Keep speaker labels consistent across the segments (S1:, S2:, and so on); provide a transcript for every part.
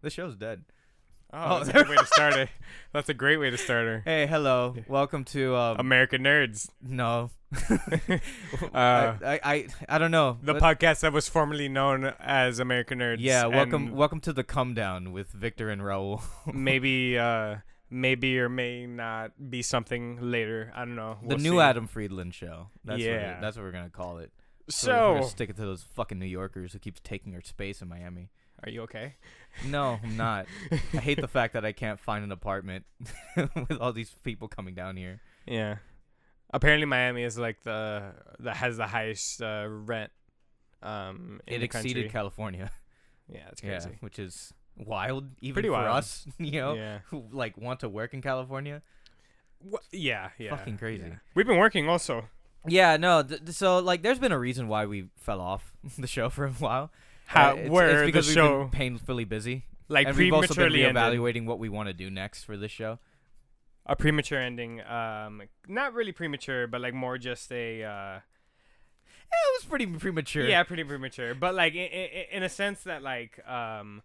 S1: This show's dead.
S2: Oh,
S1: Oh,
S2: that's a good way to start it. That's a great way to start her.
S1: Hey, hello. Welcome to um,
S2: American Nerds,
S1: no.
S2: Uh,
S1: I, I, I I don't know.
S2: the
S1: Let-
S2: podcast that was formerly known as American Nerds.
S1: Yeah, welcome
S2: and
S1: welcome to the come down with Victor and Raul.
S2: maybe, uh, maybe or may not be something later. I don't know.
S1: the
S2: We'll
S1: new
S2: see.
S1: Adam Friedland show. That's what
S2: Yeah.
S1: it, that's what we're gonna call it. So, we're gonna
S2: So,
S1: stick it to those fucking New Yorkers who keeps taking our space in Miami.
S2: are you okay?
S1: No, I'm not. I hate the fact that I can't find an apartment with all these people coming down here.
S2: Yeah. Apparently, Miami is like the that has the highest uh, rent. Um, in
S1: it
S2: the
S1: exceeded
S2: country.
S1: California,
S2: yeah, it's
S1: yeah,
S2: crazy.
S1: which is wild, even
S2: Pretty
S1: for
S2: wild.
S1: us. You know,
S2: Yeah.
S1: who like want to work in California.
S2: Wha- yeah, yeah.
S1: Fucking crazy.
S2: yeah. We've been working also.
S1: Yeah, no. Th- th- so like, there's been a reason why we fell off the show for a while.
S2: How,
S1: Uh, it's,
S2: where
S1: it's because
S2: the
S1: we've
S2: show
S1: been painfully busy,
S2: like
S1: and we've also been
S2: prematurely ended.
S1: reevaluating what we want to do next for this show.
S2: a premature ending um not really premature but like more just a uh
S1: Eh, it was pretty premature.
S2: yeah pretty premature but like in, in a sense that like um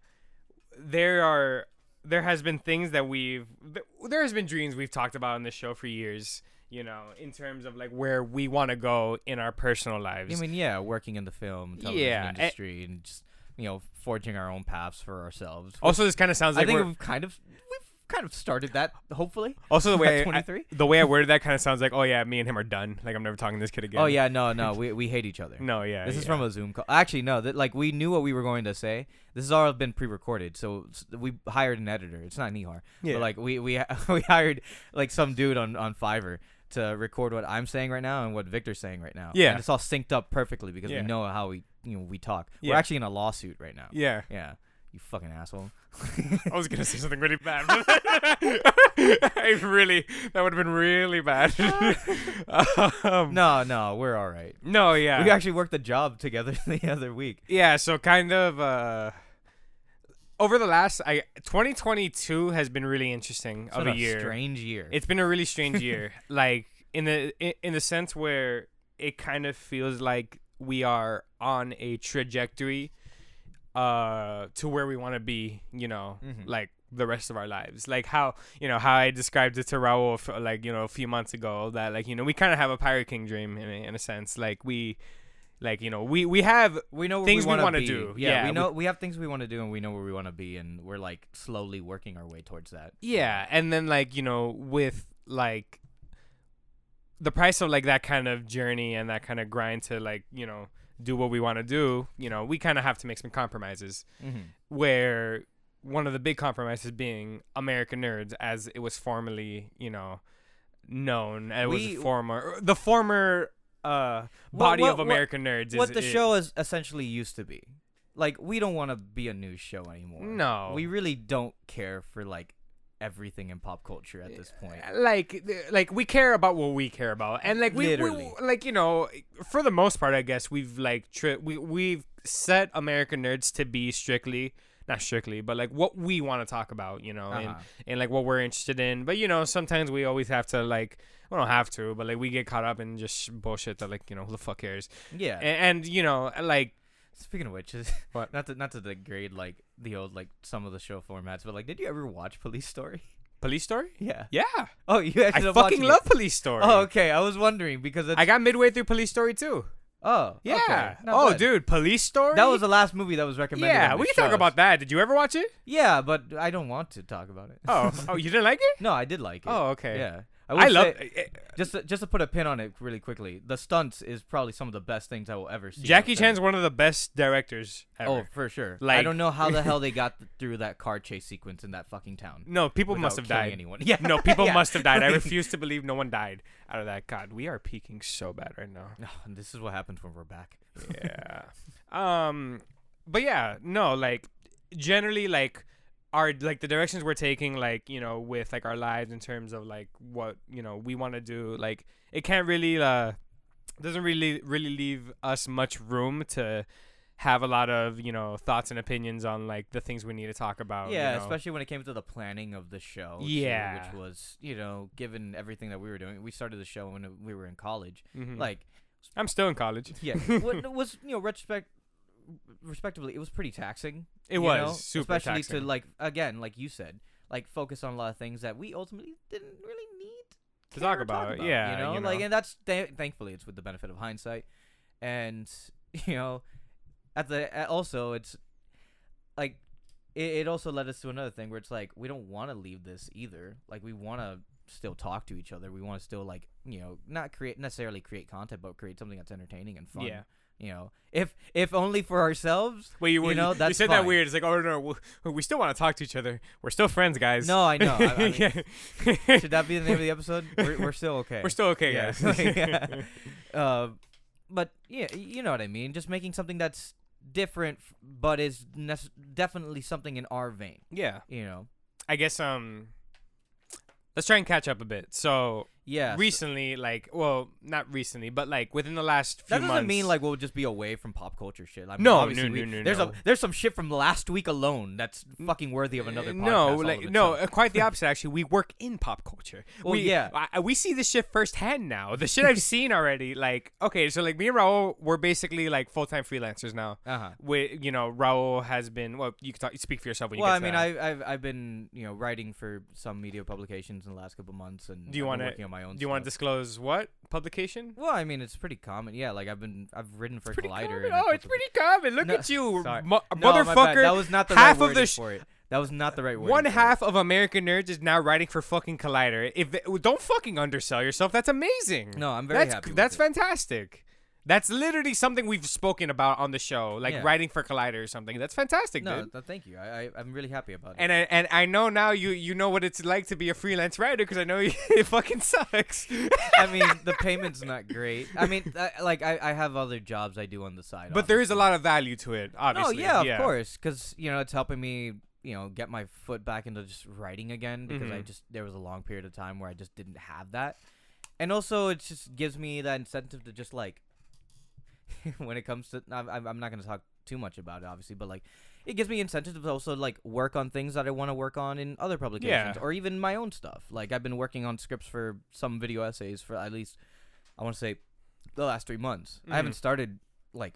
S2: there are there has been things that we've th- there has been dreams we've talked about on this show for years you know in terms of like where we want to go in our personal lives
S1: I mean, yeah, working in the film, television
S2: Yeah, and-
S1: industry, and just you know, forging our own paths for ourselves.
S2: also this kind of sounds
S1: I
S2: like
S1: think
S2: we're,
S1: we've kind of we've kind of started that. Hopefully.
S2: also the
S1: at
S2: way I-
S1: 23?
S2: the way i worded that kind of sounds like oh yeah me and him are done like i'm never talking to this kid again
S1: Oh yeah, no, no, we we hate each other.
S2: no yeah
S1: This is
S2: yeah.
S1: from a Zoom call. Actually, no. That like we knew what we were going to say. This has all been pre-recorded, so s- we hired an editor. It's not Nihar,
S2: Yeah.
S1: but like we we we hired like some dude on on Fiverr to record what I'm saying right now and what Victor's saying right now.
S2: Yeah.
S1: and it's all synced up perfectly because
S2: Yeah.
S1: we know how we you know we talk. We're
S2: Yeah.
S1: actually in a lawsuit right now.
S2: yeah
S1: Yeah, you fucking asshole.
S2: I was gonna say something really bad. but I really, that would have been really bad. um,
S1: No,
S2: no,
S1: no, we're all right.
S2: yeah,
S1: We actually worked a job together the other week.
S2: yeah. So kind of uh, over the last, I 2022 has been really interesting
S1: It's
S2: of
S1: been
S2: a year.
S1: strange year.
S2: It's been a really strange year, like in the in, in the sense where it kind of feels like we are on a trajectory uh to where we want to be, you know,
S1: Mhm.
S2: like the rest of our lives. Like how, you know, how I described it to Raul f- like, you know, a few months ago that like, you know, we kind of have a Pirate King dream in, a- in a sense. Like we like, you know, we we have
S1: we know what
S2: things we
S1: we want
S2: wanna
S1: to
S2: do.
S1: Yeah,
S2: Yeah,
S1: we
S2: we-
S1: know we, have things we want to do, and we know where we want to be, and we're like slowly working our way towards that.
S2: Yeah, and then like you know with like the price of like that kind of journey and that kind of grind to like you know do what we want to do, you know, we kind of have to make some compromises.
S1: Mm-hmm.
S2: Where one of the big compromises being American Nerds, as it was formerly you know known, it was
S1: We-
S2: a former the former uh
S1: Well,
S2: body
S1: what-
S2: of
S1: what-
S2: American Nerds.
S1: What
S2: is,
S1: the
S2: is-
S1: show is essentially used to be. Like we don't want to be a news show anymore.
S2: No.
S1: we really don't care for like everything in pop culture at this point.
S2: Uh, like th- like we care about what we care about and like we, we
S1: Literally.
S2: like you know for the most part i guess we've like tri- we we've set american nerds to be strictly not strictly but like what we want to talk about you know and,
S1: Uh-huh.
S2: and like what we're interested in but you know sometimes we always have to like we don't have to but like we get caught up in just bullshit that like you know who the fuck cares
S1: Yeah.
S2: and, and you know uh, like
S1: Speaking of which, is
S2: What?
S1: not to not to degrade like the old like some of the show formats, but like, did you ever watch Police Story?
S2: police story
S1: Yeah.
S2: yeah
S1: Oh, you
S2: i
S1: actually
S2: fucking love police story
S1: Oh, okay. I was wondering because it's,
S2: i got midway through police story too
S1: oh
S2: yeah
S1: okay, not
S2: oh
S1: bad.
S2: dude police story
S1: That was the last movie that was recommended.
S2: Yeah,
S1: on
S2: we
S1: this
S2: can talk
S1: show.
S2: about that. Did you ever watch it?
S1: Yeah, but I don't want to talk about it.
S2: Oh, oh, you didn't like it?
S1: no, I did like it.
S2: Oh, okay.
S1: Yeah, will
S2: I love eh,
S1: say- just to, just to put a pin on it really quickly. The stunts is probably some of the best things I will ever see.
S2: Jackie
S1: out there.
S2: Chan's one of the best directors ever.
S1: Oh, for sure. I
S2: Like-
S1: don't know how the hell they got through that car chase sequence in that fucking town.
S2: no, people
S1: without
S2: must have
S1: killing
S2: died.
S1: anyone. Yeah.
S2: No, people
S1: Yeah.
S2: must have died. I
S1: Like-
S2: refuse to believe no one died out of that. God, we are peaking so bad right now.
S1: Oh, and this is what happens when we're back.
S2: yeah. Um, but yeah, no, like generally, like our like the directions we're taking, like you know, with like our lives in terms of like what you know we want to do, like it can't really uh doesn't really really leave us much room to have a lot of you know thoughts and opinions on like the things we need to talk about. Oh, you
S1: yeah,
S2: know.
S1: especially when it came to the planning of the show. too,
S2: Yeah.
S1: which was you know given everything that we were doing, we started the show when we were in college.
S2: Mhm.
S1: Like
S2: I'm still in college.
S1: yeah, what was you know retrospect respectively, it was pretty taxing.
S2: It
S1: you
S2: was
S1: know?
S2: super
S1: especially
S2: taxing.
S1: to like again, like you said, like focus on a lot of things that we ultimately didn't really need
S2: To
S1: care
S2: talk
S1: or
S2: about, yeah,
S1: you know,
S2: you
S1: like,
S2: know.
S1: and that's th- thankfully it's with the benefit of hindsight, and you know, at the a- also it's like it, it also led us to another thing where it's like we don't want to leave this either. Like we want to still talk to each other. We want to still like you know not create necessarily create content, but create something that's entertaining and fun.
S2: Yeah.
S1: You know, if if only for ourselves.
S2: Wait,
S1: You
S2: you, were-
S1: know,
S2: you
S1: that's
S2: said that
S1: fine.
S2: weird. It's like, oh no, we, we still want to talk to each other. We're still friends, guys.
S1: No, I know. I- I mean,
S2: yeah.
S1: Should that be the name of the episode? We're, we're still okay.
S2: We're still okay, guys.
S1: Yeah. Uh, but yeah, y- you know what I mean. Just making something that's different, f- but is nece- definitely something in our vein.
S2: yeah.
S1: You know.
S2: I guess um, let's try and catch up a bit. So
S1: Yeah. so-
S2: recently, like, well, not recently, but like within the last few
S1: that doesn't
S2: months.
S1: mean like we'll just be away from pop culture shit. I mean,
S2: No,
S1: obviously
S2: no,
S1: we-
S2: no, no,
S1: There's
S2: no.
S1: a there's some shit from last week alone that's fucking worthy of another.
S2: Uh,
S1: podcast
S2: no,
S1: all
S2: like
S1: of
S2: no,
S1: itself.
S2: uh, quite the opposite. Actually, we work in pop culture.
S1: Well,
S2: we,
S1: yeah.
S2: I- I, we see this shit firsthand now. The shit I've seen already. Like, okay, so like me and Raul, we're basically like full time freelancers now.
S1: Uh-huh.
S2: We, you know, Raul has been. Well, you can talk, speak for yourself when
S1: Well,
S2: you
S1: I
S2: get
S1: mean,
S2: to that.
S1: I, I've I've been you know writing for some media publications in the last couple months, and
S2: Do you
S1: want
S2: wanna-
S1: working on my own?
S2: Do you want to
S1: stuff.
S2: disclose what publication?
S1: Well, I mean, it's pretty common. Yeah, like I've been I've written for
S2: Pretty
S1: Collider.
S2: common.
S1: and a
S2: Oh, it's
S1: couple-
S2: pretty common. Look
S1: No,
S2: at you,
S1: sorry.
S2: mo-
S1: No, my bad.
S2: motherfucker.
S1: That was not the
S2: half
S1: right
S2: of the
S1: wording
S2: sh-
S1: for it. That was not the right word.
S2: One half of American Nerds is now writing for fucking Collider. If don't fucking undersell yourself. That's amazing.
S1: No, I'm very
S2: that's,
S1: happy with
S2: That's
S1: it.
S2: fantastic. That's literally something we've spoken about on the show, like
S1: Yeah.
S2: writing for Collider or something. That's fantastic,
S1: No,
S2: dude.
S1: th- thank you. I, I I'm really happy about it.
S2: And I, and I know now you you know what it's like to be a freelance writer because I know you, it fucking sucks.
S1: I mean, the payment's not great. I mean, I, like I, I have other jobs I do on the side.
S2: but there is a lot of value to it,
S1: Oh
S2: obviously.
S1: yeah, of course, because you know it's helping me. You know, get my foot back into just writing again because I
S2: Mhm.
S1: just there was a long period of time where I just didn't have that, and also it just gives me that incentive to just like when it comes to I'm, I'm I'm not gonna talk too much about it obviously, but like it gives me incentive to also like work on things that I want to work on in other publications
S2: Yeah.
S1: or even my own stuff. Like I've been working on scripts for some video essays for at least I want to say the last three months. I
S2: Mm-hmm.
S1: haven't started like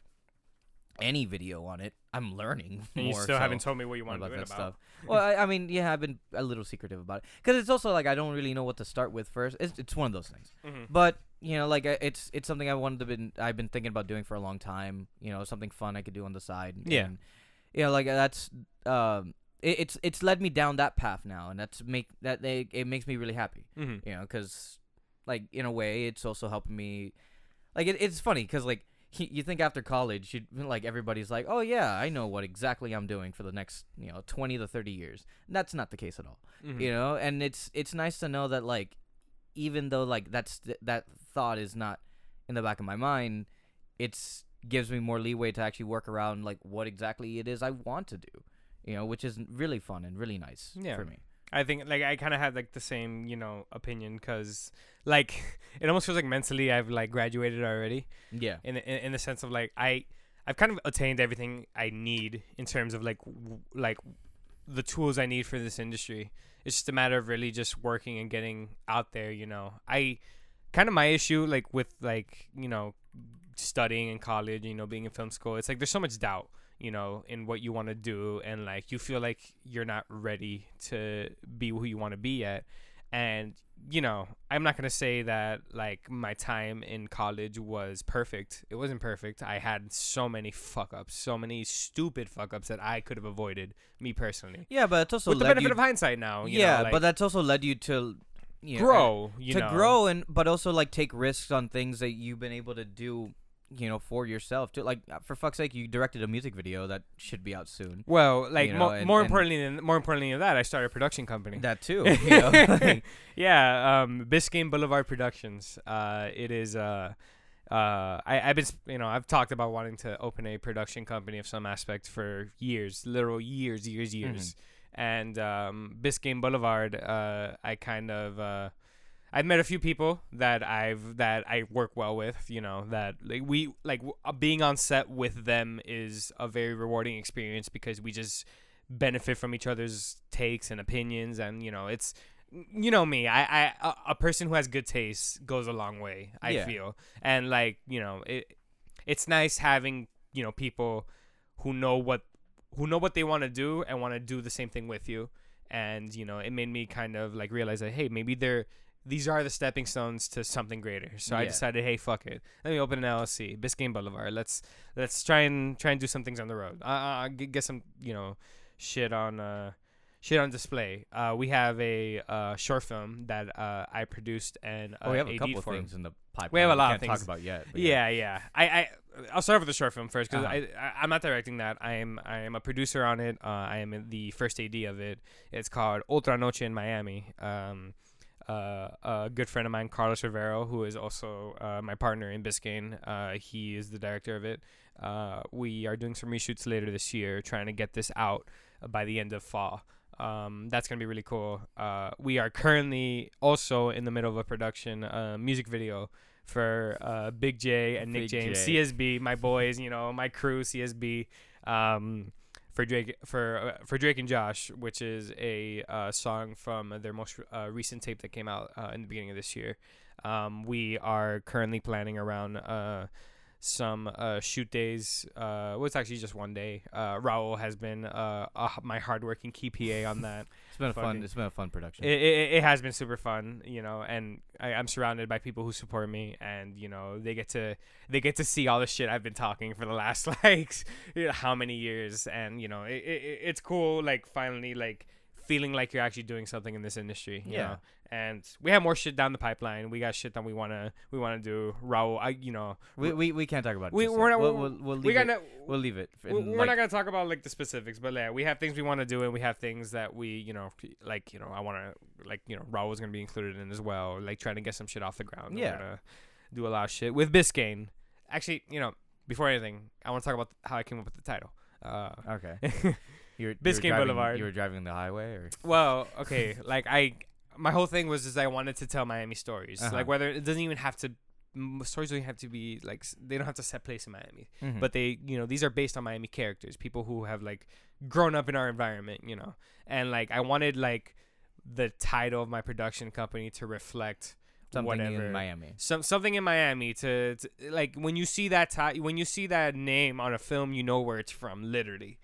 S1: any video on it. I'm learning
S2: And you
S1: more.
S2: still
S1: so
S2: haven't told me what you
S1: more
S2: want to
S1: about
S2: do
S1: that
S2: it about.
S1: stuff. Well, I, I mean, yeah, I've been a little secretive about it because it's also like I don't really know what to start with first. It's, it's one of those things.
S2: Mhm.
S1: But you know, like I- it's it's something I wanted to been I've been thinking about doing for a long time. You know, something fun I could do on the side.
S2: Yeah.
S1: And, you know, like uh, that's um, it, it's it's led me down that path now, and that's make that they it makes me really happy
S2: Mhm.
S1: you know because like in a way it's also helping me like it, it's funny because like he, you think after college you like everybody's like oh yeah i know what exactly i'm doing for the next you know 20 to 30 years and that's not the case at all
S2: Mhm.
S1: you know and it's it's nice to know that like even though like that's th- that thought is not in the back of my mind it's gives me more leeway to actually work around like what exactly it is i want to do you know which is really fun and really nice
S2: Yeah.
S1: for me
S2: I think like I kind of had like the same you know opinion because like it almost feels like mentally I've like graduated already
S1: yeah
S2: in in, in the sense of like I I've kind of attained everything I need in terms of like w- like the tools I need for this industry. It's just a matter of really just working and getting out there. You know, I kind of my issue like with like you know studying in college. You know, being in film school. It's like there's so much doubt. You know, in what you want to do, and like you feel like you're not ready to be who you want to be yet. And you know, I'm not gonna say that like my time in college was perfect. It wasn't perfect. I had so many fuck ups, so many stupid fuck ups that I could have avoided. Me personally,
S1: yeah but it's also
S2: with the
S1: led
S2: benefit
S1: you
S2: of hindsight now. Oh, You
S1: yeah,
S2: know, like,
S1: but that's also led you to you know,
S2: grow. You
S1: to
S2: know,
S1: grow and but also like take risks on things that you've been able to do, you know, for yourself. To like uh, for fuck's sake, you directed a music video that should be out soon.
S2: Well, like
S1: you
S2: mo-
S1: know, and-
S2: more
S1: and-
S2: importantly than more importantly than that, I started a production company.
S1: That too. You know? like,
S2: yeah, um, Biscayne Boulevard Productions. Uh, it is. Uh, uh, I, I've been, sp- you know, I've talked about wanting to open a production company of some aspect for years, literal years, years, years. And um, Biscayne Boulevard, uh, I kind of, uh, I've met a few people that I've that I work well with. You know that like we like w- uh, being on set with them is a very rewarding experience because we just benefit from each other's takes and opinions, and you know it's you know me. I, I a- a person who has good taste goes a long way. I
S1: Yeah.
S2: feel and like you know it, it's nice having you know people who know what who know what they want to do and want to do the same thing with you. And you know, it made me kind of like realize that hey, maybe they're these are the stepping stones to something greater. So I
S1: Yeah.
S2: decided, hey, fuck it, let me open an LLC, Biscayne Boulevard. Let's let's try and try and do some things on the road. Uh, uh, g- get some you know shit on uh shit on display. Uh, we have a uh short film that uh I produced and uh,
S1: Oh, we have a
S2: AD'd
S1: couple of
S2: for.
S1: things in the pipeline.
S2: We have a lot
S1: can't
S2: of
S1: talk
S2: things.
S1: about yet. but
S2: Yeah, yeah. I, I I'll start with the short film first because
S1: Uh-huh.
S2: I, I I'm not directing that. I am I am a producer on it. Uh, I am in the first AD of it. It's called Ultra Noche in Miami. Um, uh, a good friend of mine, Carlos Rivero, who is also uh, my partner in Biscayne. Uh, he is the director of it. Uh, we are doing some reshoots later this year, trying to get this out by the end of fall. Um, that's gonna be really cool. Uh, we are currently also in the middle of a production uh, music video for uh, Big J and Nick
S1: Big
S2: James,
S1: J.
S2: CSB, my boys, you know, my crew, CSB, um, for Drake for uh, for Drake and Josh, which is a uh, song from their most uh, recent tape that came out uh, in the beginning of this year. Um, we are currently planning around. Uh, some uh, shoot days. Uh, well, it's actually just one day. Uh, Raul has been uh, uh, my hardworking key PA on that.
S1: It's been a
S2: Fucking-
S1: fun. It's been a fun production.
S2: it, it, it has been super fun, you know, and I, I'm surrounded by people who support me, and you know, they get to they get to see all the shit I've been talking for the last like you know, how many years, and you know, it, it, it- it's cool, like finally, like feeling like you're actually doing something in this industry, you
S1: Yeah.
S2: know? And we have more shit down the pipeline. We got shit that we wanna we wanna do. Raul, I you know,
S1: we, we we can't talk about it.
S2: we
S1: just
S2: we're
S1: yet.
S2: not
S1: we'll,
S2: we're-
S1: we'll, we'll leave
S2: we
S1: it.
S2: gotta.
S1: We'll leave it. for-
S2: We're,
S1: in,
S2: we're
S1: like,
S2: not gonna talk about like the specifics, but yeah, we have things we want to do, and we have things that we, you know, like you know, I want to like you know, Raul is gonna be included in as well, like trying to get some shit off the ground.
S1: Yeah.
S2: we're gonna do a lot of shit with Biscayne. Actually, you know, before anything, I want to talk about how I came up with the title. Uh,
S1: Okay. You're,
S2: Biscayne
S1: you were driving,
S2: Boulevard.
S1: You were driving the highway, or
S2: well, okay, like I, my whole thing was is I wanted to tell Miami stories,
S1: Uh-huh.
S2: like whether it doesn't even have to. m- Stories don't even have to be like s- they don't have to set place in Miami.
S1: Mm-hmm.
S2: but they you know these are based on miami characters people who have like grown up in our environment you know and like i wanted like the title of my production company to reflect
S1: something
S2: whatever
S1: in Miami.
S2: some something in miami to, to like when you see that ti- when you see that name on a film you know where it's from literally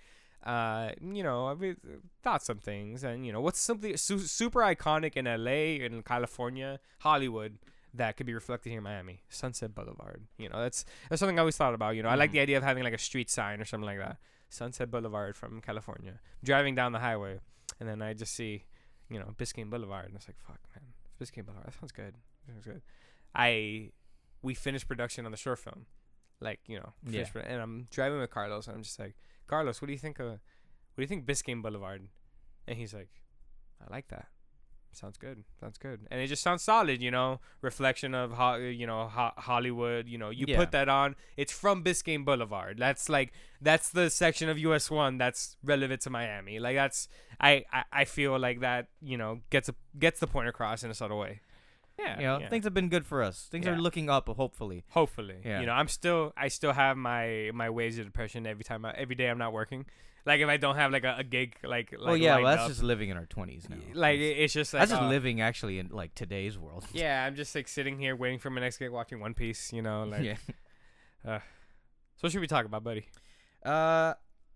S2: uh, you know, I mean, thought some things, and you know, what's something su- super iconic in LA, in California, Hollywood, that could be reflected here in Miami, Sunset Boulevard. You know, that's that's something I always thought about. You know, I like
S1: Mhm.
S2: the idea of having like a street sign or something like that, Sunset Boulevard from California, driving down the highway, and then I just see, you know, Biscayne Boulevard, and it's like, fuck, man, Biscayne Boulevard, that sounds good, that sounds good. I, we finished production on the short film, like you know,
S1: Yeah.
S2: finished pro- and I'm driving with Carlos, and I'm just like. Carlos, what do you think of what do you think Biscayne Boulevard? And he's like, I like that. Sounds good. Sounds good. And it just sounds solid, you know, reflection of how you know ho- Hollywood, you know, you
S1: Yeah.
S2: put that on. It's from Biscayne Boulevard. That's like that's the section of US 1 that's relevant to Miami. Like that's I I, I feel like that, you know, gets a, gets the point across in a subtle way. Yeah.
S1: You know,
S2: yeah.
S1: things have been good for us. Things
S2: Yeah.
S1: are looking up, hopefully.
S2: Hopefully,
S1: Yeah.
S2: you know, I'm still, I still have my my waves of depression every time, I, every day I'm not working. Like if I don't have like a, a gig, like like
S1: Oh yeah, well,
S2: lined
S1: that's
S2: up,
S1: just living in our twenties now.
S2: like
S1: that's,
S2: it- it's just like
S1: that's just
S2: oh,
S1: living actually in like today's world.
S2: Yeah, I'm just like sitting here waiting for my next gig, watching One Piece. You know, like
S1: yeah.
S2: so. What should we talk about, buddy?
S1: Uh,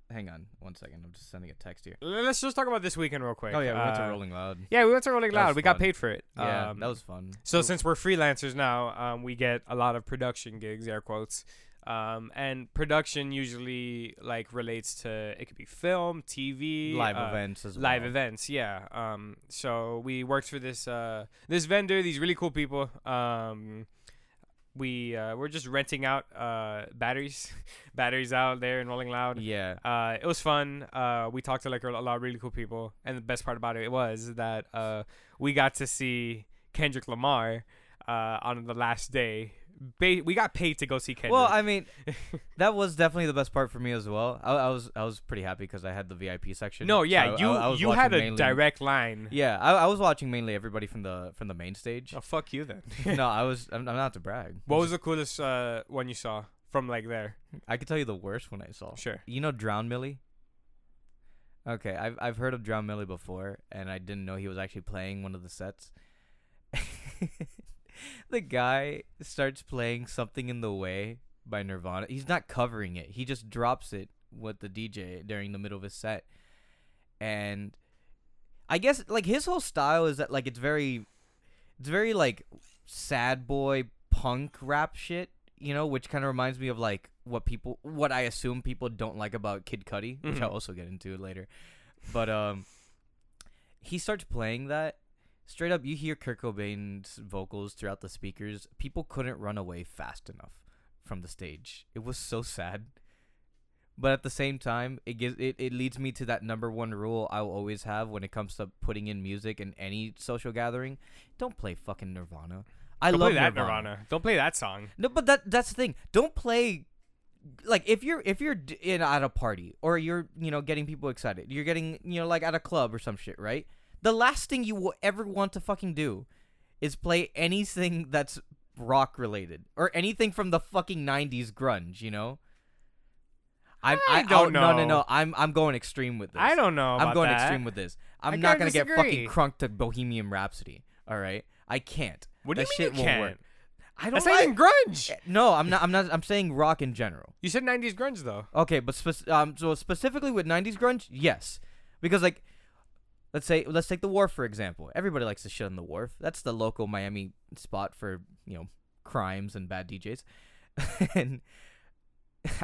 S1: hang on one second. I'm just sending a text here.
S2: L- Let's just talk about this weekend real quick.
S1: Oh yeah, we went to
S2: Uh,
S1: Rolling Loud.
S2: Yeah, we went to Rolling
S1: That was
S2: Loud. We got
S1: fun.
S2: paid for it.
S1: Yeah,
S2: Um,
S1: that was fun.
S2: So
S1: Ooh,
S2: since we're freelancers now, um, we get a lot of production gigs, air quotes, um, and production usually like relates to it could be film, TV,
S1: live
S2: uh,
S1: events as well.
S2: live events. Yeah. Um, so we worked for this uh, this vendor, these really cool people. Um, we uh, we're just renting out uh, batteries, batteries out there in Rolling Loud.
S1: Yeah.
S2: Uh, it was fun. Uh, we talked to like a lot of really cool people, and the best part about it was that uh, we got to see Kendrick Lamar uh, on the last day. Ba- we got paid to go see Kendrick.
S1: Well, I mean, that was definitely the best part for me as well. I, I was I was pretty happy because I had the VIP section.
S2: no,
S1: so
S2: yeah,
S1: I-
S2: you
S1: I, I was
S2: you had
S1: watching
S2: a
S1: mainly-
S2: direct line.
S1: Yeah, I, I was watching mainly everybody from the from the main stage.
S2: Oh, fuck you then.
S1: no, I was. I'm, I'm not to brag.
S2: What was the coolest uh, one you saw from like there?
S1: I could tell you the worst one I saw.
S2: Sure.
S1: You know Drown Millie? Okay, I've I've heard of Drown Millie before, and I didn't know he was actually playing one of the sets. the guy starts playing something in the way by Nirvana. He's not covering it. He just drops it with the DJ during the middle of his set, and I guess like his whole style is that like it's very, it's very like sad boy punk rap shit, you know, which kind of reminds me of like what people, what I assume people don't like about Kid Cudi, which I'll
S2: Mhm.
S1: also get into later, but um, he starts playing that. Straight up, you hear Kurt Cobain's vocals throughout the speakers. People couldn't run away fast enough from the stage. It was so sad. But at the same time, it gives it, it leads me to that number one rule I will always have when it comes to putting in music in any social gathering. Don't play fucking Nirvana. I
S2: Don't
S1: love
S2: play that
S1: Nirvana.
S2: Don't play that song.
S1: No, but that that's the thing. Don't play like if you're if you're d- in at a party or you're you know getting people excited. You're getting you know like at a club or some shit, right? The last thing you will ever want to fucking do is play anything that's rock related or anything from the fucking 90s grunge, you know? I'm, oh,
S2: I don't
S1: No, no,
S2: know.
S1: no. I'm I'm going extreme with this.
S2: I don't know.
S1: I'm
S2: about
S1: going
S2: that.
S1: extreme with this. I'm
S2: I
S1: not gonna
S2: gotta
S1: get fucking
S2: disagree.
S1: crunk to Bohemian Rhapsody. All right, I can't.
S2: What do you
S1: that
S2: mean
S1: shit
S2: you
S1: won't
S2: can't?
S1: work. I don't
S2: That's
S1: like.
S2: not even grunge.
S1: No, I'm not. I'm not. I'm saying rock in general.
S2: You said '90s grunge though.
S1: Okay, but spec- um, so specifically with '90s grunge, yes, because like, let's say let's take the Wharf for example. Everybody likes to shit on the Wharf. That's the local Miami spot for you know crimes and bad DJs. and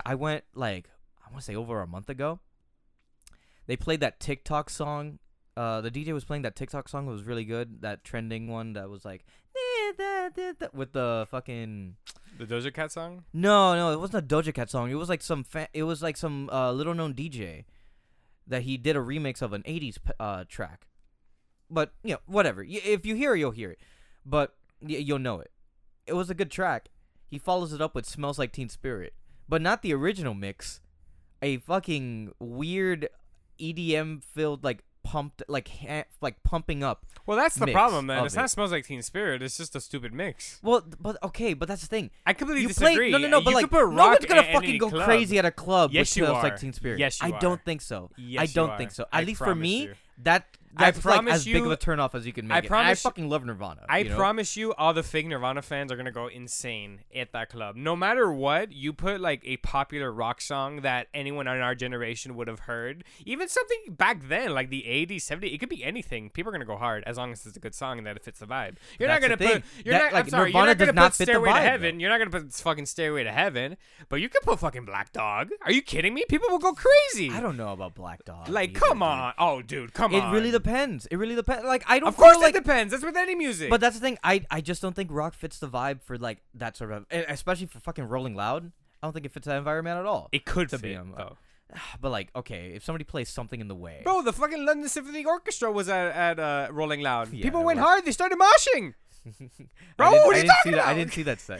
S1: I went like I want to say over a month ago. They played that TikTok song. Uh, the DJ was playing that TikTok song. It was really good. That trending one that was like with the fucking.
S2: The Doja Cat song.
S1: No, no, it wasn't a Doja Cat song. It was like some fa- it was like some uh, little known DJ that he did a remix of an 80s p- uh, track. But, you know, whatever. Y- if you hear it, you'll hear it. But y- you'll know it. It was a good track. He follows it up with Smells Like Teen Spirit, but not the original mix. A fucking weird EDM filled like pumped like ha- like pumping up
S2: Well, that's the
S1: Mix
S2: problem, man.
S1: of
S2: It's
S1: it.
S2: not smells like Teen Spirit. It's just a stupid mix.
S1: Well, th- but okay, but that's the thing.
S2: I completely
S1: you play
S2: disagree.
S1: no, no, no.
S2: You
S1: But
S2: could
S1: like,
S2: put
S1: no
S2: rock
S1: one's gonna
S2: at
S1: fucking
S2: any
S1: go
S2: club.
S1: crazy at a club.
S2: Yes,
S1: with
S2: you
S1: smells Like
S2: are.
S1: Teen Spirit.
S2: Yes, you
S1: I don't
S2: are.
S1: think so. I
S2: Yes, you
S1: don't
S2: are.
S1: think so. At
S2: I
S1: least for
S2: promise
S1: me,
S2: you.
S1: that
S2: I
S1: that's like
S2: promise
S1: as big of
S2: you-
S1: a turnoff as you can make. it. And
S2: promise
S1: I
S2: you-
S1: fucking love Nirvana.
S2: I
S1: you know?
S2: promise you, all the fake Nirvana fans are gonna go insane at that club. No matter what, you put like a popular rock song that anyone in our generation would have heard, even something back then, like the '80s, '70s. It could be anything. People are gonna go hard as long as it's a good song and that it fits the vibe. You're
S1: That's
S2: not
S1: the
S2: gonna put.
S1: thing.
S2: You're
S1: That-
S2: not.
S1: like,
S2: I'm sorry.
S1: Nirvana
S2: you're not
S1: does
S2: gonna
S1: not
S2: put
S1: fit the
S2: Stairway
S1: vibe,
S2: to Heaven. You're not gonna put fucking Stairway to Heaven. But you could put fucking Black Dog. Are you kidding me? People will go crazy.
S1: I don't know about Black Dog.
S2: Like,
S1: either,
S2: come
S1: dude.
S2: on. Oh, dude, come
S1: It
S2: on.
S1: really depends. It really depends. Like I don't.
S2: Of course,
S1: feel like
S2: it depends. That's with any music.
S1: But that's the thing. I I just don't think rock fits the vibe for like that sort of, and especially for fucking Rolling Loud. I don't think it fits that environment at all.
S2: it could
S1: to
S2: fit,
S1: be um, uh,
S2: though.
S1: But like, okay, if somebody plays something in the way,
S2: Bro, the fucking London Symphony Orchestra was at, at uh, Rolling Loud.
S1: Yeah,
S2: People
S1: it
S2: went
S1: was.
S2: hard. They started moshing.
S1: I didn't- I
S2: Bro, what are you
S1: didn't see
S2: talking
S1: that. I
S2: about?
S1: didn't see that set.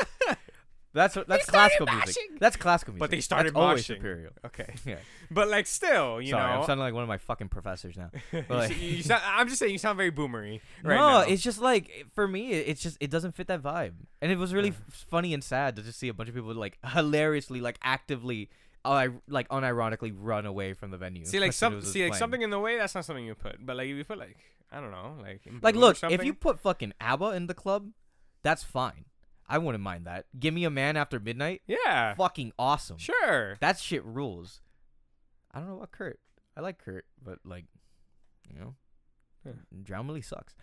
S1: That's what- that's
S2: started
S1: classical music.
S2: mashing.
S1: That's classical music.
S2: But they
S1: That's
S2: started
S1: always
S2: moshing.
S1: superior.
S2: Okay.
S1: Yeah.
S2: But like, still, you
S1: Sorry,
S2: know,
S1: I'm sounding like one of my fucking professors now. But,
S2: you,
S1: like-
S2: s- you sound, I'm just saying you sound very boomery
S1: no,
S2: right now.
S1: it's just like it- for me, it- it's just it doesn't fit that vibe, and it was really f- funny and sad to just see a bunch of people like hilariously, like actively, uh, like unironically run away from the venue.
S2: see like
S1: as soon
S2: some
S1: as it was
S2: see like
S1: playing.
S2: something in the way. That's not something you put. But like, if you put like I don't know, like in
S1: Like,
S2: blue or
S1: look, if
S2: something-
S1: you put fucking ABBA in the club, that's fine. I wouldn't mind that. Give me a man after midnight.
S2: yeah,
S1: Fucking awesome.
S2: sure.
S1: That shit rules. I don't know about Kurt. I like Kurt, but like, you know,
S2: Yeah.
S1: Drown really sucks.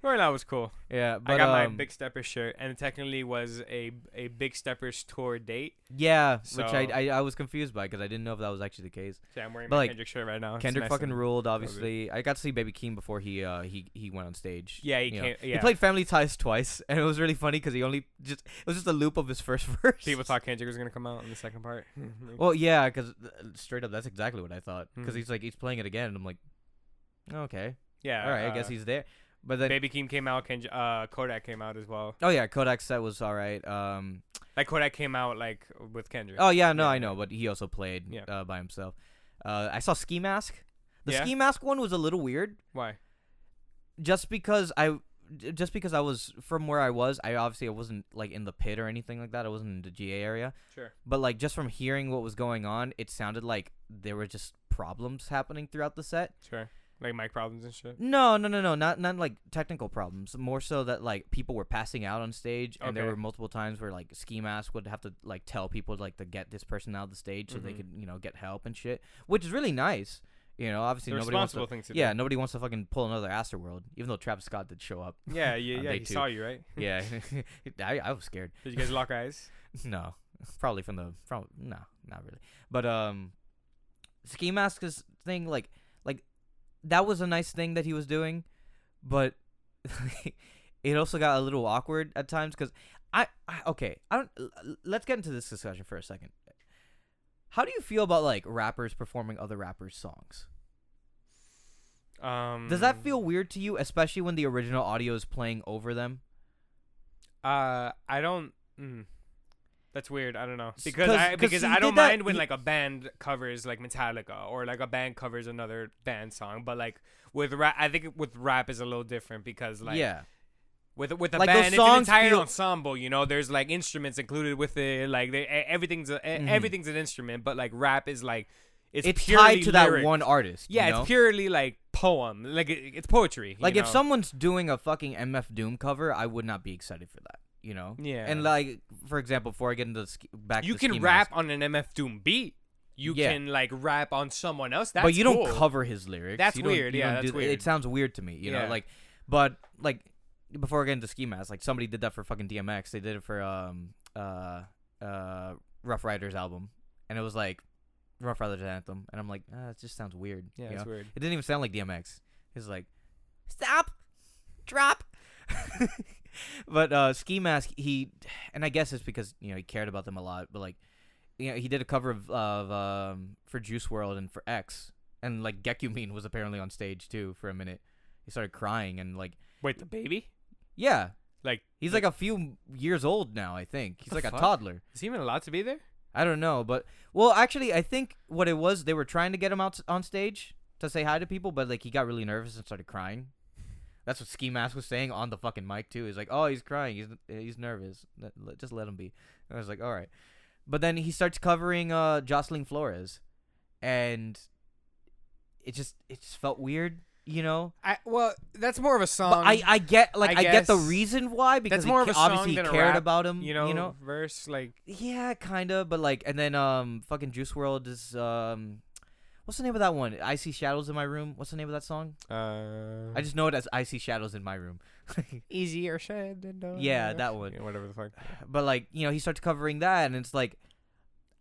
S2: Rolling Loud was cool.
S1: yeah, but
S2: I got my
S1: um,
S2: Big Stepper shirt, and it technically was a a Big Steppers tour date.
S1: yeah, which
S2: So-
S1: I, I I was confused by because I didn't know if that was actually the case.
S2: So I'm wearing
S1: But,
S2: my
S1: like,
S2: Kendrick shirt right now. It's
S1: Kendrick
S2: nice
S1: fucking
S2: and-
S1: ruled, obviously. I got to see Baby Keem before he uh he he went on stage.
S2: Yeah, he
S1: you know.
S2: can't.
S1: He
S2: Yeah,
S1: played Family Ties twice, and it was really funny because he only just it was just a loop of his first verse.
S2: People thought Kendrick was gonna come out in the second part.
S1: Well, yeah, because straight up, that's exactly what I thought. Because
S2: Hmm.
S1: he's like he's playing it again, and I'm like, okay,
S2: yeah.
S1: all right, I guess
S2: uh,
S1: he's there. But then,
S2: Baby Keem came out. Kendrick, uh, Kodak came out as well.
S1: oh yeah, Kodak set was all right. Um,
S2: Like Kodak came out like with Kendrick.
S1: oh yeah, no,
S2: Yeah,
S1: I
S2: yeah.
S1: know, but he also played
S2: Yeah.
S1: uh, by himself. Uh, I saw Ski Mask. The
S2: Yeah?
S1: Ski Mask one was a little weird,
S2: Why?
S1: just because I, j- just because I was from where I was. I obviously I wasn't like in the pit or anything like that. I wasn't in the GA area.
S2: Sure.
S1: but like just from hearing what was going on, it sounded like there were just problems happening throughout the set.
S2: Sure. like mic problems and shit.
S1: No, no, no, no, not not like technical problems. More so that like people were passing out on stage, and there
S2: Okay.
S1: were multiple times where like ski mask would have to like tell people like to get this person out of the stage so they
S2: Mhm.
S1: could you know get help and shit, which is really nice. You know, obviously
S2: The
S1: nobody wants
S2: responsible
S1: to.
S2: thing to
S1: Yeah, nobody wants to fucking pull another Astroworld, even though Travis Scott did show up.
S2: do. Yeah, yeah,
S1: On
S2: yeah.
S1: day
S2: He
S1: two.
S2: saw you, right?
S1: Yeah, I, I was scared.
S2: Did you guys lock eyes?
S1: No, probably from the from no, not really. But um, ski mask is thing like like that was a nice thing that he was doing, but it also got a little awkward at times because I, I okay I don't l- l- let's get into this discussion for a second. How do you feel about like rappers performing other rappers' songs?
S2: Um,
S1: Does that feel weird to you, especially when the original audio is playing over them?
S2: Uh, I don't. Mm, that's weird. I don't know
S1: S-
S2: because
S1: 'cause-
S2: I
S1: 'cause
S2: because
S1: he
S2: I
S1: did
S2: don't
S1: that-
S2: mind when
S1: he-
S2: like a band covers like Metallica or like a band covers another band song, but like with rap, I think with rap is a little different because like
S1: yeah,
S2: with with a
S1: Like, those
S2: band, it's an
S1: songs
S2: entire
S1: feel-
S2: ensemble. You know, there's like instruments included with it. Like they, e- everything's a, e-
S1: Mhm.
S2: everything's an instrument, but like rap is like it's,
S1: it's,
S2: purely
S1: tied to that
S2: lyric.
S1: one artist. you
S2: Yeah,
S1: know?
S2: it's purely like poem. Like it, it's poetry. you
S1: Like if
S2: know?
S1: someone's doing a fucking MF Doom cover, I would not be excited for that. You know.
S2: Yeah.
S1: And like, for example, before I get into the ski- back,
S2: you
S1: to
S2: can
S1: Ski
S2: rap
S1: Mask,
S2: on an MF Doom beat. You
S1: Yeah.
S2: can like rap on someone else. That's
S1: but you
S2: cool.
S1: don't cover his lyrics.
S2: That's
S1: You don't-
S2: weird,
S1: you
S2: yeah,
S1: don't do
S2: that's
S1: th-
S2: weird.
S1: It sounds weird to me. You
S2: Yeah.
S1: know, like, but like before I get into ski mask, like somebody did that for fucking DMX. They did it for um uh uh Rough Riders album, and it was like Rough Riders anthem, and I'm like, ah, it just sounds weird.
S2: Yeah,
S1: you
S2: it's
S1: know?
S2: weird.
S1: It didn't even sound like DMX. He was like, "Stop, drop." but uh, Ski Mask, he, and I guess it's because you know he cared about them a lot. But like, you know, he did a cover of, of um, for Juice World and for X, and like Gekumin was apparently on stage too for a minute. He started crying and like,
S2: Wait, the baby?
S1: yeah,
S2: Like,
S1: he's like a few years old now. I think he's
S2: The
S1: like a
S2: fuck?
S1: toddler.
S2: is he even allowed to be there?
S1: I don't know, but well, actually, I think what it was they were trying to get him out s- on stage to say hi to people, but like he got really nervous and started crying. That's what Ski Mask was saying on the fucking mic too. He's like, "Oh, he's crying. He's he's nervous. Let- let- Just let him be." And I was like, "All right," but then he starts covering uh Jocelyn Flores, and it just it just felt weird, you know.
S2: I well, that's more of a song.
S1: But I um, I get like
S2: Um, I
S1: I, get the
S2: guess
S1: reason why because
S2: that's
S1: he
S2: more
S1: ca-
S2: of a song
S1: obviously
S2: than
S1: he
S2: a
S1: cared
S2: rap,
S1: about him,
S2: you know,
S1: you know.
S2: verse like
S1: Yeah, kind of, but like, and then um, fucking Juice World is um, what's the name of that one? I see shadows in my room. What's the name of that song?
S2: uh,
S1: I just know it as I see shadows in my room.
S2: easier said than done.
S1: Yeah, that one.
S2: Yeah, whatever the fuck.
S1: but like, you know, he starts covering that, and it's like,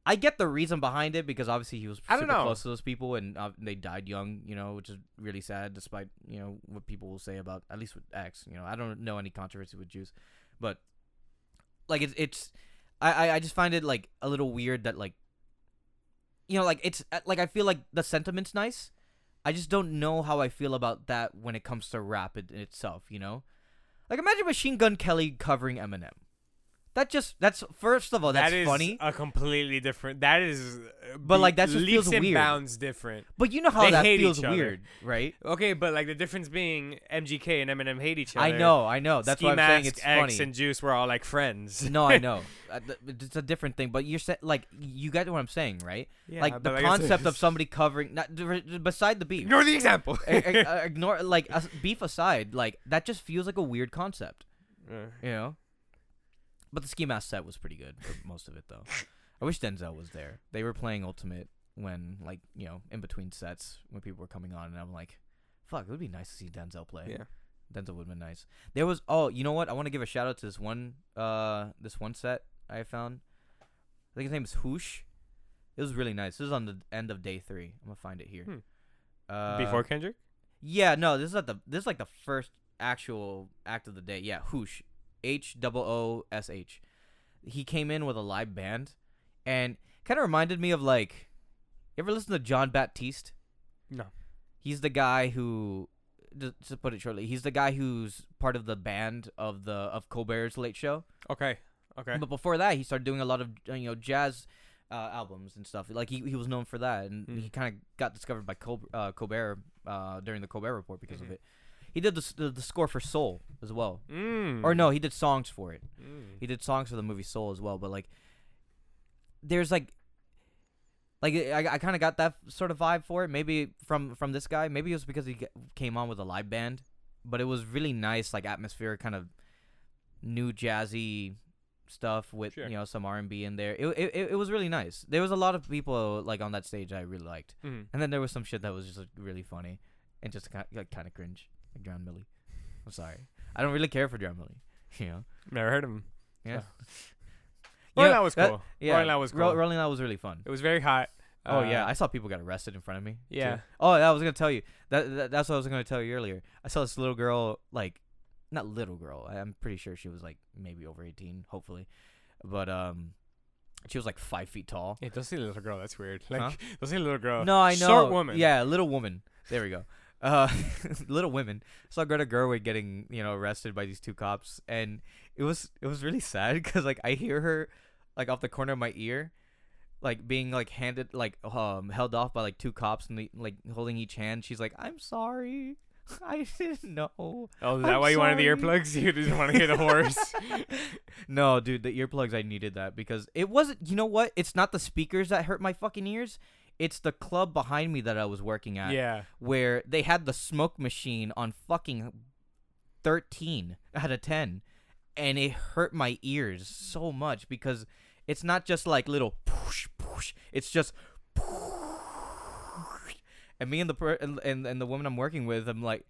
S1: I get the reason behind it because obviously he was
S2: I don't
S1: super
S2: know.
S1: close to those people, and uh, they died young, you know, which is really sad, despite you know what people will say about at least with X. You know, I don't know any controversy with Juice, but like it's it's I I, I just find it like a little weird that like you know like it's uh, like I feel like the sentiment's nice. I just don't know how I feel about that when it comes to rap it, itself. You know, like imagine Machine Gun Kelly covering Eminem. That just that's first of all Oh, that's
S2: that is
S1: funny,
S2: a completely different. That is, uh,
S1: But,
S2: be-
S1: like, that just
S2: leaps
S1: feels
S2: and
S1: weird.
S2: bounds different.
S1: but you know how
S2: they
S1: that
S2: hate
S1: feels
S2: each other.
S1: weird, right?
S2: Okay, but like the difference being MGK and Eminem hate each other.
S1: I know, I know. That's
S2: Ski
S1: why I'm saying
S2: Mask,
S1: it's
S2: X
S1: funny.
S2: and Juice were all like friends.
S1: no, I know. Uh, th- It's a different thing, but you're sa- like you get what I'm saying, right?
S2: Yeah,
S1: like
S2: but
S1: the
S2: I guess-
S1: concept of somebody covering not d- r- beside the beef.
S2: Ignore the example.
S1: I- I- I ignore like as- beef aside, like that just feels like a weird concept, you know. But the ski mask set was pretty good for most of it, though. I wish Denzel was there. They were playing Ultimate when, like, you know, in between sets when people were coming on, and I'm like, "Fuck, it would be nice to see Denzel play."
S2: Yeah.
S1: Denzel would have been nice. There was oh, you know what? I want to give a shout out to this one uh this one set I found. I think his name is Hoosh. It was really nice. This is on the end of day three. I'm gonna find it here.
S2: Hmm.
S1: Uh,
S2: Before Kendrick?
S1: Yeah, no, this is not the this is like the first actual act of the day. Yeah, Hoosh. H O O S H. He came in with a live band and kinda reminded me of like you ever listen to John Baptiste?
S2: No.
S1: He's the guy who, just to put it shortly, he's the guy who's part of the band of the of Colbert's Late Show.
S2: Okay. Okay.
S1: But before that, he started doing a lot of uh, you know jazz uh, albums and stuff. Like he, he was known for that, and
S2: Hmm.
S1: he kind of got discovered by Col- uh, Colbert uh, during the Colbert Report because
S2: Mhm.
S1: of it. He did the, s- the the score for Soul as well,
S2: Mm.
S1: or no, he did songs for it.
S2: Mm.
S1: He did songs for the movie Soul as well, but like there's like Like I, I kind of got that sort of vibe for it. Maybe from from this guy. Maybe it was because he g- came on with a live band, but it was really nice, like atmospheric kind of new jazzy stuff with
S2: Sure.
S1: you know some R and B in there. It, it it- it was really nice. There was a lot of people like on that stage I really liked,
S2: Mhm.
S1: and then there was some shit that was just like, really funny and just kind like kind of cringe, like John Millie. I'm sorry, I don't really care for John Millie. You know,
S2: Never heard of him.
S1: yeah.
S2: Rolling
S1: know,
S2: Loud was
S1: that-
S2: cool.
S1: Yeah,
S2: Rolling Loud was
S1: Ro-
S2: cool.
S1: Rolling Loud was really fun.
S2: It was very hot.
S1: Oh
S2: Uh,
S1: yeah, I saw people got arrested in front of me. too.
S2: Yeah.
S1: Oh, I was gonna tell you that, that. That's what I was gonna tell you earlier. I saw this little girl, like, not little girl. I- I'm pretty sure she was like maybe over 18, hopefully, but um, she was like five feet tall.
S2: Yeah, don't say little girl. That's weird. Like,
S1: Huh?
S2: don't say little girl.
S1: No, I know.
S2: Short woman.
S1: Yeah, little woman. There we go. Uh, little women. Saw Greta Gerwig getting you know arrested by these two cops, and it was it was really sad because like I hear her like off the corner of my ear, like being like handed like um held off by like two cops and the, like holding each hand. She's like, "I'm sorry, I didn't know."
S2: Oh, is that
S1: I'm
S2: why you wanted the
S1: sorry.
S2: earplugs? You didn't want to hear the horse.
S1: no, dude, the earplugs I needed that because it wasn't. You know what? It's not the speakers that hurt my fucking ears. It's the club behind me that I was working at
S2: yeah.
S1: where they had the smoke machine on fucking 13 out of 10 and it hurt my ears so much because it's not just like little push push it's just push. and me and the per- and, and and the woman I'm working with I'm like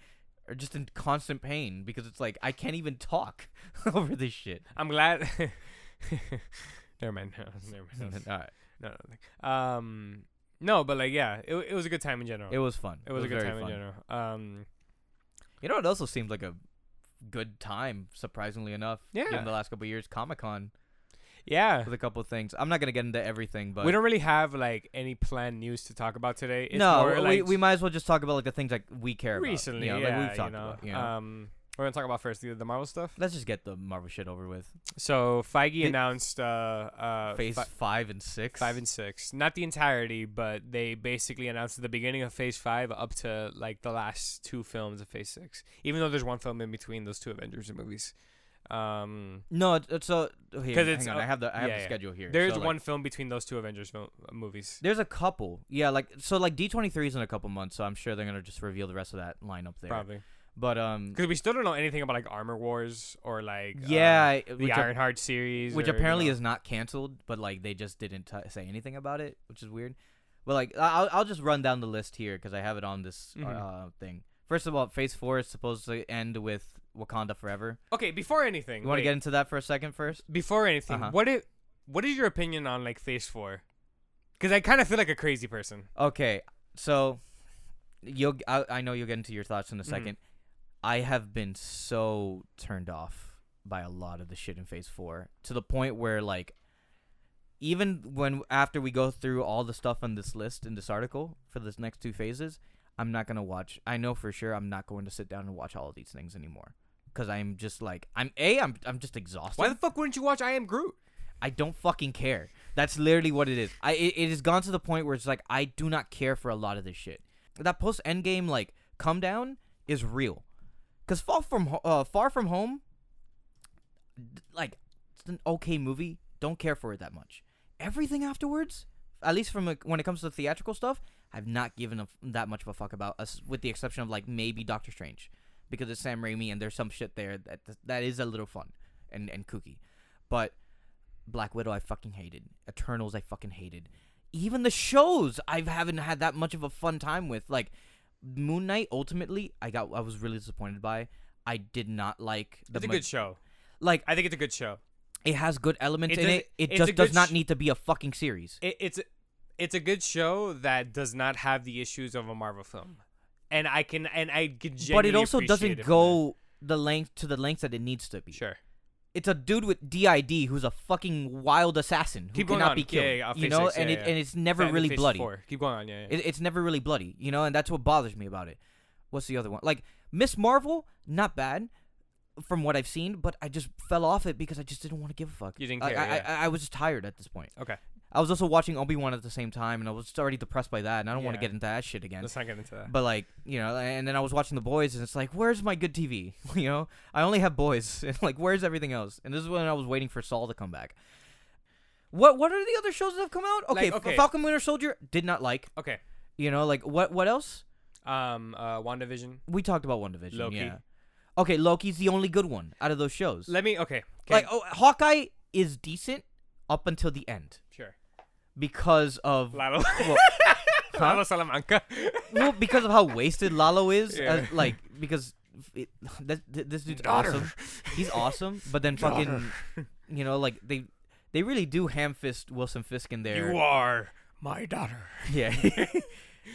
S1: are just in constant pain because it's like I can't even talk over this shit.
S2: I'm glad. never mind. No, never mind. That was-
S1: All right.
S2: No, no, like, um, no, but like, yeah, it, it was a good time in general.
S1: It
S2: It,
S1: was fun.
S2: was, a good
S1: very
S2: time in
S1: fun.
S2: general. Um,
S1: You know, it also seemed like a good time, surprisingly enough.
S2: Yeah.
S1: In the last couple of years, Comic Con
S2: yeah,
S1: with a couple of things. I'm not gonna get into everything, but
S2: we don't really have like any planned news to talk about today. It's
S1: no,
S2: more,
S1: we,
S2: like,
S1: we might as well just talk about like the things like we care
S2: recently,
S1: about. you know,
S2: yeah,
S1: like we've talked
S2: you know,
S1: about. You know?
S2: Um, we're gonna talk about first the, the Marvel stuff.
S1: Let's just get the Marvel shit over with.
S2: So Feige
S1: The-
S2: announced uh, uh,
S1: Phase
S2: fi-
S1: five and six.
S2: five and six, not the entirety, but they basically announced at the beginning of Phase five up to like the last two films of Phase six. Even though there's one film in between those two Avengers movies. Um,
S1: no, it's, it's a okay,
S2: 'Cause
S1: hang
S2: it's,
S1: on.
S2: uh,
S1: I have the I have
S2: yeah,
S1: the
S2: yeah.
S1: schedule here.
S2: There's
S1: So, like,
S2: one film between those two Avengers mil- movies.
S1: There's a couple. Yeah, like so like D23 is in a couple months, so I'm sure they're gonna just reveal the rest of that lineup there.
S2: Probably.
S1: But um,
S2: Because we still don't know anything about like Armor Wars or like uh,
S1: yeah,
S2: the
S1: which, ap-
S2: Ironheart series,
S1: which
S2: or, you
S1: apparently
S2: know-
S1: is not canceled, but like they just didn't t- say anything about it, which is weird. But like I- I'll I'll just run down the list here because I have it on this
S2: Mhm.
S1: uh, thing. First of all, Phase Four is supposed to end with Wakanda Forever.
S2: okay. Before anything,
S1: You want to
S2: wait.
S1: get into that for a second first?
S2: before anything.
S1: Uh-huh.
S2: What it? What is your opinion on like Phase Four? Because I kind of feel like a crazy person.
S1: Okay, so you'll I, I know you'll get into your thoughts in a
S2: Mhm.
S1: 2nd I have been so turned off by a lot of the shit in Phase Four to the point where like. Even when after we go through all the stuff on this list in this article for this next two phases, I'm not gonna watch. I know for sure I'm not going to sit down and watch all of these things anymore because I'm just like I'm a I'm I'm just exhausted.
S2: Why the fuck wouldn't you watch I Am Groot?
S1: I don't fucking care. That's literally what it is. I it, it has gone to the point where it's like I do not care for a lot of this shit. That post Endgame like come down is real, cause Far from Ho- uh, Far from Home, d- like it's an okay movie. Don't care for it that much. Everything afterwards, at least from like, when it comes to theatrical stuff, I've not given a f that much of a fuck about us, with the exception of like maybe Doctor Strange, because it's Sam Raimi and there's some shit there that that is a little fun and and kooky, but Black Widow I fucking hated. Eternals I fucking hated. Even the shows I haven't had that much of a fun time with. Like Moon Knight ultimately I got I was really disappointed by. I did not like the
S2: It's a
S1: ma-
S2: good show.
S1: like
S2: I think it's a good show.
S1: it has good elements
S2: It
S1: in
S2: does-
S1: it. It
S2: it's a
S1: just does
S2: good
S1: not
S2: sh-
S1: need to be a fucking series.
S2: It, it's a- it's a good show that does not have the issues of a Marvel film, and I can and I can.
S1: But it
S2: genuinely
S1: also
S2: appreciate
S1: doesn't
S2: it for
S1: go the length to the length that it needs to be.
S2: that. Sure.
S1: It's a dude with DID who's a fucking wild assassin who
S2: Keep going
S1: cannot
S2: on.
S1: be
S2: Yeah,
S1: killed.
S2: yeah, yeah, I'll
S1: you
S2: face
S1: know,
S2: this. Yeah,
S1: and it
S2: yeah.
S1: and it's never
S2: Fan of
S1: really
S2: Phase
S1: bloody.
S2: Four. Keep going on. Yeah. yeah.
S1: It, it's never really bloody, you know, and that's what bothers me about it. What's the other one? Like Miss Marvel, not bad from what I've seen, but I just fell off it because I just didn't want to give a fuck.
S2: You didn't
S1: I-
S2: care,
S1: I,
S2: yeah.
S1: I, I was just tired at this point.
S2: Okay.
S1: I was also watching Obi Wan at the same time, and I was just already depressed by that, and I don't want to
S2: Yeah.
S1: get into that shit again.
S2: Let's not get into that.
S1: But like, you know, and then I was watching the boys, and it's like, where's my good TV? you know, I only have boys, and like, where's everything else? And this is when I was waiting for Saul to come back. What What are the other shows that have come out? Okay,
S2: Like,
S1: F-
S2: okay.
S1: Falcon Winter Soldier did not like.
S2: Okay.
S1: You know, like what What else?
S2: Um. Uh. Wandavision.
S1: We talked about One Division.
S2: Loki.
S1: Yeah. Okay, Loki's the only good one out of those shows.
S2: Let me. Okay. 'kay,
S1: Like, oh, Hawkeye is decent up until the end
S2: sure.
S1: because of
S2: Lalo.
S1: well,
S2: Lalo Salamanca.
S1: well, because of how wasted Lalo is.
S2: Yeah.
S1: as- like because it, this, this dude's
S2: Daughter.
S1: awesome. He's awesome, but then fucking, you know, like they they really do ham fist Wilson Fisk in there.
S2: You are my daughter.
S1: Yeah.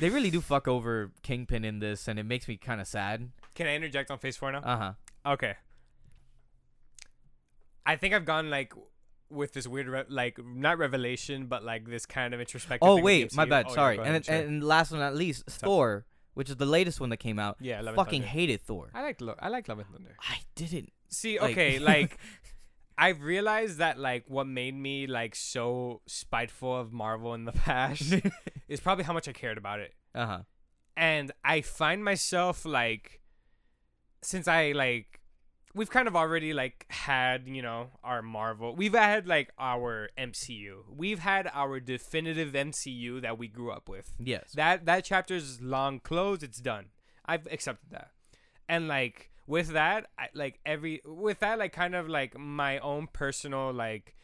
S1: they really do fuck over Kingpin in this, and it makes me kind of sad.
S2: Can I interject on phase four now?
S1: Uh huh.
S2: Okay. I think I've gone like with this weird re- like not revelation, but like this kind of introspective.
S1: Oh
S2: thing with the
S1: wait, my
S2: MCU.
S1: bad.
S2: Oh, yeah,
S1: Sorry.
S2: go
S1: and,
S2: ahead, sure.
S1: and last but not least, Thor, which is the latest one that came out.
S2: Yeah, Love and
S1: fucking
S2: Thunder.
S1: hated Thor.
S2: I like lo- I like Love and Thunder.
S1: I didn't.
S2: See,
S1: Like-
S2: okay, like I've realized that like what made me like so spiteful of Marvel in the past is probably how much I cared about it.
S1: Uh huh.
S2: And I find myself like since I like we've kind of already like had, you know, our Marvel. We've had like our MCU. We've had our definitive MCU that we grew up with.
S1: Yes.
S2: That that chapter's long closed. It's done. I've accepted that. And like with that, I, like every with that, like kind of like my own personal like,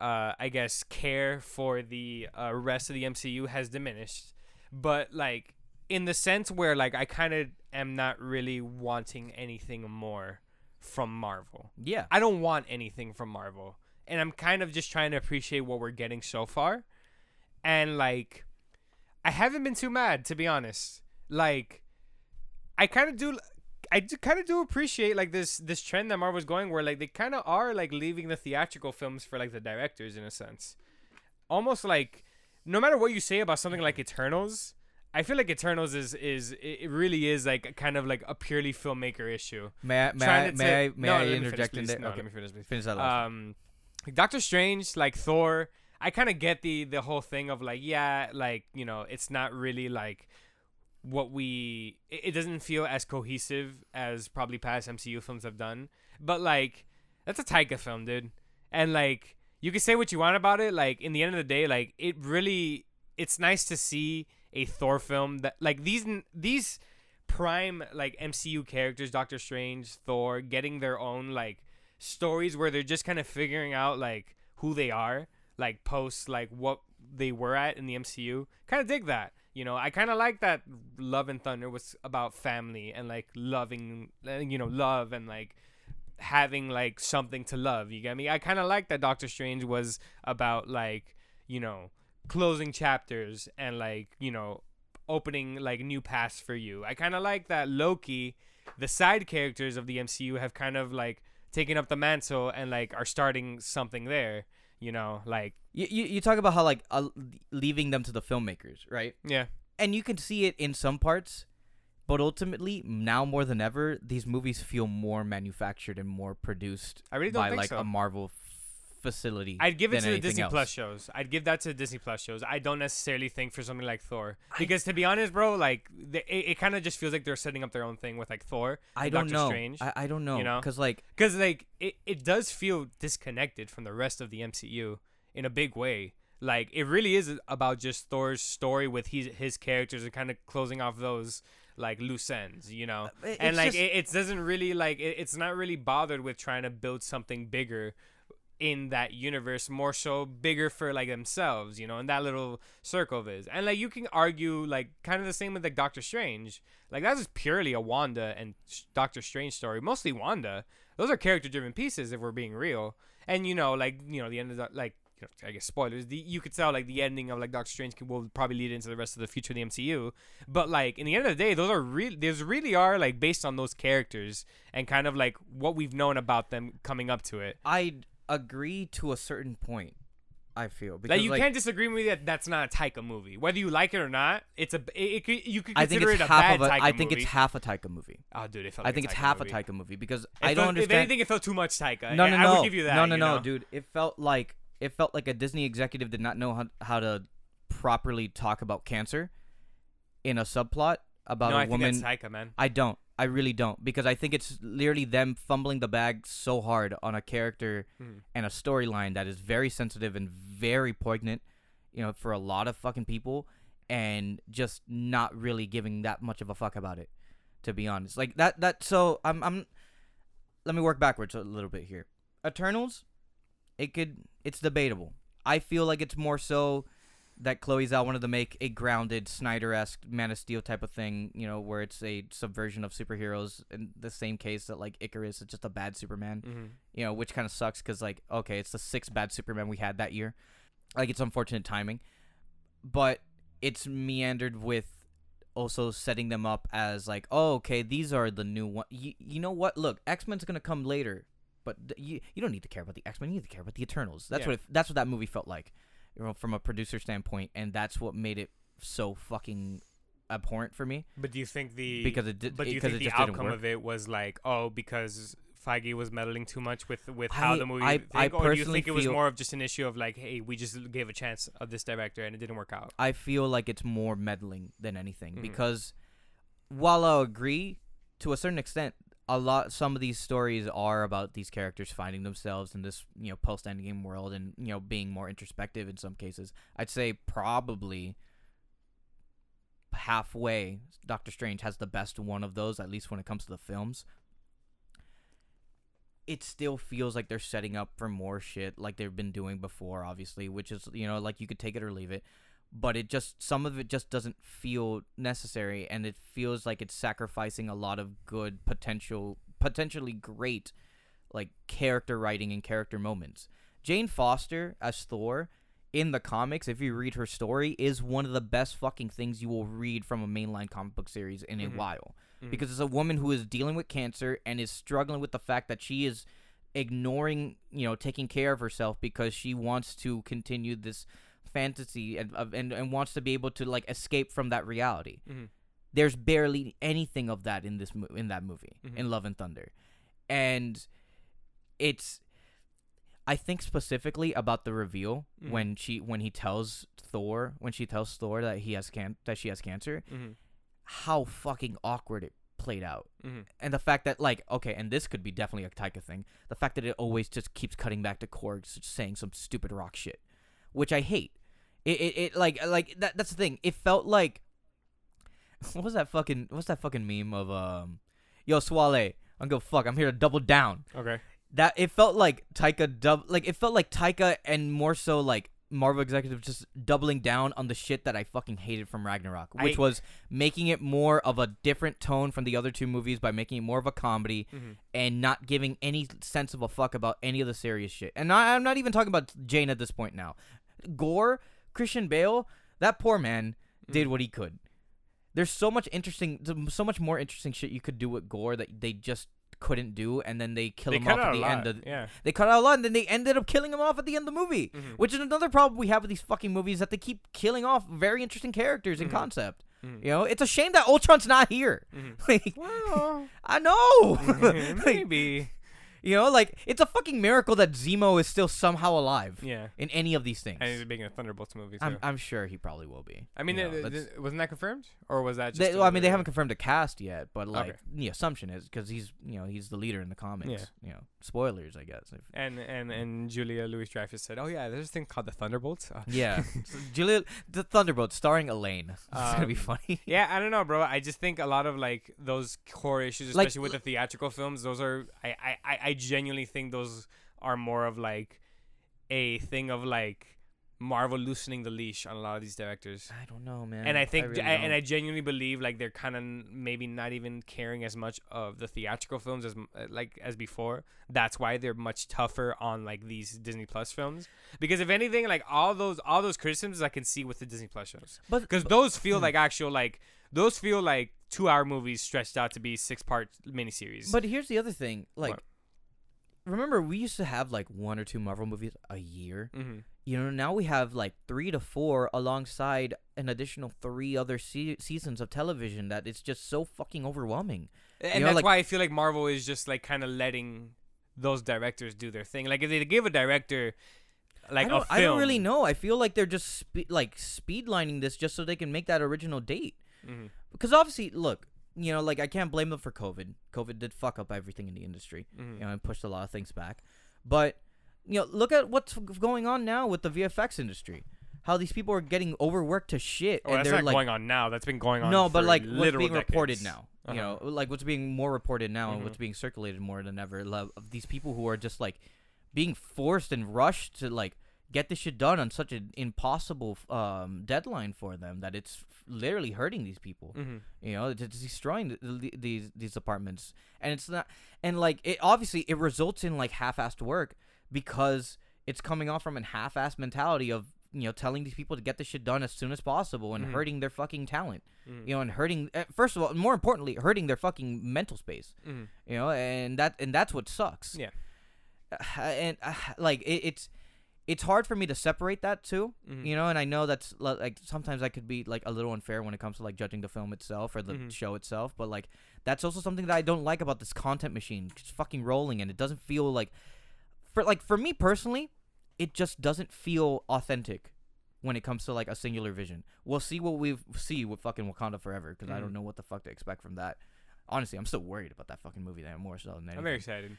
S2: uh, I guess care for the uh, rest of the MCU has diminished. But like in the sense where like I kind of am not really wanting anything more from Marvel.
S1: yeah.
S2: I don't want anything from Marvel. And I'm kind of just trying to appreciate what we're getting so far. And like I haven't been too mad to be honest. Like I kind of do I do kind of do appreciate like this this trend that Marvel's going where like they kind of are like leaving the theatrical films for like the directors in a sense. Almost like no matter what you say about something like Eternals, I feel like Eternals is is it it really is like kind of like a purely filmmaker issue
S1: may I, may
S2: trying
S1: I,
S2: to
S1: may
S2: ta-
S1: I, may
S2: No,
S1: I
S2: let me finish,
S1: interject in
S2: please.
S1: there?
S2: No,
S1: okay.
S2: let me finish, please.
S1: Finish that last.
S2: Um, like, Doctor Strange, like Thor, I kind of get the the whole thing of like, yeah, like you know, it's not really like what we. It, it doesn't feel as cohesive as probably past MCU films have done. But like, that's a Taika film, dude, and like you can say what you want about it. Like in the end of the day, like it really, it's nice to see a Thor film that like these n- these prime like MCU characters, Doctor Strange, Thor, getting their own like stories where they're just kind of figuring out like who they are, like post like what they were at in the MCU. Kind of dig that. You know, I kind of like that Love and Thunder was about family and like loving, uh, you know, love and like having like something to love. You get me? I kind of like that Doctor Strange was about like, you know, closing chapters and like, you know, opening like new paths for you. I kind of like that Loki, the side characters of the MCU have kind of like taken up the mantle and like are starting something there, you know, like
S1: you, you you talk about how like uh, leaving them to the filmmakers, right?
S2: yeah.
S1: And you can see it in some parts, but ultimately now more than ever, these movies feel more manufactured and more produced
S2: I really don't
S1: by
S2: think
S1: like
S2: so.
S1: a Marvel f- facility.
S2: I'd give it
S1: than
S2: to the
S1: anything
S2: Disney
S1: else.
S2: Plus shows. I'd give that to the Disney Plus shows. I don't necessarily think for something like Thor because, to be honest, bro, like the, it, it kind of just feels like they're setting up their own thing with like Thor.
S1: I
S2: and
S1: don't
S2: Doctor
S1: know.
S2: Strange.
S1: I, I don't know.
S2: you know?
S1: Because like
S2: Because like it, it does feel disconnected from the rest of the MCU in a big way. Like it really is about just Thor's story with his his characters and kind of closing off those like loose ends, you know.
S1: Uh, it-
S2: and
S1: it's
S2: like
S1: just-
S2: it, it doesn't really like it, it's not really bothered with trying to build something bigger in that universe more so bigger for like themselves you know in that little circle of his and like you can argue like kind of the same with like doctor strange like that's just purely a wanda and S- doctor strange story mostly wanda those are character driven pieces if we're being real and you know like you know the end of the, like you know, i guess spoilers the, you could tell like the ending of like doctor strange can, will probably lead into the rest of the future of the mcu but like in the end of the day those are real those really are like based on those characters and kind of like what we've known about them coming up to it
S1: I agree to a certain point. I feel because
S2: like you can't disagree with me that that's not a Taika movie, whether you like it or not. It's a it, it, you could
S1: I think
S2: consider
S1: it's
S2: it a
S1: half
S2: bad
S1: of a.
S2: Taika
S1: I think
S2: movie.
S1: it's half a Taika movie.
S2: oh, dude, it felt
S1: I
S2: like
S1: think it's
S2: Taika
S1: half
S2: movie.
S1: a Taika movie because
S2: It
S1: I don't
S2: felt- If
S1: understand.
S2: anything, it felt too much Taika.
S1: No,
S2: Uh,
S1: no,
S2: Yeah, I
S1: no.
S2: would give you that.
S1: no, no,
S2: you
S1: no,
S2: know?
S1: dude. It felt like it felt like a Disney executive did not know how, how to properly talk about cancer in a subplot about
S2: No,
S1: a
S2: I think
S1: woman.
S2: that's Taika, man.
S1: I don't. I really don't because I think it's literally them
S2: Hmm.
S1: fumbling the bag so hard on a character and a storyline that is very sensitive and very poignant, you know, for a lot of fucking people, and just not really giving that much of a fuck about it, to be honest. Like that that so I'm I'm let me work backwards a little bit here. Eternals, it could it's debatable. I feel like it's more so that Chloe Zhao wanted to make a grounded Snyder-esque Man of Steel type of thing, you know, where it's a subversion of superheroes in the same case that like Icarus is just a bad Superman,
S2: Mm-hmm.
S1: you know, which kind of sucks cuz like okay, it's the sixth bad Superman we had that year. Like it's unfortunate timing, but it's meandered with also setting them up as like, "Oh, okay, these are the new one. You, you know what? Look, X-Men's going to come later, but th- you, you don't need to care about the X-Men, you need to care about the Eternals." That's
S2: Yeah.
S1: what it, that's what that movie felt like you know, from a producer standpoint, and that's what made it so fucking abhorrent for me
S2: But do you think the
S1: because it did
S2: but do you
S1: because
S2: think
S1: it
S2: the
S1: just didn't
S2: outcome
S1: work.
S2: of it was like oh because Feige was meddling too much with with
S1: I-
S2: how the movie
S1: I-
S2: think,
S1: I
S2: or do you
S1: personally
S2: think it was
S1: feel-
S2: more of just an issue of like hey we just gave a chance of this director and it didn't work out.
S1: I feel like it's more meddling than anything
S2: Mhm.
S1: because while I agree to a certain extent, a lot some of these stories are about these characters finding themselves in this you know post endgame world and you know being more introspective in some cases. I'd say probably halfway Doctor Strange has the best one of those at least when it comes to the films. It still feels like they're setting up for more shit like they've been doing before obviously, which is you know like you could take it or leave it but it just some of it just doesn't feel necessary and it feels like it's sacrificing a lot of good potential potentially great like character writing and character moments jane foster as thor in the comics if you read her story is one of the best fucking things you will read from a mainline comic book series in
S2: Mhm.
S1: a while
S2: Mhm.
S1: because it's a woman who is dealing with cancer and is struggling with the fact that she is ignoring, you know, taking care of herself because she wants to continue this fantasy and of- and, and wants to be able to like escape from that reality.
S2: Mhm.
S1: There's barely anything of that in this mo- in that movie
S2: Mhm.
S1: in Love and Thunder, and it's I think specifically about the reveal
S2: Mhm.
S1: when she when he tells Thor when she tells Thor that he has can that she has cancer
S2: Mm-hmm.
S1: how fucking awkward it played out.
S2: Mm-hmm.
S1: And the fact that, like, okay, and this could be definitely a Taika thing. The fact that it always just keeps cutting back to Korg s- saying some stupid rock shit, which I hate. It, it, it like, like that. That's the thing. It felt like, what was that fucking, what's that fucking meme of, um, yo, Swale, I'm gonna fuck. I'm here to double down
S2: Okay.
S1: that it felt like Taika dub like it felt like Taika and more so like Marvel executives just doubling down on the shit that I fucking hated from Ragnarok, which
S2: I-
S1: was making it more of a different tone from the other two movies by making it more of a comedy
S2: Mm-hmm.
S1: and not giving any sense of a fuck about any of the serious shit. And I, I'm not even talking about Jane at this point now. Gore, Christian Bale, that poor man
S2: Mm.
S1: did what he could. There's so much interesting, th- so much more interesting shit you could do with Gore that they just couldn't do, and then they kill
S2: They
S1: him
S2: cut
S1: off at
S2: out a
S1: the
S2: lot.
S1: end of
S2: yeah.
S1: they cut out a lot, and then they ended up killing him off at the end of the movie,
S2: Mhm.
S1: which is another problem we have with these fucking movies that they keep killing off very interesting characters and
S2: Mhm.
S1: concept.
S2: Mhm.
S1: You know, it's a shame that Ultron's not here.
S2: Mhm.
S1: Like,
S2: Well,
S1: I know. like,
S2: Mm-hmm. maybe.
S1: you know, like it's a fucking miracle that Zemo is still somehow alive
S2: Yeah.
S1: in any of these things.
S2: And he's being a Thunderbolts movie. So.
S1: I'm, I'm sure he probably will be.
S2: I mean,
S1: You
S2: it-
S1: know,
S2: it-
S1: that's-
S2: it- wasn't that confirmed, or was that just?
S1: they, well, I mean, they
S2: another-
S1: haven't confirmed a cast yet, but like
S2: Okay.
S1: the assumption is because he's you know he's the leader in the comics. You know, spoilers, I guess. If,
S2: And and and Julia Louis Dreyfus said, "Oh yeah, there's a thing called the Thunderbolts." Uh,
S1: Yeah, so Julia, the Thunderbolt starring Elaine. It's gonna be
S2: Um,
S1: funny.
S2: yeah, I don't know, bro. I just think a lot of like those core issues,
S1: Like,
S2: especially with the theatrical films, those are I, I I- I genuinely think those are more of like a thing of like Marvel loosening the leash on a lot of these directors.
S1: I don't know, man.
S2: and I think,
S1: really
S2: I and I
S1: don't.
S2: genuinely believe like they're kind of maybe not even caring as much of the theatrical films as m- uh, like as before. That's why they're much tougher on like these Disney Plus films because if anything, like all those all those criticisms I can see with the Disney Plus shows
S1: but
S2: because
S1: but- hmm.
S2: those feel like actual like those feel like two hour movies stretched out to be six part miniseries.
S1: but here's the other thing. Like,
S2: What?
S1: remember we used to have like one or two Marvel movies a year.
S2: Mhm.
S1: You know, now we have like three to four alongside an additional three other se- seasons of television. That it's just so fucking overwhelming.
S2: and
S1: know,
S2: that's
S1: like-
S2: why I feel like Marvel is just like kind of letting those directors do their thing. Like if they give a director like
S1: I don't,
S2: a film,
S1: I don't really know. I feel like they're just spe- like speedlining this just so they can make that original date.
S2: Mhm.
S1: because obviously, look, you know, like I can't blame them for COVID. COVID did fuck up everything in the industry,
S2: Mhm.
S1: you know, and pushed a lot of things back. But you know, look at what's going on now with the VFX industry. How these people are getting overworked to shit,
S2: Oh,
S1: and
S2: that's
S1: they're
S2: not
S1: like,
S2: going on now. That's been going on.
S1: no, but
S2: for
S1: like what's
S2: literal
S1: being reported
S2: decades.
S1: now. You know,
S2: Uh-huh. Mm-hmm.
S1: like what's being more reported now and what's being circulated more than ever. Love of these people who are just like being forced and rushed to like get this shit done on such an impossible um, deadline for them that it's literally hurting these people.
S2: Mm-hmm,
S1: You know, it's it's destroying th- th- these these apartments, and it's not. And like it obviously it results in like half-assed work because it's coming off from a half-assed mentality of you know telling these people to get this shit done as soon as possible and hurting their fucking talent you know, and hurting. uh, First of all, more importantly, hurting their fucking mental space.
S2: Mhm.
S1: You know, and that and that's what sucks.
S2: Yeah.
S1: Uh, and uh, like it, it's it's hard for me to separate that too.
S2: Mhm.
S1: You know, and I know that's li- like sometimes I could be like a little unfair when it comes to like judging the film itself or the
S2: Mhm.
S1: show itself, but like that's also something that I don't like about this content machine. It's fucking rolling, and it doesn't feel like for like for me personally, it just doesn't feel authentic when it comes to like a singular vision. We'll see what we see with fucking Wakanda Forever because I
S2: Mhm.
S1: don't know what the fuck to expect from that. Honestly, I'm still worried about that fucking movie. That more so than anything.
S2: I'm very excited.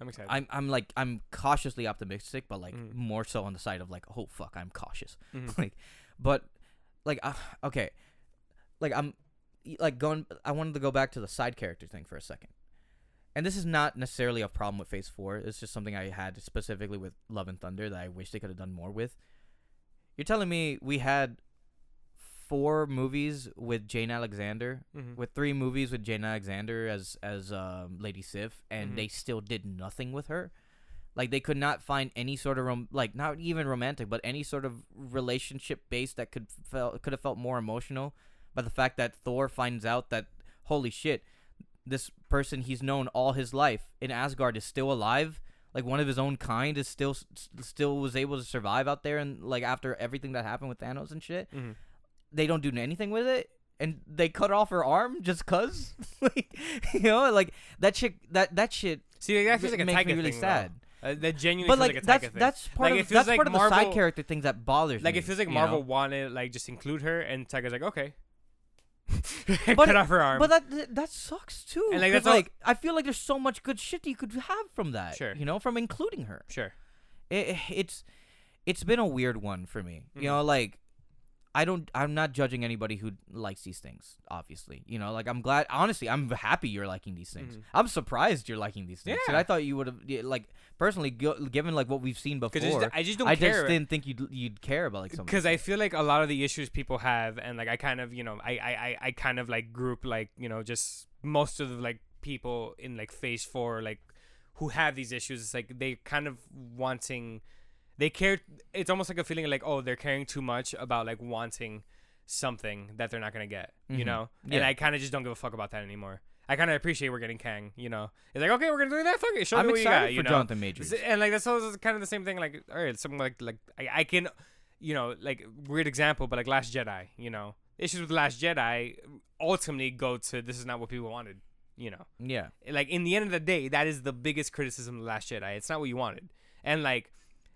S2: I'm excited.
S1: I'm I'm like I'm cautiously optimistic, but like
S2: Mm.
S1: more so on the side of like, oh fuck, I'm cautious.
S2: Mhm.
S1: like, but like uh, okay, like I'm y- like going. I wanted to go back to the side character thing for a second, and this is not necessarily a problem with Phase Four. It's just something I had specifically with Love and Thunder that I wish they could have done more with. You're telling me we had four movies with Jane Alexander
S2: Mhm.
S1: with three movies with Jane Alexander as as um, Lady Sif, and
S2: Mhm.
S1: they still did nothing with her. Like they could not find any sort of rom- like not even romantic, but any sort of relationship base that could felt could have felt more emotional. By the fact that Thor finds out that holy shit, this person he's known all his life in Asgard is still alive. Like one of his own kind is still s- still was able to survive out there, and like after everything that happened with Thanos and shit
S2: Mhm.
S1: they don't do anything with it and they cut off her arm just cuz like you know like that shit that that shit
S2: See, like, that feels
S1: th-
S2: like a
S1: makes
S2: Taika
S1: me really
S2: thing, though.
S1: sad
S2: Uh, that genuinely
S1: but
S2: feels
S1: like,
S2: like, a
S1: that's
S2: Taika thing.
S1: that's part
S2: Like, it
S1: of
S2: feels
S1: that's
S2: like
S1: part of the side
S2: Marvel-
S1: character things that bothers
S2: like
S1: me
S2: it feels like
S1: you
S2: Marvel
S1: know?
S2: wanted like just include her, and Taika's like, okay,
S1: But
S2: cut
S1: it-
S2: off her arm.
S1: but that th- that sucks too
S2: And, like,
S1: 'cause,
S2: that's all-
S1: like i feel like there's so much good shit you could have from that
S2: Sure.
S1: you know from including her
S2: sure.
S1: it, it's it's been a weird one for me.
S2: Mm-hmm.
S1: You know, like I don't I'm not judging anybody who likes these things, obviously. You know, like I'm glad honestly, I'm happy you're liking these things.
S2: Mhm.
S1: I'm surprised you're liking these things. And I
S2: Yeah.
S1: thought you would have yeah, like personally go, given like what we've seen before.
S2: Because I, just- I just don't
S1: I
S2: care.
S1: just didn't think you'd you'd care about like something.
S2: because I feel like a lot of the issues people have, and like I kind of, you know, I, I, I- I kind of like group like you know just most of the like people in like phase four like who have these issues. It's like they kind of wanting, they care. It's almost like a feeling like oh they're caring too much about like wanting something that they're not gonna get,
S1: Mhm.
S2: you know. And
S1: Yeah.
S2: I kind of just don't give a fuck about that anymore. I kind of appreciate we're getting Kang, you know. It's like okay, we're gonna do that. Fuck it, show
S1: I'm
S2: me what you
S1: excited
S2: got,
S1: for
S2: you know.
S1: Jonathan Majors.
S2: Z- and like that's also kind of the same thing. Like, all right, something like like I, I can, you know, like weird example, but like Last Jedi, you know, issues with Last Jedi ultimately go to this is not what people wanted, you know.
S1: yeah.
S2: Like in the end of the day, that is the biggest criticism of Last Jedi. It's not what you wanted, and like.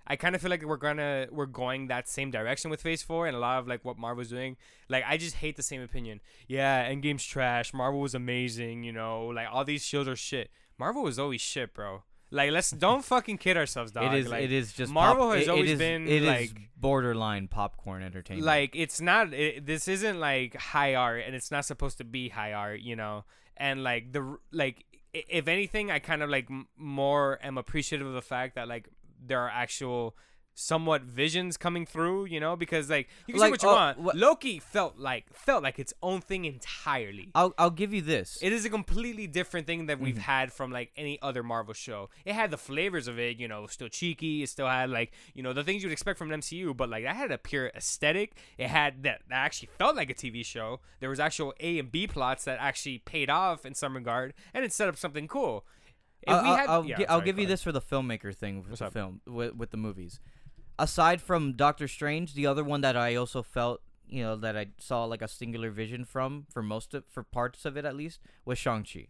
S2: I kind of feel like we're gonna we're going that same direction with Phase Four and a lot of like what Marvel's doing. Like I just hate the same opinion. Yeah, Endgame's trash. Marvel was amazing. You know, like all these shields are shit. Marvel was always shit, bro. Like let's don't fucking kid ourselves, dog.
S1: it is
S2: Like,
S1: it is just
S2: Marvel
S1: pop-
S2: has
S1: it- it
S2: always
S1: is-
S2: been,
S1: it is
S2: like-
S1: borderline popcorn entertainment.
S2: Like it's not. It, this isn't like high art, and it's not supposed to be high art, you know. And like the r- like, i- if anything, I kind of like m- more am appreciative of the fact that like there are actual somewhat visions coming through, you know, because like you can
S1: Like,
S2: see what you
S1: oh,
S2: want.
S1: what-
S2: Loki felt like felt like its own thing entirely.
S1: I'll I'll give you this.
S2: It is a completely different thing that
S1: Mm.
S2: we've had from like any other Marvel show. It had the flavors of it, you know, still cheeky. It still had like you know the things you'd expect from an MCU, but like that had a pure aesthetic. It had that that actually felt like a TV show. There was actual A and B plots that actually paid off in some regard, and it set up something cool. If
S1: Uh, I'll,
S2: we
S1: I'll-
S2: had-
S1: I'll,
S2: yeah,
S1: gi- I'll
S2: sorry,
S1: give
S2: go
S1: you
S2: ahead.
S1: this for the filmmaker thing with
S2: What's
S1: the
S2: up?
S1: film with, with the movies. Aside from Doctor Strange, the other one that I also felt you know that I saw like a singular vision from for most of for parts of it at least was Shang Chi,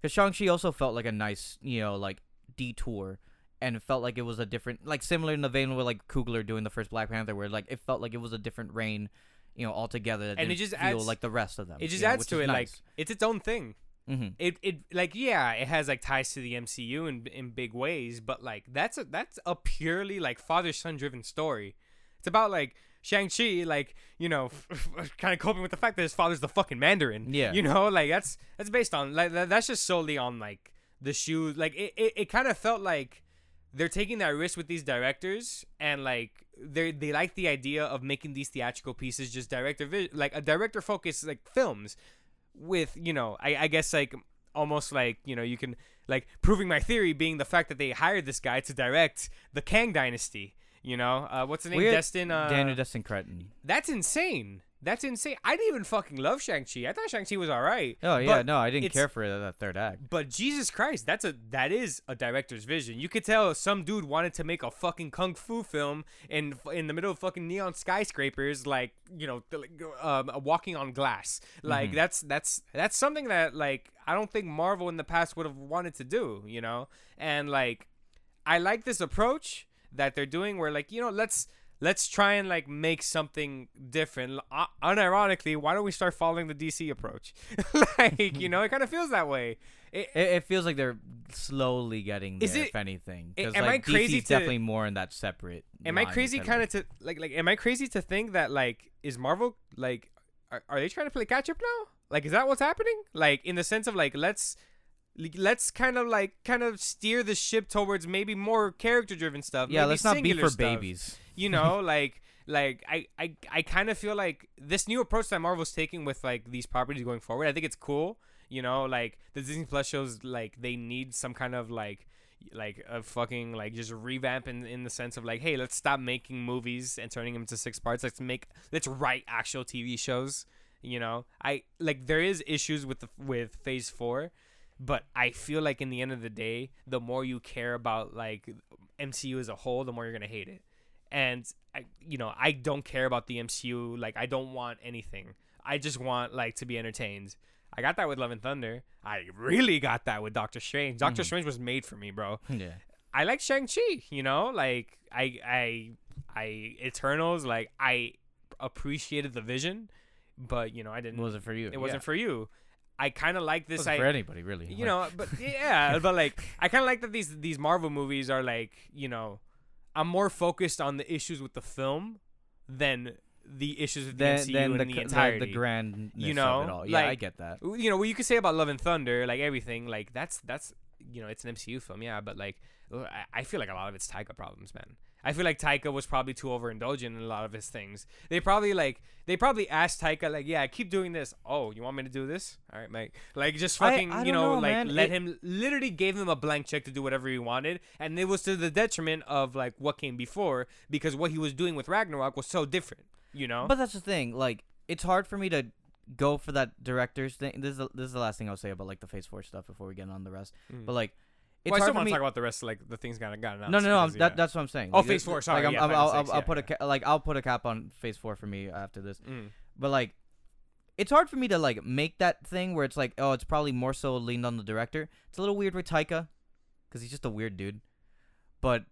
S1: because Shang Chi also felt like a nice you know like detour. And it felt like it was a different, like similar in the vein with like Coogler doing the first Black Panther, where like it felt like it was a different reign, you know, altogether. That
S2: And it
S1: didn't
S2: just
S1: feel
S2: adds-
S1: like the rest of them.
S2: It just
S1: you know,
S2: adds
S1: which
S2: to
S1: is
S2: it
S1: nice.
S2: like it's its own thing.
S1: hmm
S2: it it like yeah it has like ties to the MCU in in big ways but like that's a that's a purely like father son driven story it's about like Shang-Chi like you know kind of coping with the fact that his father's the fucking Mandarin
S1: Yeah.
S2: you know like that's that's based on like tha- that's just solely on like the shoes like it it, it kind of felt like they're taking that risk with these directors and like they they like the idea of making these theatrical pieces just director vi- like a director focused like films with you know I, I guess like almost like you know you can like proving my theory being the fact that they hired this guy to direct the Kang dynasty you know uh, what's the name
S1: Weird.
S2: Destin uh,
S1: Daniel Destin Cretton.
S2: that's insane that's insane I didn't even fucking love Shang-Chi I thought Shang-Chi was alright
S1: Oh yeah,
S2: but
S1: no, I didn't
S2: it's-
S1: care for that, that third act.
S2: but Jesus Christ, that's a that is a director's vision. You could tell some dude wanted to make a fucking kung fu film in in the middle of fucking neon skyscrapers, like you know, th- like, um, walking on glass. Like that's that's that's something that like I don't think Marvel in the past would have wanted to do. You know, and like I like this approach that they're doing, where like you know, let's let's try and like make something different. Uh, unironically, why don't we start following the DC approach? like you know, it kind of feels that way. It,
S1: It, it feels like they're slowly getting there,
S2: Is it-
S1: if anything.
S2: i-
S1: 'Cause,
S2: am I
S1: like,
S2: crazy
S1: DC's
S2: to-
S1: definitely more in that separate.
S2: am I crazy kind of to like like am I crazy to think that like is Marvel like are, are they trying to play catch up now? Like is that what's happening? Like in the sense of like let's like, let's kind of like kind of steer the ship towards maybe more character driven stuff.
S1: Yeah,
S2: maybe
S1: let's not be
S2: singular
S1: for
S2: stuff,
S1: babies.
S2: You know, like like I I, I kind of feel like this new approach that Marvel's taking with like these properties going forward, I think it's cool. You know, like the Disney Plus shows like they need some kind of like like a fucking like just revamp in, in the sense of like hey let's stop making movies and turning them into six parts let's make let's write actual tv shows you know i like there is issues with the, with phase four but i feel like in the end of the day the more you care about like mcu as a whole the more you're gonna hate it and I, you know i don't care about the mcu like i don't want anything i just want like to be entertained i got that with love and thunder i really got that with doctor strange
S1: Mm.
S2: doctor strange was made for me bro
S1: yeah.
S2: I like Shang Chi. You know, like I I I Eternals. Like I appreciated the vision, but you know I
S1: It
S2: didn't.
S1: wasn't for you.
S2: it wasn't for you. I kind of like
S1: It
S2: this.
S1: wasn't
S2: I
S1: for anybody, really.
S2: you know, but yeah, but like I kind of like that these these Marvel movies are like you know, I'm more focused on the issues with the film than the issues with the
S1: then,
S2: MCU
S1: then
S2: in
S1: the,
S2: the,
S1: c- the,
S2: entirety.
S1: the grandness
S2: You
S1: of it
S2: know,
S1: all. Yeah, I
S2: like-
S1: get that.
S2: you know what you could say about Love and Thunder, like everything, like that's that's you know it's an MCU film, yeah, but like I, I feel like a lot of it's Taika problems, man. I feel like Taika was probably too overindulgent in a lot of his things. They probably like they probably asked Taika like, yeah, keep doing this. Oh, you want me to do this? All right, mate. Like just
S1: I-
S2: fucking
S1: I
S2: you
S1: don't
S2: know,
S1: know,
S2: like
S1: man.
S2: let
S1: It-
S2: him literally gave him a blank check to do whatever he wanted, and it was to the detriment of like what came before because what he was doing with Ragnarok was so different. You know,
S1: But that's the thing. Like, it's hard for me to go for that director's thing. This is the, this is the last thing I'll say about like the Phase Four stuff before we get on the rest. But like, it's
S2: Mm. well, I still
S1: hard for
S2: want
S1: me.
S2: to talk about the rest of like the things got got announced.
S1: No, no, no. I'm,
S2: because, yeah.
S1: that, that's what I'm saying.
S2: Oh,
S1: Like,
S2: Phase
S1: it-
S2: 4, sorry,
S1: Like, I'm,
S2: yeah,
S1: I'm,
S2: Final
S1: I'll,
S2: Six,
S1: I'll, I'll
S2: yeah,
S1: put a ca- like I'll put a cap on Phase Four for me after this.
S2: Mm.
S1: But like, it's hard for me to like make that thing where it's like, oh, it's probably more so leaned on the director. It's a little weird with Taika, because he's just a weird dude. But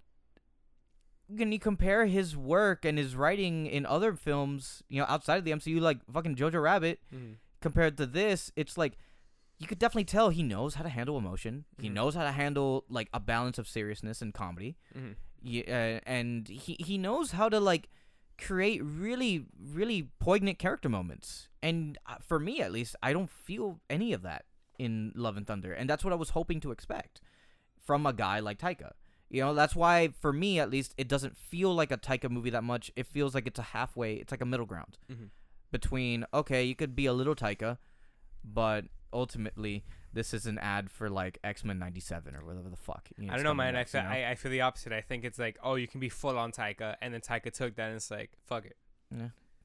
S1: when you compare his work and his writing in other films, you know, outside of the MCU, like fucking Jojo Rabbit,
S2: Mm.
S1: compared to this, it's like you could definitely tell he knows how to handle emotion. He
S2: Mhm.
S1: knows how to handle like a balance of seriousness and comedy.
S2: Mhm.
S1: Yeah, uh, and he he knows how to like create really really poignant character moments. And uh, for me at least, I don't feel any of that in Love and Thunder, and that's what I was hoping to expect from a guy like Taika. You know, that's why for me at least it doesn't feel like a Taika movie that much. It feels like it's a halfway, it's like a middle ground
S2: Mhm.
S1: between okay, you could be a little Taika, but ultimately this is an ad for like X Men '97 or whatever the fuck. you
S2: I
S1: it's
S2: don't know,
S1: coming
S2: man. I,
S1: next, you
S2: feel,
S1: know?
S2: I, I feel the opposite. I think it's like, oh, you can be full on Taika, and then Taika took that, and it's like, fuck it.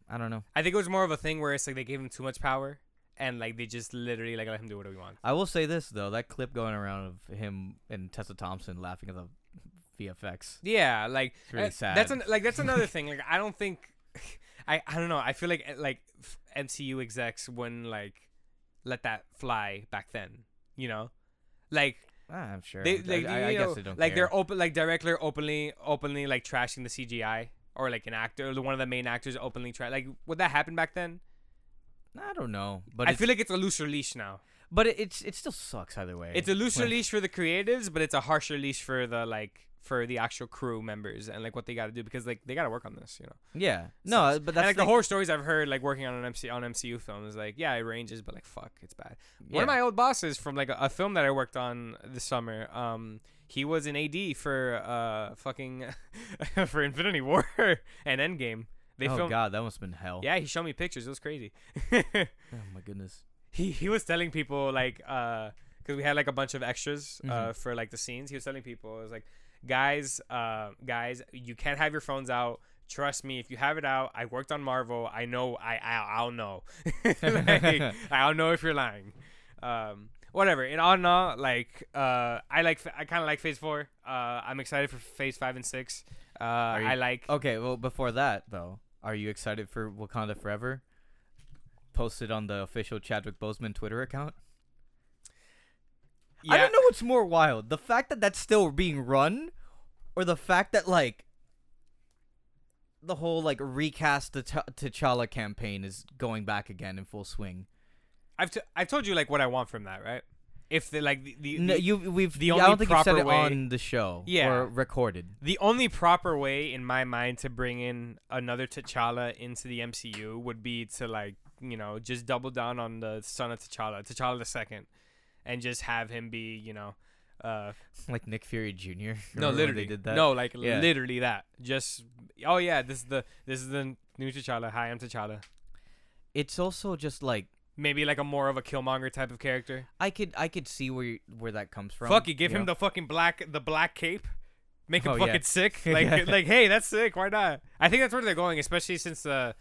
S1: I don't know.
S2: I think it was more of a thing where it's like they gave him too much power, and like they just literally like let him do whatever he wants.
S1: I will say this though, that clip going around of him and Tessa Thompson laughing at the VFX.
S2: Yeah, like
S1: It's really
S2: uh,
S1: sad.
S2: That's an, like that's another thing. Like I don't think, I I don't know. I feel like uh, like f- MCU execs wouldn't like let that fly back then. You know, like
S1: Ah, I'm sure.
S2: They,
S1: I-
S2: like,
S1: I,
S2: you
S1: I
S2: know,
S1: guess they don't
S2: like
S1: care.
S2: they're open, like directly, openly, openly like trashing the CGI or like an actor, or one of the main actors openly trash. Like, would that happen back then?
S1: I don't know, but
S2: I
S1: it's-
S2: feel like it's a looser leash now.
S1: But it, it's it still sucks either way.
S2: It's a looser
S1: Like,
S2: leash for the creatives, but it's a harsher leash for the like for the actual crew members and like what they got to do because like they got to work on this, you know.
S1: Yeah. No, uh,
S2: sucks.
S1: but
S2: and
S1: that's
S2: like the
S1: like-
S2: horror stories I've heard, like working on an MC on MCU films, like yeah, it ranges, but like fuck, it's bad. One
S1: Yeah.
S2: of my old bosses from like a, a film that I worked on this summer, um, he was an AD for uh fucking for Infinity War and Endgame. They
S1: oh
S2: filmed.
S1: god, that must have been hell.
S2: Yeah, he showed me pictures. It was crazy.
S1: Oh my goodness.
S2: he he was telling people like uh because we had like a bunch of extras uh
S1: Mhm.
S2: for like the scenes he was telling people it was like guys uh guys you can't have your phones out trust me if you have it out i worked on marvel i know i, I i'll know like, i'll know if you're lying um whatever in all in all like uh i like i kind of like phase four uh i'm excited for phase five and six uh
S1: you- Oh,
S2: i like
S1: Okay, well before that though, are you excited for Wakanda Forever? Posted on the official Chadwick Boseman Twitter account. I
S2: yeah,
S1: don't know what's more wild: the fact that that's still being run, or the fact that like the whole like recast the T'Ch- T'Challa campaign is going back again in full swing.
S2: i've t- i've told you like what i want from that right if they like the, the,
S1: No,
S2: the-
S1: you we've
S2: the
S1: I
S2: only
S1: don't think you've said
S2: proper
S1: it
S2: way-
S1: on the show
S2: Yeah.
S1: or recorded.
S2: The only proper way in my mind to bring in another T'Challa into the MCU would be to like, you know, just double down on the son of T'Challa, T'Challa the second, and just have him be, you know, uh,
S1: Like Nick Fury Jr. Remember
S2: no,
S1: when
S2: literally,
S1: they did that.
S2: no, like
S1: Yeah.
S2: literally that. Just, oh yeah, this is the this is the new T'Challa. Hi, I'm T'Challa.
S1: it's also just like
S2: Maybe like a more of a Killmonger type of character.
S1: I could I could see where you, where that comes from.
S2: Fuck it, give him
S1: know?
S2: the fucking black the black cape. Make him
S1: Oh, yeah.
S2: fucking sick. Like
S1: Yeah.
S2: like hey, that's sick. Why not? I think that's where they're going, especially since uh,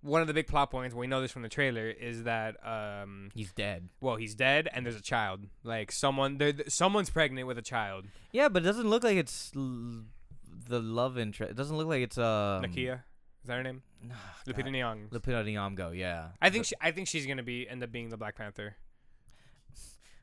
S2: one of the big plot points we know this from the trailer is that um
S1: he's dead.
S2: well he's dead and there's a child like someone there th- someone's pregnant with a child
S1: Yeah, but it doesn't look like it's l- the love interest. It doesn't look like it's um
S2: Nakia is that her name
S1: Ah, God.
S2: Lupita Nyong'o
S1: Lupita Nyong'o. Yeah,
S2: I think she, I think she's gonna be end up being the Black Panther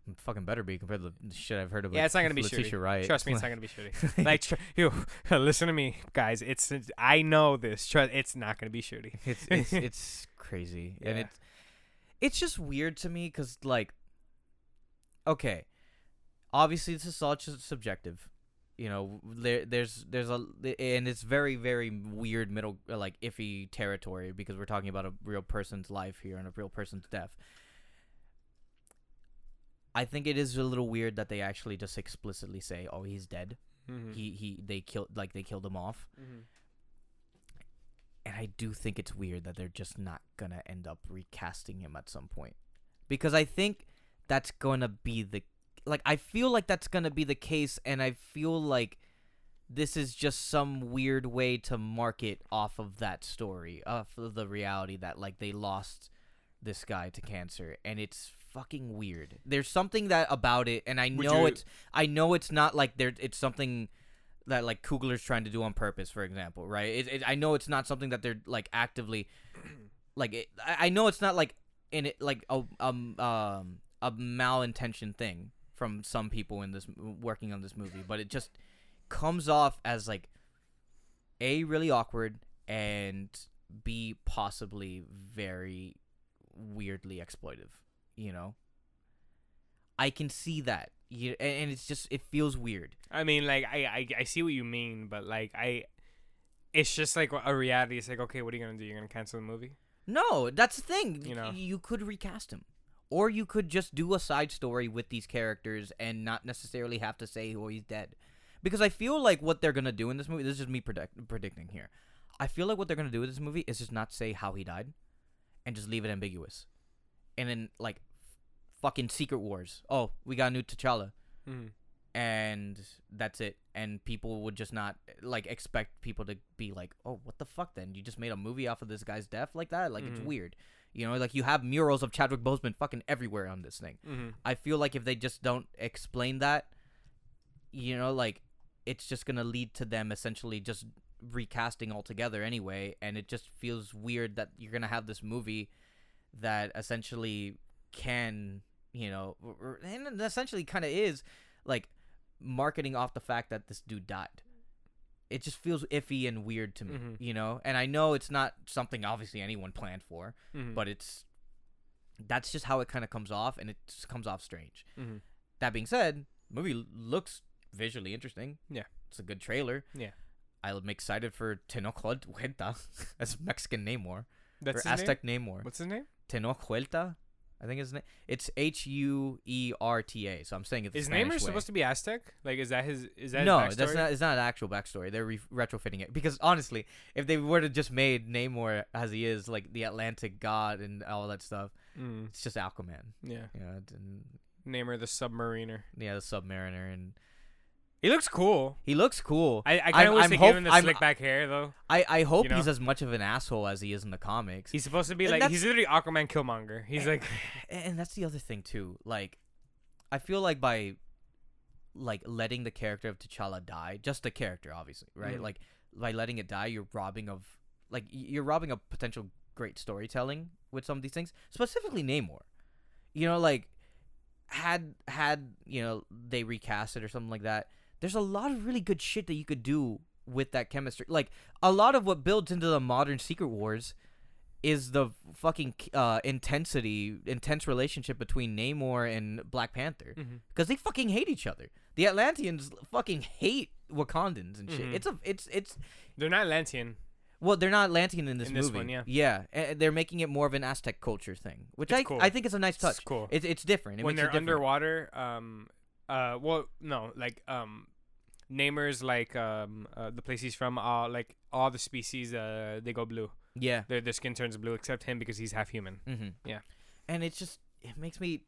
S1: M- fucking better be compared to the shit I've heard of.
S2: Yeah,
S1: Lat-
S2: it's not gonna be
S1: Letitia
S2: Shuri.
S1: Wright.
S2: trust me it's not gonna be Shuri like tr- you listen to me guys it's I know this trust it's not gonna be Shuri
S1: it's it's, it's crazy and
S2: Yeah.
S1: it's it's just weird to me because like okay obviously this is all just subjective you know there there's there's a and it's very very weird middle uh, like iffy territory because we're talking about a real person's life here and a real person's death i think it is a little weird that they actually just explicitly say oh he's dead
S2: Mhm.
S1: he he they killed like they killed him off
S2: Mhm.
S1: and I do think it's weird that they're just not gonna end up recasting him at some point because I think that's gonna be the like I feel like that's gonna be the case, and I feel like this is just some weird way to market off of that story, off of the reality that like they lost this guy to cancer, and it's fucking weird. There's something that about it, and I
S2: Would
S1: know
S2: you-
S1: it's I know it's not like there it's something that like Kugler's trying to do on purpose, for example, right? It, it, I know it's not something that they're like actively, like it, I I know it's not like in it like a um um a malintention thing from some people in this working on this movie, but it just comes off as like a really awkward and b possibly very weirdly exploitive, you know. I can see that, you, and and it's just it feels weird.
S2: I mean, like I, I I see what you mean, but like I, it's just like a reality. It's like okay, what are you gonna do? You're gonna cancel the movie?
S1: No, that's the thing.
S2: You
S1: You
S2: know?
S1: you could recast him, or you could just do a side story with these characters and not necessarily have to say, "Oh, he's dead," because I feel like what they're gonna do in this movie. This is just me predict- predicting here. I feel like what they're gonna do with this movie is just not say how he died, and just leave it ambiguous, and then like, fucking Secret Wars. Oh, we got a new T'Challa
S2: Mm.
S1: and that's it and people would just not like expect people to be like oh what the fuck then you just made a movie off of this guy's death like that like
S2: Mhm.
S1: it's weird you know like you have murals of Chadwick Boseman fucking everywhere on this thing
S2: hmm
S1: i feel like if they just don't explain that you know like it's just going to lead to them essentially just recasting altogether anyway and it just feels weird that you're going to have this movie that essentially can you know r- r- and it essentially kind of is like marketing off the fact that this dude died it just feels iffy and weird to me
S2: Mhm.
S1: you know and i know it's not something obviously anyone planned for
S2: hmm
S1: but it's that's just how it kind of comes off, and it just comes off strange.
S2: Mhm.
S1: That being said, movie l- looks visually interesting.
S2: Yeah.
S1: it's a good trailer.
S2: Yeah.
S1: I'm excited for Tenochtitlan as Mexican Namor
S2: That's
S1: or
S2: his name?
S1: Aztec Namor.
S2: What's his name?
S1: Tenochtitlan, I think his name. It's H U E R T A. So I'm saying it's
S2: His
S1: Spanish
S2: name is
S1: way.
S2: supposed to be Aztec. Like, is that his? Is that
S1: no,
S2: His
S1: that's
S2: backstory?
S1: not. It's not an actual backstory. They're re- retrofitting it because honestly, if they were to just made Namor as he is, like the Atlantic god and all that stuff,
S2: Mm,
S1: it's just Aquaman.
S2: yeah,
S1: You know, and
S2: Namer the Submariner.
S1: yeah, the Submariner, and
S2: He looks cool.
S1: he looks cool.
S2: I, I kind of wish
S1: I'm
S2: they
S1: hope-
S2: gave him the
S1: I'm-
S2: slick back hair though.
S1: I I hope
S2: You know?
S1: he's as much of an asshole as he is in the comics.
S2: He's supposed to be
S1: And
S2: like
S1: that's- Eh.
S2: he's literally Aquaman Killmonger. He's like
S1: and and that's the other thing too. Like, I feel like by like letting the character of T'Challa die, just the character, obviously, right?
S2: Mhm.
S1: Like by letting it die, you're robbing of like y- you're robbing of potential great storytelling with some of these things, specifically Namor. You know, like had had you know they recast it or something like that. There's a lot of really good shit that you could do with that chemistry. Like a lot of what builds into the modern Secret Wars is the fucking uh, intensity, intense relationship between Namor and Black Panther
S2: Mhm.
S1: because they fucking hate each other. The Atlanteans fucking hate Wakandans and shit.
S2: Mhm.
S1: It's a, it's, it's.
S2: they're not Atlantean.
S1: Well, they're not Atlantean in this
S2: In
S1: movie.
S2: this one, yeah.
S1: yeah, and they're making it more of an Aztec culture thing, which
S2: It's
S1: I,
S2: cool.
S1: I think is a nice touch.
S2: It's cool.
S1: It's, it's different. It
S2: when
S1: makes
S2: they're
S1: it different.
S2: underwater, um, uh, well, no, like um, Namer's like um, uh, the place he's from, all like all the species, uh, they go blue.
S1: yeah.
S2: Their their skin turns blue, except him because he's half human.
S1: Mm-hmm.
S2: Yeah.
S1: And it's just it makes me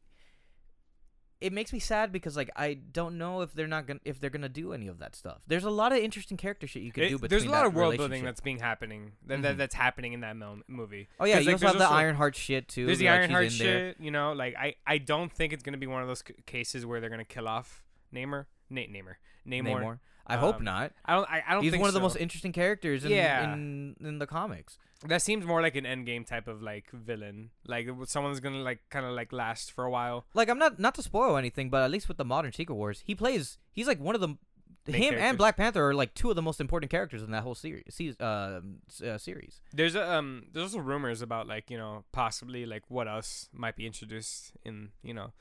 S1: it makes me sad because like I don't know if they're not gonna if they're gonna do any of that stuff. There's a lot of interesting character shit you could
S2: It-
S1: do, but
S2: there's a lot of world building
S1: That's
S2: that's being happening that,
S1: Mhm.
S2: that that's happening in that mil- movie.
S1: oh yeah,
S2: 'cause,
S1: you
S2: like,
S1: also
S2: there's
S1: have the
S2: also-
S1: Ironheart shit too.
S2: There's the
S1: like, she's
S2: Ironheart
S1: in there.
S2: shit, you know. Like I, I don't think it's gonna be one of those c- cases where they're gonna kill off Namer, Nate Namer, Namor.
S1: Namor. I hope
S2: Um,
S1: not.
S2: I don't. I, I don't.
S1: He's
S2: think
S1: one of the
S2: so.
S1: most interesting characters in,
S2: Yeah.
S1: in in the comics.
S2: That seems more like an endgame type of like villain, like w- someone that's gonna like kind of like last for a while.
S1: Like I'm not not to spoil anything, but at least with the modern Secret Wars, he plays he's like one of the him and
S2: characters.
S1: Black Panther are like two of the most important characters in that whole series. seas- Uh, s- uh, series.
S2: There's a, um, there's also rumors about like you know possibly like what else might be introduced in you know.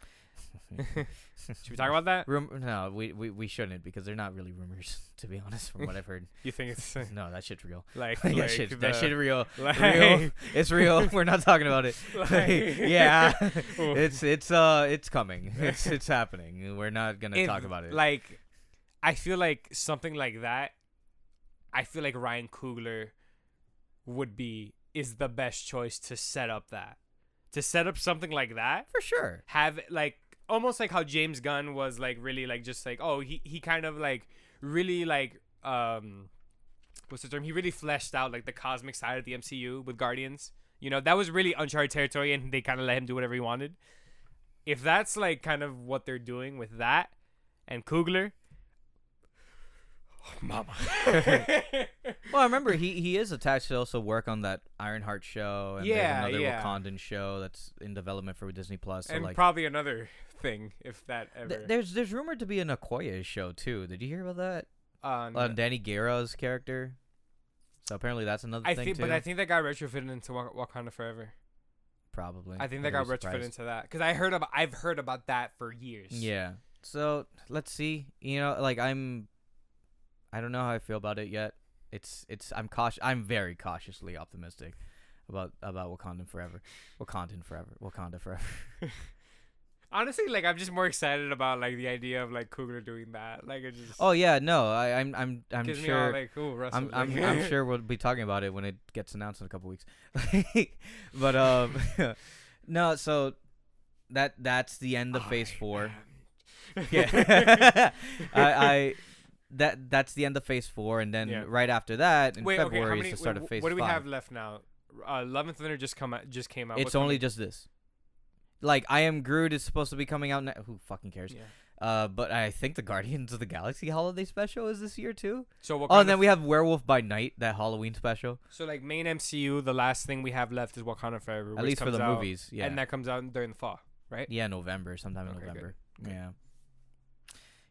S2: Should we talk about that?
S1: Rum- no, we, we we shouldn't because they're not really rumors, to be honest, from what I've heard.
S2: You think it's uh,
S1: No, that shit's real.
S2: like,
S1: Like,
S2: like uh,
S1: that shit, that
S2: the-
S1: shit real.
S2: like,
S1: real. It's real. We're not talking about it.
S2: like-
S1: yeah,
S2: Ooh.
S1: it's it's uh it's coming. It's it's happening. We're not gonna
S2: if,
S1: talk about it.
S2: Like, I feel like something like that. I feel like Ryan Coogler would be is the best choice to set up that to set up something like that.
S1: for sure.
S2: Have like almost like how James Gunn was like really like just like oh he he kind of like really like um what's the term he really fleshed out like the cosmic side of the MCU with Guardians. You know that was really uncharted territory, and they kind of let him do whatever he wanted if that's like kind of what they're doing with that and Kugler, mama.
S1: Well, I remember he he is attached to also work on that Ironheart show and
S2: Yeah,
S1: there's another
S2: yeah.
S1: Wakandan show that's in development for Disney Plus. So
S2: and
S1: like.
S2: probably another thing, if that ever.
S1: th- there's there's rumored to be an Okoye show too. Did you hear about that?
S2: um,
S1: on Danny Guerra's character. So apparently that's another
S2: I
S1: thing
S2: think,
S1: too.
S2: but I think that got retrofitted into Wak- Wakanda Forever.
S1: probably.
S2: I think that got
S1: wouldn't be
S2: retrofitted
S1: surprised.
S2: into that because I heard about I've heard about that for years.
S1: Yeah. So let's see. You know, like I'm, I don't know how I feel about it yet. It's it's I'm cautious. I'm very cautiously optimistic about about Wakandan forever. Wakandan forever. Wakanda forever.
S2: Honestly, like I'm just more excited about like the idea of like Kugler doing that. Like it just
S1: Oh yeah, no, I, I'm I'm I'm
S2: gives me all
S1: sure.
S2: like ooh
S1: I'm,
S2: Russell.
S1: I'm,
S2: like-
S1: I'm sure we'll be talking about it when it gets announced in a couple weeks. but um, no, so that that's the end of Phase
S2: I
S1: Four.
S2: am-
S1: yeah. I, I that that's the end of phase four, and then
S2: Yeah.
S1: right after that in
S2: Wait, okay, how
S1: February
S2: many-
S1: is the start
S2: wait,
S1: of phase
S2: What do we
S1: five.
S2: have left now? Uh, Love and Thunder just come out. Just came out.
S1: it's
S2: What's
S1: only just this. Like I am Groot is supposed to be coming out. now. Who fucking cares?
S2: coming- yeah.
S1: Uh, but I think the Guardians of the Galaxy holiday special is this year too.
S2: So Wakanda,
S1: Oh, and then we have Werewolf by Night, that Halloween special.
S2: so like main MCU. The last thing we have left is Wakanda Forever.
S1: At
S2: which
S1: least for
S2: comes
S1: the
S2: out-
S1: movies, yeah.
S2: and that comes out during the fall.
S1: yeah, November, sometime in
S2: Okay, good.
S1: November.
S2: Good.
S1: Yeah.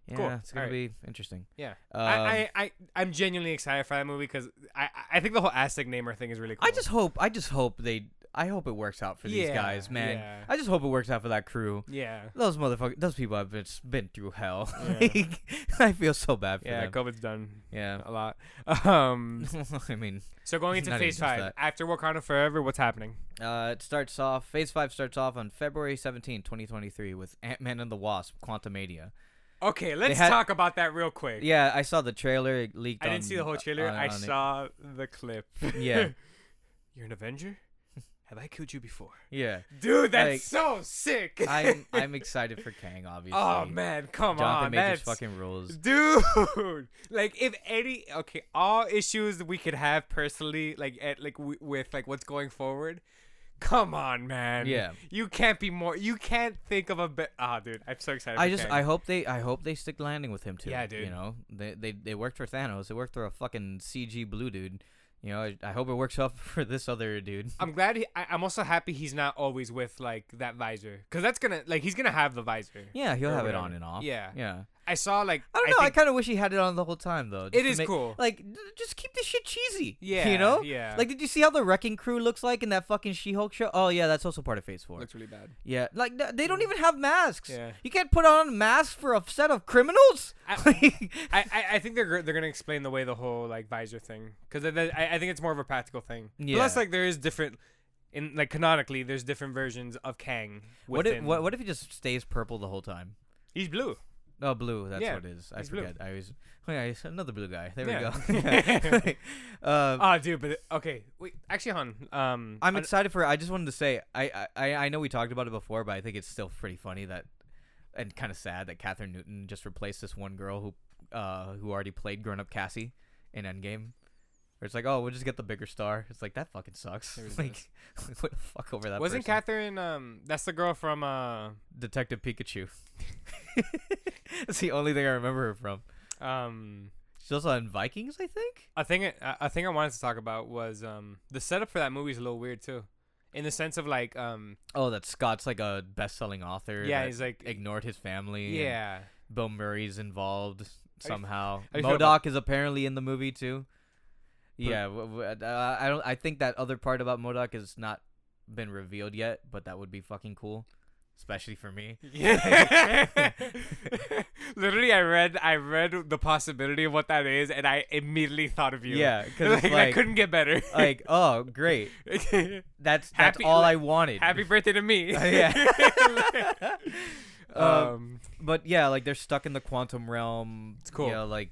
S1: Yeah,
S2: Cool.
S1: it's gonna
S2: Alright.
S1: be interesting.
S2: Yeah.
S1: Um,
S2: I, I I I'm genuinely excited for that movie because I I- I think the whole Aztec Namer thing is really cool.
S1: I just hope I just hope they I hope it works out for these
S2: Yeah,
S1: guys, man.
S2: yeah.
S1: I just hope it works out for that crew.
S2: Yeah.
S1: Those motherfuckers, those people have been, been through hell.
S2: Yeah.
S1: Like, I feel so bad for
S2: Yeah,
S1: them.
S2: COVID's done
S1: yeah.
S2: a lot. Um,
S1: I mean,
S2: so going
S1: It's not
S2: into
S1: even
S2: Phase
S1: just
S2: Five
S1: that.
S2: after Wakanda Forever, what's happening?
S1: uh, it starts off, Phase 5 starts off on February 17, 2023, with Ant Man and the Wasp, Quantumania.
S2: Okay, let's
S1: had-
S2: talk about that real quick.
S1: Yeah, I saw the trailer it leaked.
S2: I didn't
S1: on-
S2: see the whole trailer.
S1: on-
S2: I
S1: on it.
S2: saw the clip.
S1: Yeah.
S2: You're an Avenger. Have I killed you before,
S1: Yeah,
S2: dude? That's
S1: Like,
S2: so sick.
S1: I'm I'm excited for Kang, obviously.
S2: oh man, come
S1: Jonathan
S2: on,
S1: Majors
S2: that's
S1: fucking rules.
S2: dude. Like if any, okay, all issues that we could have personally, like at like w- with like what's going forward. Come on, man.
S1: Yeah.
S2: You can't be more. You can't think of a bit. Ah, dude, I'm so excited.
S1: I
S2: for
S1: just
S2: Kang.
S1: I hope they I hope they stick landing with him too.
S2: Yeah, dude.
S1: You know they they they worked for Thanos. They worked for a fucking CG blue dude. You know I, I hope it works out for this other dude.
S2: I'm glad. He, I, I'm also happy he's not always with like that visor, cause that's gonna like he's gonna have the visor.
S1: Yeah, he'll
S2: Or
S1: have it
S2: whatever.
S1: on and off.
S2: Yeah.
S1: yeah.
S2: I saw like
S1: I don't know. I,
S2: think-
S1: kind of wish he had it on the whole time though. just
S2: It
S1: to
S2: is cool.
S1: Like, d- just keep this shit cheesy.
S2: yeah,
S1: you know.
S2: yeah.
S1: Like, did you see how the Wrecking Crew looks like in that fucking She-Hulk show? Oh yeah, that's also part of Phase Four.
S2: really bad.
S1: Yeah, like th- they don't even have masks.
S2: Mm. Yeah.
S1: You can't put on masks for a set of criminals.
S2: I- I, I, I think they're gr- they're gonna explain the way the whole like visor thing, cause I, I I think it's more of a practical thing.
S1: Yeah.
S2: Plus, like there is different, in like canonically, there's different versions of Kang.
S1: what if
S2: within-
S1: what, what if he just stays purple the whole time?
S2: He's blue.
S1: Oh, blue. That's
S2: Yeah,
S1: what it is. I
S2: he's blue.
S1: forget. I always. Oh yeah, he's another blue guy. There
S2: Yeah.
S1: we go. um,
S2: Ah, dude, but okay, wait, actually, hon, um,
S1: I'm
S2: an-
S1: excited for. I just wanted to say. I, I I know we talked about it before, but I think it's still pretty funny that, and kind of sad that Catherine Newton just replaced this one girl who, uh, who already played grown up Cassie in Endgame. Where it's like, oh, we'll just get the bigger star. It's like that fucking sucks.
S2: There is
S1: Like, what the fuck over that?
S2: wasn't
S1: person.
S2: Catherine um that's the girl from uh
S1: Detective Pikachu. That's the only thing I remember her from.
S2: um
S1: She's also in Vikings, I think.
S2: a thing I, a thing I wanted to talk about was um the setup for that movie is a little weird too, in the sense of like um
S1: Oh, that Scott's like a best-selling author.
S2: yeah
S1: that
S2: he's like
S1: ignored his family. and
S2: yeah
S1: Bill Murray's involved somehow.
S2: how you feel about-
S1: Modoc is apparently in the movie too. Yeah, w- w- uh, I don't. I think that other part about Modoc has not been revealed yet, but that would be fucking cool, especially for me.
S2: yeah. Literally, I read I read the possibility of what that is, and I immediately thought of you.
S1: Yeah, because
S2: like, I
S1: like,
S2: couldn't get better.
S1: like, oh, great. That's that's
S2: Happy-
S1: all
S2: like,
S1: I wanted.
S2: Happy birthday to me.
S1: Uh, yeah.
S2: um,
S1: um, but yeah, like they're stuck in the quantum realm.
S2: It's cool.
S1: Yeah, like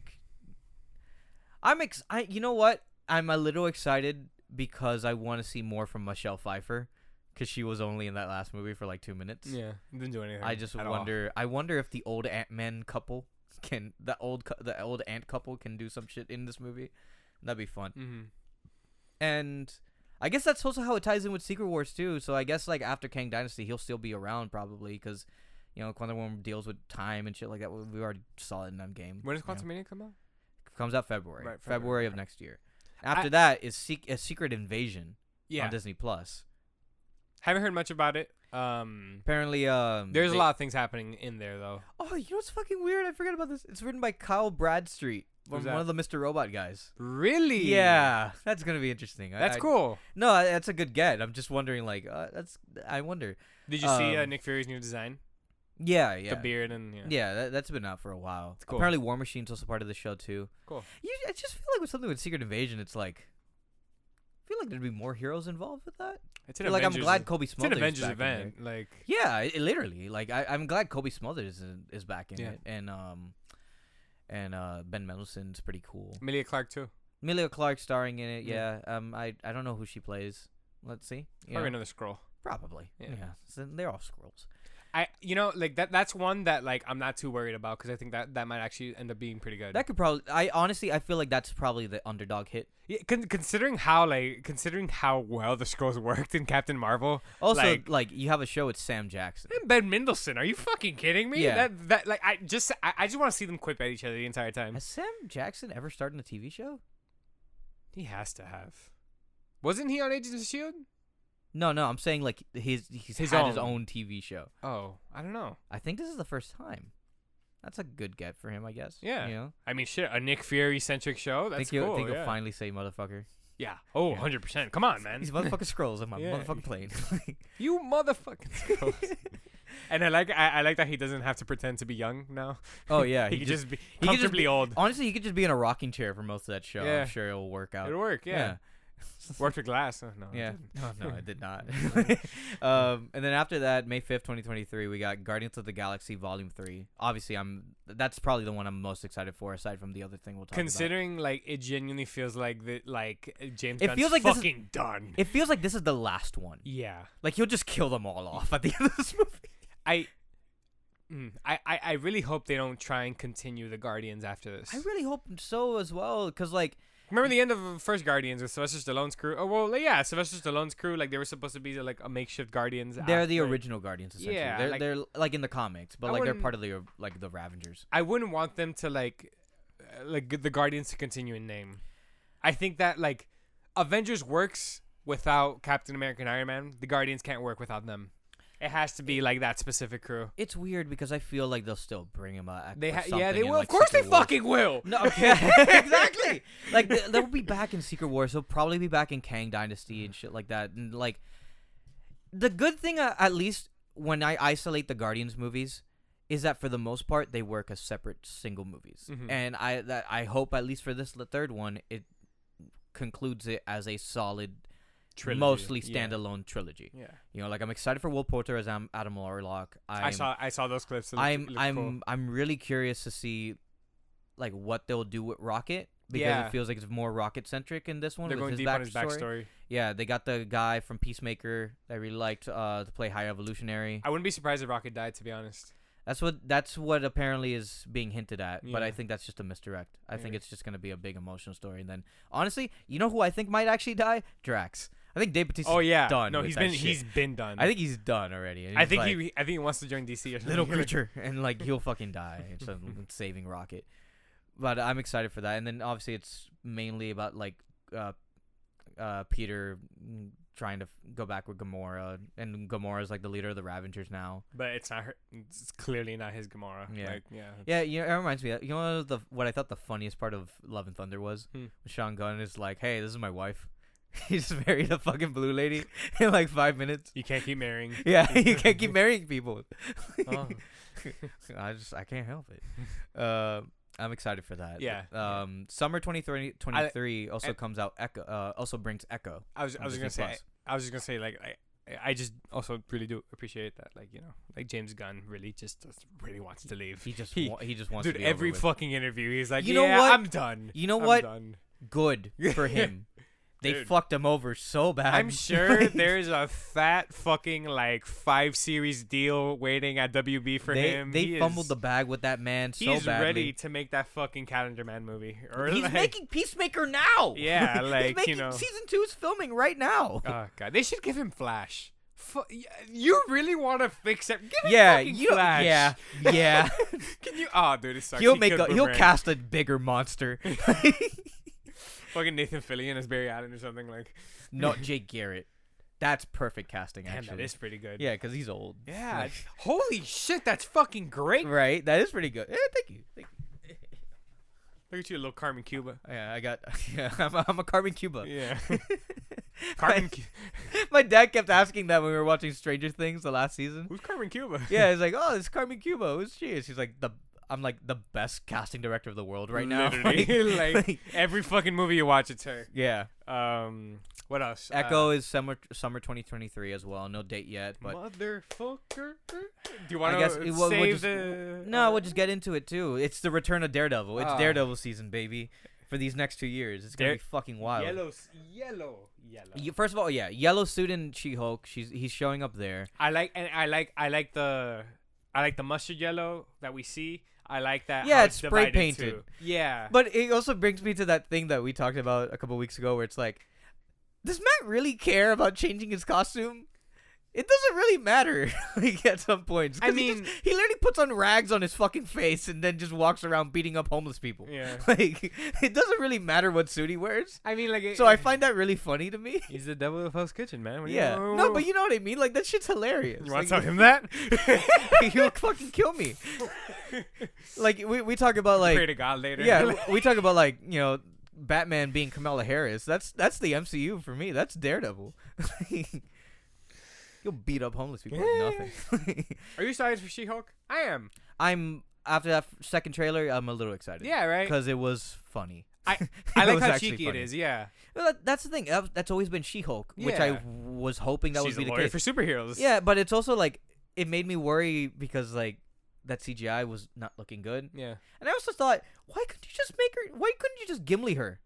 S1: I'm ex. I you know what? I'm a little excited because I want to see more from Michelle Pfeiffer because she was only in that last movie for like two minutes.
S2: yeah, didn't do anything.
S1: I just
S2: at all.
S1: wonder. I wonder if the old Ant Man couple can the old cou- the old ant couple can do some shit in this movie. That'd be fun.
S2: Mhm.
S1: And I guess that's also how it ties in with Secret Wars too. So I guess like after Kang Dynasty, he'll still be around probably because you know Quantum Woman deals with time and shit like that. We we already saw it in that game.
S2: When does Quantum Mania come out?
S1: comes out February,
S2: Right, February,
S1: February, of
S2: okay.
S1: next year. After that is Sec- a Secret Invasion
S2: Yeah,
S1: on Disney Plus.
S2: haven't heard much about it. Um,
S1: Apparently, um,
S2: there's a
S1: they-
S2: lot of things happening in there though.
S1: Oh, you know what's fucking weird? I forgot about this. It's written by Kyle Bradstreet,
S2: Who's
S1: from
S2: that?
S1: one of the Mr. Robot guys.
S2: Really?
S1: Yeah, that's gonna be interesting. I-
S2: That's
S1: I-
S2: cool.
S1: No, I- that's a good get. I'm just wondering, like, uh, that's I wonder.
S2: Did you see uh,
S1: um,
S2: Nick Fury's new design?
S1: Yeah, yeah.
S2: The beard and yeah.
S1: Yeah, that, that's been out for a while.
S2: It's cool.
S1: Apparently, War Machine's also part of the show too.
S2: Cool.
S1: You, I just feel like with something with Secret Invasion, it's like, I feel like there'd be more heroes involved with that.
S2: It's
S1: I
S2: an
S1: feel like I'm
S2: Avengers- e-
S1: glad Kobe
S2: It's an
S1: Smulders.
S2: Avengers
S1: back in there.
S2: event. Like
S1: Yeah, it, literally. Like I, I'm glad Kobe Smulders is, is back in
S2: Yeah.
S1: it, and um, and uh, Ben Mendelsohn's pretty cool.
S2: Amelia Clark too.
S1: Amelia Clark starring in it.
S2: Yeah.
S1: Yeah. Um, I I don't know who she plays. Let's see. Yeah,
S2: Probably another scroll.
S1: probably. Yeah.
S2: Yeah.
S1: So they're all scrolls.
S2: I you know like that that's one that like I'm not too worried about because I think that that might actually end up being pretty good.
S1: That could probably. I honestly, I feel like that's probably the underdog hit.
S2: yeah, con- considering how like considering how well the scrolls worked in Captain Marvel.
S1: Also,
S2: Like-
S1: like, you have a show with Sam Jackson.
S2: and Ben Mendelsohn, are you fucking kidding me?
S1: Yeah.
S2: That that like I just I, I just want to see them quip at each other the entire time.
S1: Has Sam Jackson ever started in a TV show?
S2: He has to have. Wasn't he on Agents of Shield?
S1: No, no. I'm saying like his he's
S2: His
S1: had his
S2: own.
S1: own TV show.
S2: Oh, I don't know.
S1: I think this is the first time. That's a good get for him, I guess.
S2: Yeah.
S1: You know,
S2: I mean, shit, a Nick Fury centric show. That's
S1: think he'll,
S2: cool.
S1: think
S2: yeah.
S1: he'll finally say motherfucker.
S2: Yeah. Oh,
S1: Yeah.
S2: 100%. Come on, man.
S1: These motherfucking scrolls on my
S2: Yeah.
S1: motherfucking plane.
S2: You motherfucking scrolls. and I like I, I like that he doesn't have to pretend to be young now.
S1: oh yeah,
S2: he,
S1: he
S2: can
S1: just
S2: just, be
S1: could just
S2: comfortably
S1: be-
S2: old.
S1: honestly he could just be in a rocking chair for most of that show.
S2: Yeah.
S1: I'm sure it'll work out.
S2: It'll work, yeah. Worked with glass. Oh, no. it
S1: Yeah.
S2: didn't.
S1: No, no, I did not. um, and then after that, May 5th, 2023, we got Guardians of the Galaxy Volume 3. Obviously, I'm that's probably the one I'm most excited for aside from the other thing we'll talk about.
S2: Considering like it genuinely feels like that like uh, James
S1: It
S2: Gunn's
S1: feels like this is-
S2: fucking done.
S1: It feels like this is the last one.
S2: yeah.
S1: Like he'll just kill them all off at the end of this movie.
S2: I Mm, I, I, I really hope they don't try and continue the Guardians after this.
S1: I really hope so as well cuz like
S2: Remember the end of first Guardians with Sylvester Stallone's crew? Oh well, yeah, Sylvester Stallone's crew. Like they were supposed to be like a makeshift Guardians.
S1: they're
S2: af-
S1: the
S2: like-
S1: original Guardians essentially.
S2: Yeah,
S1: they're
S2: like-
S1: they're like in the comics, but
S2: I
S1: like they're
S2: wouldn't-
S1: part of the like the Ravengers.
S2: I wouldn't want them to like uh, like g- the Guardians to continue in name. I think that like Avengers works without Captain America and Iron Man. The Guardians can't work without them. It has to be like that specific crew.
S1: It's weird because I feel like they'll still bring him up.
S2: They
S1: for
S2: ha- yeah,
S1: something
S2: they
S1: in,
S2: will.
S1: like,
S2: of course, they
S1: Secret War.
S2: fucking will.
S1: No, okay, exactly. Like th- they'll be back in Secret Wars. They'll probably be back in Kang Dynasty and shit like that. And like, the good thing, uh, at least when I isolate the Guardians movies, is that for the most part they work as separate single movies.
S2: Mhm.
S1: And I that I hope at least for this the third one it concludes it as a solid,
S2: Trilogy,
S1: mostly
S2: yeah.
S1: standalone trilogy.
S2: Yeah,
S1: You know, like I'm excited for Will Poulter as Am- Adam Warlock. I'm,
S2: i saw I saw those clips. It looked-
S1: I'm
S2: it looked
S1: I'm
S2: cool.
S1: I'm really curious to see like what they'll do with Rocket because
S2: Yeah.
S1: it feels like it's more Rocket centric in this one.
S2: They're
S1: with
S2: going
S1: his
S2: deep
S1: backstory.
S2: on his backstory.
S1: Yeah, they got the guy from Peacemaker that I really liked uh, to play High Evolutionary.
S2: I wouldn't be surprised if Rocket died. To be honest,
S1: That's what that's what apparently is being hinted at, but I
S2: Yeah.
S1: think that's just a misdirect. I think
S2: Maybe.
S1: it's just gonna be a big emotional story. And then honestly, you know who I think might actually die? Drax. I think Dave Bautista.
S2: oh yeah,
S1: done
S2: No,
S1: with
S2: he's
S1: that
S2: been
S1: shit.
S2: he's been done.
S1: I think he's done already. and
S2: I
S1: he's
S2: think
S1: like-
S2: he I think he wants to join DC or something.
S1: little creature, and like he'll fucking die. It's a saving Rocket, but I'm excited for that. And then obviously it's mainly about like uh, uh, Peter mm, trying to f- go back with Gamora, and Gamora's like the leader of the Ravengers now.
S2: But it's not her. It's clearly not his Gamora.
S1: Yeah.
S2: Like, yeah.
S1: Yeah, you know, it reminds me. Of, you know the what I thought the funniest part of Love and Thunder was
S2: Hmm.
S1: Sean Gunn is like, "Hey, this is my wife." He just married a fucking blue lady in like five minutes.
S2: You can't keep marrying.
S1: Yeah, you can't keep marrying people.
S2: Oh.
S1: I just I can't help it. Uh, I'm excited for that.
S2: Yeah, yeah.
S1: Um, summer 2023 23 also
S2: and-
S1: comes out. Echo uh, also brings Echo.
S2: I was
S1: on
S2: I was
S1: Disney
S2: gonna say
S1: Plus.
S2: I, I was just gonna say like I I just also really do appreciate that like you know like James Gunn really just, just really wants to leave.
S1: He just
S2: He-
S1: wa- he just wants
S2: Dude,
S1: to be over
S2: every
S1: with.
S2: fucking interview he's like,
S1: You
S2: you
S1: know
S2: know
S1: what?
S2: I'm done.
S1: You know
S2: I'm
S1: what?
S2: done."
S1: Good for him. they
S2: Dude.
S1: fucked him over so bad.
S2: I'm sure
S1: Like,
S2: there's a fat fucking like five series deal waiting at WB for
S1: they,
S2: him.
S1: They
S2: He
S1: fumbled
S2: is-
S1: the bag with that man so
S2: He's
S1: badly.
S2: ready to make that fucking Calendar Man movie. Or
S1: He's
S2: like,
S1: making Peacemaker now.
S2: Yeah,
S1: He's
S2: like, you
S1: making-
S2: know.
S1: season two is filming right now.
S2: Oh god, they should give him Flash. Fu- y- you really want to fix it? Give him
S1: yeah,
S2: fucking
S1: you.
S2: Flash.
S1: Yeah, yeah.
S2: Can you? Oh, dude, it sucks.
S1: he'll
S2: He
S1: make
S2: killed
S1: a, he'll
S2: Boomerang.
S1: cast a bigger monster.
S2: fucking Nathan Fillion as Barry Allen or something like.
S1: Not Jake Garrett. That's perfect casting,
S2: Damn,
S1: actually.
S2: that is pretty good.
S1: yeah, because he's old.
S2: Yeah.
S1: Like-
S2: Holy shit, that's fucking great.
S1: right. That is pretty good. Yeah, thank you. Thank you.
S2: Look at you, little Carmen Cuba.
S1: Yeah, I got. Yeah, I'm, a, I'm a Carmen Cuba.
S2: Yeah,
S1: Carmen.
S2: Carmen. Cu-
S1: My dad kept asking that when we were watching Stranger Things the last season.
S2: Who's Carmen Cuba?
S1: Yeah, he's like, "Oh, it's Carmen Cuba. Who's she?" is?" She's like, "The." I'm like the best casting director of the world right now.
S2: Literally, like,
S1: like-
S2: every fucking movie you watch, it's her.
S1: yeah.
S2: Um, what else? Uh,
S1: Echo is summer summer 2023 as well. No date yet, but
S2: Motherfucker. Do you
S1: I
S2: want to
S1: guess
S2: save
S1: it- we'll- we'll just-
S2: the?
S1: No, we'll just get into it too. It's the return of Daredevil. It's
S2: Ah.
S1: Daredevil season, baby. For these next two years, it's gonna
S2: Dare-
S1: be fucking wild.
S2: Yellow, s- yellow, yellow.
S1: Y- First of all, yeah, yellow suit and She Hulk. She's he's showing up there.
S2: I like and I like I like the I like the mustard yellow that we see. I like that.
S1: Yeah,
S2: how
S1: it's spray
S2: divided
S1: painted.
S2: too. Yeah,
S1: But it also brings me to that thing that we talked about a couple weeks ago, where it's like, does Matt really care about changing his costume? It doesn't really matter. like at some points, 'Cause
S2: I
S1: he, just-
S2: mean-
S1: he literally puts on rags on his fucking face and then just walks around beating up homeless people.
S2: yeah.
S1: Like it doesn't really matter what suit he wears.
S2: I mean, like,
S1: So I find that really funny to me.
S2: he's the devil of Hell's Kitchen, man. What do you-
S1: Yeah.
S2: what-
S1: No,
S2: what-
S1: but you know what I mean. Like that shit's hilarious.
S2: you want to tell
S1: like,
S2: him that?
S1: he'll fucking kill me. Like we, we talk about
S2: Pray
S1: like
S2: to God later.
S1: yeah w- we talk about like you know Batman being Kamala Harris. That's that's the MCU for me. That's Daredevil. You'll beat up homeless people like nothing.
S2: Are you excited for She-Hulk? I am.
S1: I'm after that f- second trailer. I'm a little excited.
S2: Yeah, right.
S1: because it was funny.
S2: I
S1: It
S2: I like
S1: was
S2: how
S1: actually
S2: cheeky
S1: funny.
S2: it is. Yeah,
S1: Well, that, that's the thing. That's that's always been She-Hulk, which I
S2: Yeah.
S1: was hoping that
S2: she's
S1: would be
S2: a
S1: the
S2: lawyer
S1: case.
S2: for superheroes.
S1: Yeah, but it's also like it made me worry because like that CGI was not looking good,
S2: yeah.
S1: and I also thought, why couldn't you just make her? Why couldn't you just Gimli her?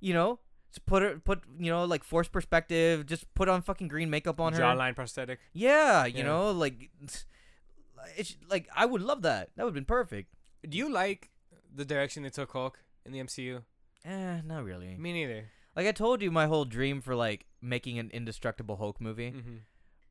S1: You know, just put her, put you know, like force perspective. Just put on fucking green makeup on her.
S2: Jawline prosthetic.
S1: Yeah, you
S2: Yeah.
S1: know, like it's it's- like I would love that. That would have been perfect.
S2: Do you like the direction they took Hulk in the MCU?
S1: Eh, not really.
S2: Me neither.
S1: Like I told you, my whole dream for like making an indestructible Hulk movie
S2: hmm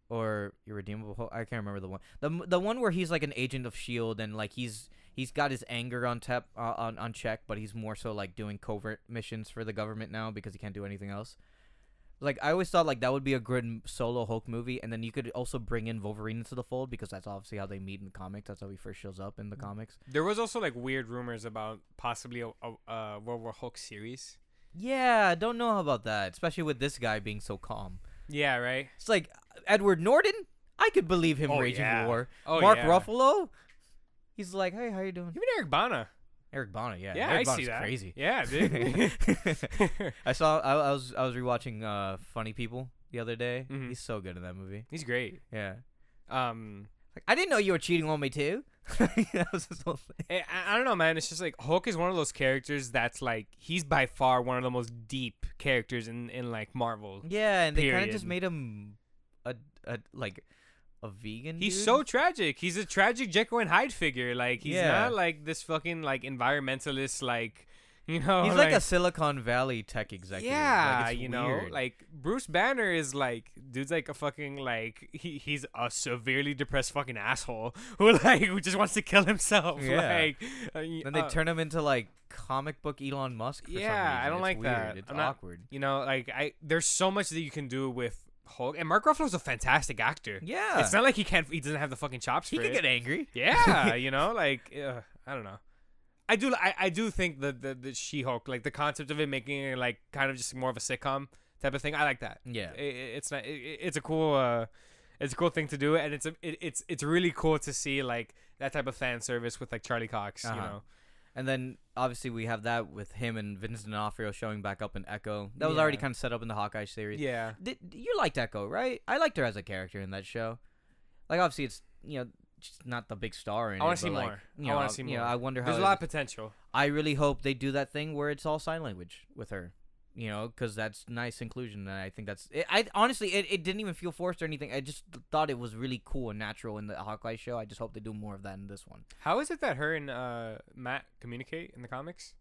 S1: or irredeemable Hulk. I can't remember the one. the m- The one where he's like an agent of Shield E and like he's he's got his anger on tap uh, on on check, but he's more so like doing covert missions for the government now because he can't do anything else. Like I always thought, like that would be a good m- solo Hulk movie, and then you could also bring in Wolverine into the fold because that's obviously how they meet in the comics. That's how he first shows up in the
S2: Mm.
S1: comics.
S2: There was also like weird rumors about possibly a, a, a World War Hulk series.
S1: Yeah, don't know about that, especially with this guy being so calm.
S2: Yeah, right.
S1: It's like uh, Edward Norton. I could believe him
S2: Oh,
S1: raging
S2: yeah.
S1: war.
S2: Oh,
S1: Mark
S2: yeah.
S1: Ruffalo. He's like, hey, how you doing?
S2: Even Eric Bana.
S1: Eric Bana, yeah.
S2: Yeah,
S1: Eric
S2: I
S1: Bana's
S2: see that.
S1: crazy.
S2: Yeah, dude.
S1: I saw. I, I was. I was rewatching uh, Funny People the other day.
S2: Mhm.
S1: He's so good in that movie.
S2: He's great.
S1: Yeah.
S2: Um,
S1: Like, I didn't know you were cheating on me too. that was his whole thing.
S2: I, eh, I- I don't know, man. It's just like Hulk is one of those characters that's like he's by far one of the most deep characters in in like Marvel.
S1: Yeah, and they kind of just made
S2: Period.
S1: him a, a like a vegan.
S2: He's
S1: dude.
S2: so tragic. He's a tragic Jekyll and Hyde figure. Like he's
S1: Yeah.
S2: not like this fucking like environmentalist like you know.
S1: He's like, a Silicon Valley tech executive. Like,
S2: oh, yeah,
S1: it's
S2: you know,
S1: weird.
S2: like Bruce Banner is like dude's like a fucking like he he's a severely depressed fucking asshole who like who just wants to kill himself.
S1: Yeah.
S2: Like uh, y-
S1: Then they
S2: uh,
S1: turn him into like comic book Elon Musk. For some
S2: Yeah,
S1: reason.
S2: I don't
S1: It's
S2: like
S1: weird.
S2: that.
S1: It's
S2: I'm not-
S1: awkward.
S2: you know like I there's so much that you can do with Hulk and Mark Ruffalo's a fantastic actor.
S1: Yeah,
S2: It's not like he can't he doesn't have the fucking chops
S1: he
S2: for
S1: could
S2: it.
S1: get angry.
S2: Yeah, you know, like uh, I don't know. I do I, I do think the the, the She Hulk like the concept of it making it like kind of just more of a sitcom type of thing. I like that.
S1: Yeah.
S2: I- I- it's not. i- i- it's a cool. Uh, it's a cool thing to do, and it's a it, it's it's really cool to see like that type of fan service with like Charlie Cox. You
S1: Uh-huh.
S2: know.
S1: And then obviously we have that with him and Vincent D'Onofrio showing back up in Echo. That was
S2: Yeah.
S1: already kind of set up in the Hawkeye series.
S2: Yeah.
S1: Did, you liked Echo, right? I liked her as a character in that show. Like obviously it's you know she's not the big star. In
S2: I wanna
S1: it,
S2: see
S1: but, like,
S2: more.
S1: You
S2: I
S1: know,
S2: wanna see
S1: You know,
S2: more.
S1: I wonder how.
S2: There's a
S1: it-
S2: lot of potential.
S1: I really hope they do that thing where it's all sign language with her. You know, because that's nice inclusion, and I think that's. It, I honestly, it, it didn't even feel forced or anything. I just thought it was really cool and natural in the Hawkeye show. I just hope they do more of that in this one.
S2: How is it that her and uh, Matt communicate in the comics?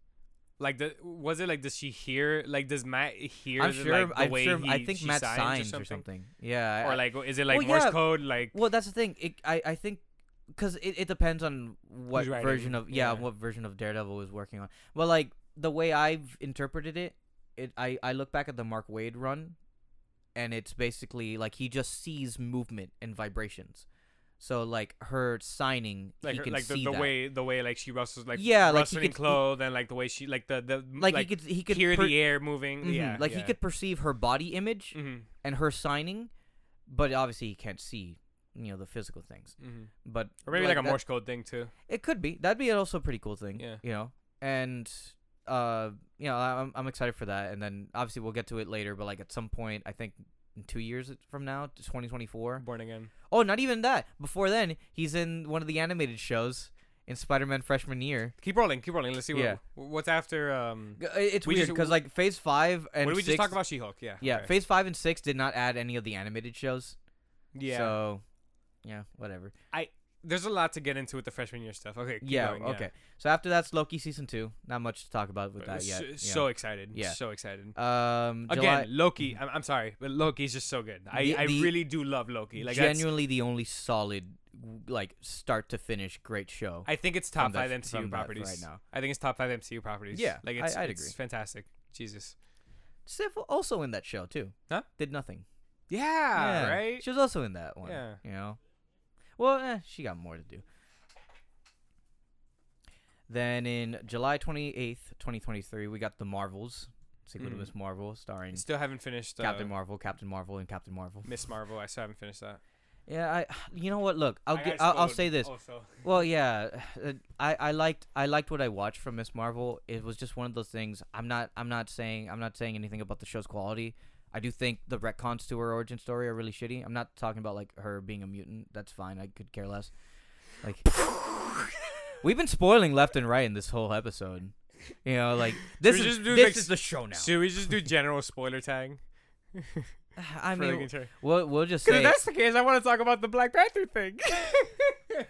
S2: Like, the, was it like does she hear? Like, does Matt hear?
S1: I'm
S2: the,
S1: sure.
S2: like, the
S1: I'm
S2: way
S1: sure. I
S2: he-
S1: think
S2: she
S1: Matt
S2: signs,
S1: signs
S2: or something.
S1: Yeah. I-
S2: Or like, is it like
S1: Well,
S2: Morse
S1: yeah.
S2: code? Like,
S1: Well, that's the thing. It, I I think because it, it depends on what
S2: Who's writing,
S1: version of yeah,
S2: yeah.
S1: what version of Daredevil was working on. Well, like the way I've interpreted it, it I I look back at the Mark Wade run, and it's basically like he just sees movement and vibrations. So like her signing,
S2: like,
S1: he
S2: her-
S1: can
S2: like
S1: see
S2: the, the
S1: that.
S2: way the way like she rustles like
S1: Yeah, like, he
S2: rustling
S1: could- he-
S2: clothes and like the way she like the the
S1: like, he could he could
S2: hear
S1: per-
S2: the air moving.
S1: mhm,
S2: Yeah,
S1: like
S2: yeah.
S1: he could perceive her body image
S2: Mhm,
S1: and her signing, but obviously he can't see you know the physical things.
S2: mhm.
S1: But
S2: Or maybe like, a
S1: Mm-hmm. that-
S2: Morse code thing too.
S1: It could be. That'd be also a pretty cool thing.
S2: Yeah.
S1: You know, and uh, you know, I- I'm I'm excited for that. And then obviously we'll get to it later. But like at some point, I think in two years from now, 2024.
S2: Born again.
S1: Oh, not even that. Before then, he's in one of the animated shows in Spider-Man freshman year.
S2: Keep rolling. Keep rolling. Let's see what
S1: Yeah.
S2: what's after. Um,
S1: G- uh, It's
S2: We
S1: weird
S2: just-
S1: because like Phase Five and
S2: what did we
S1: six,
S2: just talk about? She Hulk. Yeah.
S1: Yeah,
S2: okay.
S1: Phase Five and Six did not add any of the animated shows.
S2: yeah.
S1: So, yeah, whatever.
S2: There's a lot to get into with the freshman year stuff. Okay. keep
S1: Yeah,
S2: going,
S1: okay. So after that's Loki season two. Not much to talk about with
S2: Uh,
S1: that yet.
S2: So,
S1: yeah.
S2: so excited.
S1: Yeah.
S2: So excited.
S1: um, July-
S2: Again, Loki. I'm, I'm sorry, but Loki's just so good. I,
S1: The-
S2: I
S1: the
S2: really do love Loki. Like that's-
S1: genuinely the only solid like start to finish great show.
S2: I think it's top
S1: from that-
S2: five
S1: from
S2: MCU
S1: that
S2: properties
S1: right now.
S2: I think it's top five MCU properties.
S1: Yeah,
S2: like
S1: I-
S2: it's,
S1: I'd
S2: it's
S1: agree.
S2: fantastic. Jesus.
S1: Sif also in that show too.
S2: Huh?
S1: Did nothing.
S2: Yeah,
S1: Yeah,
S2: right.
S1: She was also in that one.
S2: Yeah.
S1: You know. Well, eh, she got more to do. Then in July 28th, 2023, we got The Marvels, sequel
S2: Mhm.
S1: to Miss Marvel, starring
S2: Still haven't finished uh,
S1: Captain Marvel, Captain Marvel, and Captain Marvel.
S2: Miss Marvel. I still haven't finished that.
S1: Yeah, I. You know what? Look, I'll
S2: I
S1: gi-
S2: got
S1: I'll, I'll
S2: spoiled
S1: say this.
S2: Also.
S1: Well, yeah, uh, I, I liked I liked what I watched from Miss Marvel. It was just one of those things. I'm not I'm not saying I'm not saying anything about the show's quality. I do think the retcons to her origin story are really shitty. I'm not talking about like her being a mutant. That's fine. I could care less. Like we've been spoiling left and right in this whole episode. You know, like this
S2: we
S1: is
S2: just do,
S1: this
S2: like,
S1: is the show now.
S2: Should we just do general spoiler tag?
S1: I
S2: for the
S1: mean,
S2: entire-
S1: we'll we'll just
S2: 'Cause
S1: say.
S2: if that's the case, I want to talk about the Black Panther thing.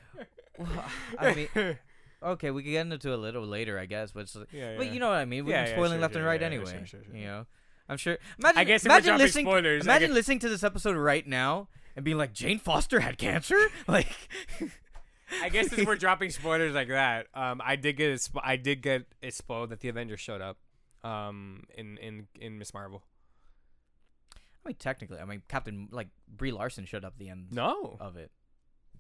S1: Well, I mean,
S2: yeah,
S1: okay, we can get into it a little later, I guess. But it's
S2: yeah.
S1: But you know what I mean. We've
S2: Yeah,
S1: been
S2: yeah,
S1: spoiling
S2: sure,
S1: left
S2: sure,
S1: and right
S2: yeah, yeah,
S1: anyway.
S2: sure, sure, sure.
S1: You know, I'm sure. Imagine,
S2: I guess if we're
S1: imagine
S2: dropping
S1: listening.
S2: spoilers, I
S1: imagine
S2: guess-
S1: listening to this episode right now and being like, Jane Foster had cancer. Like,
S2: I guess since we're dropping spoilers like that, um, I did get it spo- I did get it spoiled that the Avengers showed up, um, in in in Miss Marvel.
S1: I mean, technically, I mean, Captain like Brie Larson showed up the end
S2: No,
S1: of it.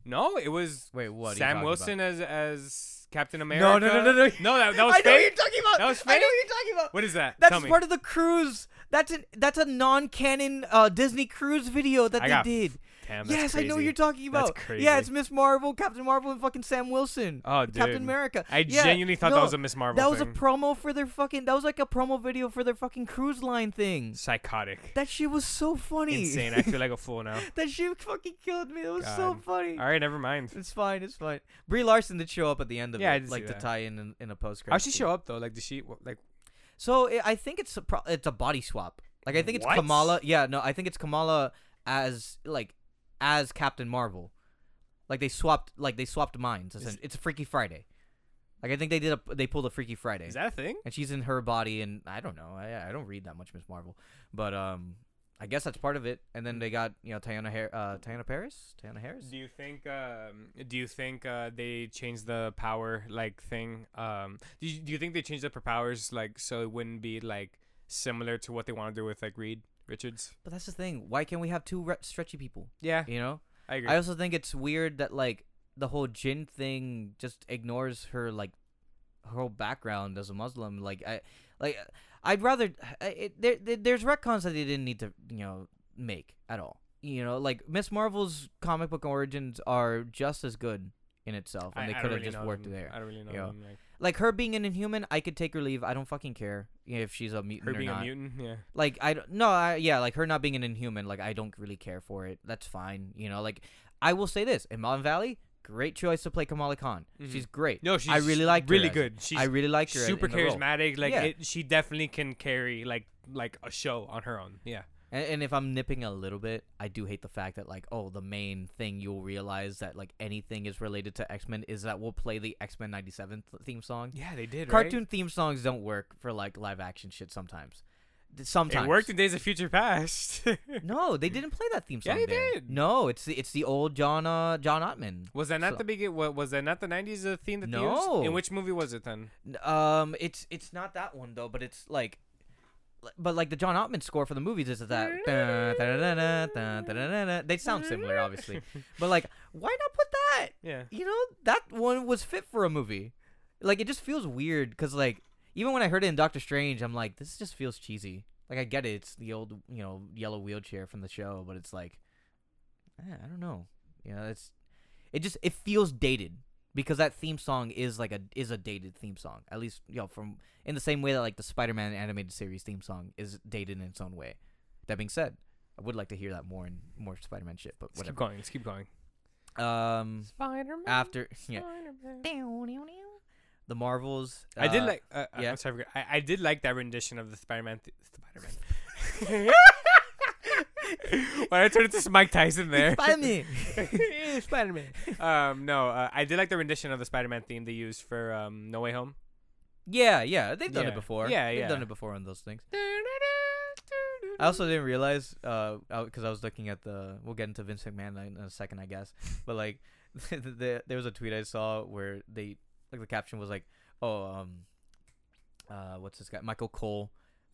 S2: no, it was
S1: Wait, what? are you
S2: Sam
S1: talking
S2: Wilson as as Captain America.
S1: About? No, no, no, no, no.
S2: no. That, that was
S1: I know what you're
S2: fake.
S1: talking about.
S2: That was
S1: I know
S2: fake?
S1: what you're talking about.
S2: What is that?
S1: That's
S2: Tell me.
S1: part of the cruise. That's an that's a non-canon uh, Disney cruise video that
S2: I
S1: they
S2: got
S1: did.
S2: Damn, that's
S1: Yes, I know what
S2: crazy.
S1: you're talking
S2: That's
S1: about. Yeah,
S2: crazy.
S1: it's Miss Marvel, Captain Marvel, and fucking Sam Wilson.
S2: Oh,
S1: and Captain
S2: dude.
S1: America.
S2: I
S1: Yeah,
S2: genuinely thought
S1: no,
S2: that was a Miss Marvel.
S1: That was a
S2: thing.
S1: promo for their fucking. That was like a promo video for their fucking cruise line thing.
S2: psychotic,
S1: That shit was so funny.
S2: insane. I feel like a fool now.
S1: that shit fucking killed me. It was so
S2: God.
S1: funny.
S2: All right, never mind.
S1: It's fine. It's fine. Brie Larson did show up at the end of
S2: Yeah, I
S1: it,
S2: did see
S1: like to
S2: that.
S1: tie in in, in a post.
S2: How'd she show up though? Like, did she wh- like?
S1: So i I think it's a pro- it's a body swap. Like I think it's
S2: What?
S1: Kamala. Yeah, no, I think it's Kamala as like as Captain Marvel. Like they swapped like they swapped minds.
S2: Is-
S1: essen- it's a Freaky Friday. Like I think they did a they pulled a Freaky Friday.
S2: Is that a thing?
S1: and she's in her body and I don't know. I I don't read that much Miss Marvel. But um I guess that's part of it. And then they got, you know, Tiana Har- uh Tiana Paris, Tiana Harris.
S2: Do you think? Um, do you think uh, they changed the power like thing? Um, do you, do you think they changed the per- powers like so it wouldn't be like similar to what they want to do with like Reed Richards?
S1: But that's the thing. Why can't we have two re- stretchy people,
S2: Yeah,
S1: you know?
S2: I agree.
S1: I also think it's weird that like the whole jinn thing just ignores her like her whole background as a Muslim. Like I like I'd rather I- it, there, there there's retcons that they didn't need to you know make at all. You know, like Miss Marvel's comic book origins are just as good in itself, and
S2: I-
S1: they
S2: I
S1: could
S2: don't
S1: have
S2: really
S1: just
S2: know
S1: worked
S2: them.
S1: there.
S2: I don't really know.
S1: Yeah.
S2: them, like,
S1: Like her being an Inhuman, I could take or leave. I don't fucking care if she's a mutant
S2: her
S1: or
S2: being
S1: not
S2: a mutant. Yeah.
S1: like I don't- no I, yeah like her not being an inhuman like I don't really care for it that's fine you know like I will say this Iman Valley great choice to play Kamala Khan
S2: Mhm.
S1: she's great
S2: No, she's
S1: I really liked her
S2: really
S1: as-
S2: good. She's
S1: I really liked her
S2: super
S1: in the role.
S2: charismatic. Like
S1: Yeah.
S2: it, she definitely can carry like like a show on her own. Yeah.
S1: and, and if I'm nipping a little bit I do hate the fact that like oh the main thing you'll realize that like anything is related to X Men is that we'll play the X Men '97 theme song
S2: Yeah, they did. right?
S1: cartoon theme songs don't work for like live action shit sometimes D- sometimes
S2: It worked in Days of Future Past.
S1: no, they didn't play that theme
S2: Yeah,
S1: song.
S2: they
S1: there.
S2: did.
S1: No, it's the it's the old John uh, John Ottman.
S2: Was that not
S1: So-
S2: the big? What was that not the '90s uh, theme that they used?
S1: No.
S2: In which movie was it then?
S1: N- Um, it's it's not that one though, but it's like, li- but like the John Ottman score for the movies is that da- da-da-da-da, da-da-da-da. they sound similar, obviously. But like, why not put that?
S2: Yeah.
S1: You know, that one was fit for a movie. Like, it just feels weird because like, even when I heard it in Doctor Strange, I'm like, this just feels cheesy. Like, I get it, it's the old you know yellow wheelchair from the show, but it's like, eh, I don't know. You know, it's it just it feels dated because that theme song is like a is a dated theme song. At least you know from in the same way that like the Spider-Man animated series theme song is dated in its own way. That being said, I would like to hear that more and more Spider-Man shit, but
S2: Let's keep
S1: whatever.
S2: going. Let's keep going.
S1: Um,
S2: Spider-Man.
S1: after yeah,
S2: Spider-Man.
S1: the Marvels.
S2: I did
S1: uh,
S2: like. Uh, yeah.
S1: yeah.
S2: I'm sorry. I, forgot- I I did like that rendition of the Spider-Man. Th- Spider-Man. when I turned into Mike Tyson there.
S1: Spider-Man.
S2: Spider-Man. um, no, uh, I did like the rendition of the Spider-Man theme they used for um, No Way Home.
S1: Yeah, yeah, they've done
S2: Yeah.
S1: it before.
S2: Yeah,
S1: they've
S2: yeah.
S1: done it before on those things. I also didn't realize, uh, because I was looking at the. We'll get into Vince McMahon in a second, I guess. But like, the, there was a tweet I saw where they like the caption was like, "Oh, um, uh, what's this guy? Michael Cole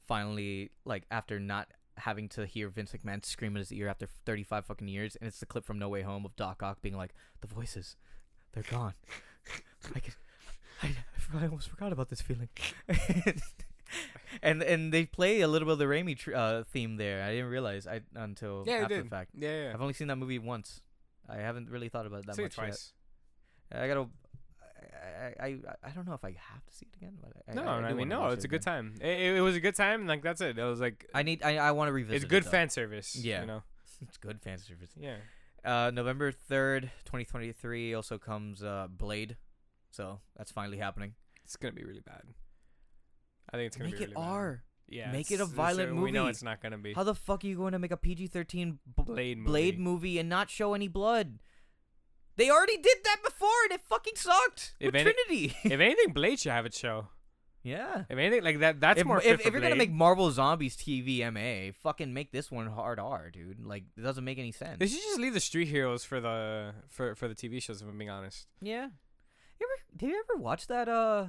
S1: finally like after not having to hear Vince McMahon scream in his ear after 35 fucking years, and it's the clip from No Way Home of Doc Ock being like, "The voices, they're gone. I can, I, forgot, I almost forgot about this feeling. and and they play a little bit of the Raimi tr- uh, theme there. I didn't realize I until
S2: Yeah, it
S1: after the
S2: did.
S1: fact.
S2: Yeah, yeah.
S1: I've only seen that movie once. I haven't really thought about it that
S2: Seen it
S1: much yet. I gotta. I, I I- I don't know if I have to see it again, but I,
S2: No,
S1: I,
S2: I,
S1: do
S2: mean,
S1: wanna
S2: no,
S1: watch
S2: it's
S1: it
S2: a good
S1: again.
S2: time. It, it, it was a good time. Like that's it. It was like
S1: I need. I, I want to revisit.
S2: it's
S1: it,
S2: good
S1: though.
S2: fan service. Yeah,
S1: Yeah.
S2: you know.
S1: It's good fan service.
S2: Yeah.
S1: Uh, November third, twenty twenty three. Also comes uh, Blade, so that's finally happening.
S2: It's gonna be really bad. I think it's gonna
S1: Make
S2: be
S1: it
S2: really bad.
S1: R.
S2: Yeah,
S1: Make it
S2: it's-
S1: a
S2: it's-
S1: violent
S2: We know
S1: movie.
S2: it's not gonna be
S1: How the fuck are you going to make a PG thirteen
S2: Blade movie.
S1: Blade movie and not show any blood? They already did that before, and it fucking sucked.
S2: If
S1: With
S2: any-
S1: Trinity.
S2: if anything, Blade should have its show.
S1: yeah.
S2: If anything, like that, that's
S1: if,
S2: more. fit
S1: if,
S2: for
S1: if you're gonna
S2: Blade.
S1: make Marvel Zombies TVMA, fucking make this one hard R, dude. Like it doesn't make any sense.
S2: They should just leave the street heroes for the for for the TV shows. If I'm being honest,
S1: yeah. You ever did you ever watch that uh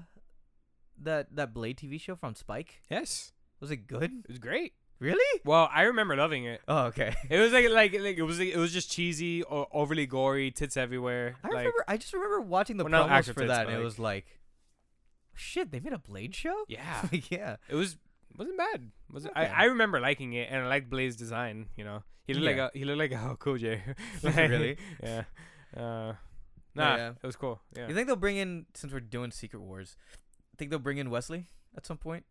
S1: that that Blade TV show from Spike?
S2: yes,
S1: Was it good?
S2: it was great.
S1: Really?
S2: Well, I remember loving it.
S1: Oh, okay.
S2: It was like like like it was like, it was just cheesy, o- overly gory, tits everywhere.
S1: I
S2: like,
S1: remember. I just remember watching the
S2: Well, not
S1: promos
S2: actor
S1: for
S2: tits,
S1: that,
S2: but,
S1: and it
S2: like-
S1: was like, shit, they made a Blade show.
S2: Yeah,
S1: Like, yeah.
S2: it was wasn't bad. Was I,
S1: Okay.
S2: I remember liking it, and I liked Blade's design. You know, he looked
S1: Yeah.
S2: like a, he looked like a oh, cool J.
S1: Really?
S2: Yeah. Uh,
S1: No,
S2: nah,
S1: yeah.
S2: it was cool. Yeah.
S1: You think they'll bring in since we're doing Secret Wars? Think they'll bring in Wesley at some point?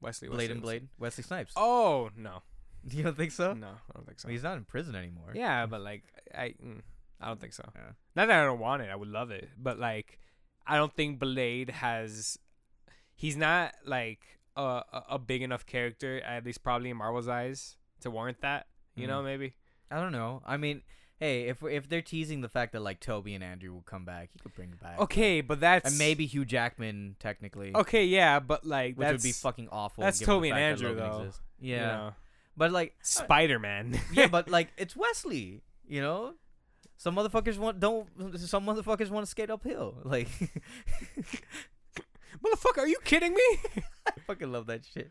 S2: Wesley,
S1: Blade and
S2: Wesley
S1: Blade, Wesley Snipes.
S2: was- Oh no,
S1: You don't think so?
S2: no, I don't think so.
S1: He's not in prison anymore.
S2: Yeah, but like I, mm, I don't think so.
S1: Yeah.
S2: Not that I don't want it, I would love it, but like I don't think Blade has. He's not like a a, a big enough character, at least probably in Marvel's eyes, to warrant that. You know,
S1: Mhm.
S2: maybe.
S1: I don't know. I mean, hey, if if they're teasing the fact that like Toby and Andrew will come back, you could bring back.
S2: Okay, but that's
S1: And maybe Hugh Jackman technically,
S2: Okay, yeah, but like
S1: which
S2: that's
S1: would be fucking awful.
S2: that's
S1: given the
S2: Toby and
S1: fact that
S2: Andrew,
S1: Logan
S2: though.
S1: exists.
S2: you
S1: Yeah,
S2: know,
S1: but like, I-
S2: Spider Man.
S1: yeah, but like it's Wesley, you know. Some motherfuckers want don't. Some motherfuckers want to skate uphill. Like,
S2: motherfucker, are you kidding me?
S1: I fucking love that shit.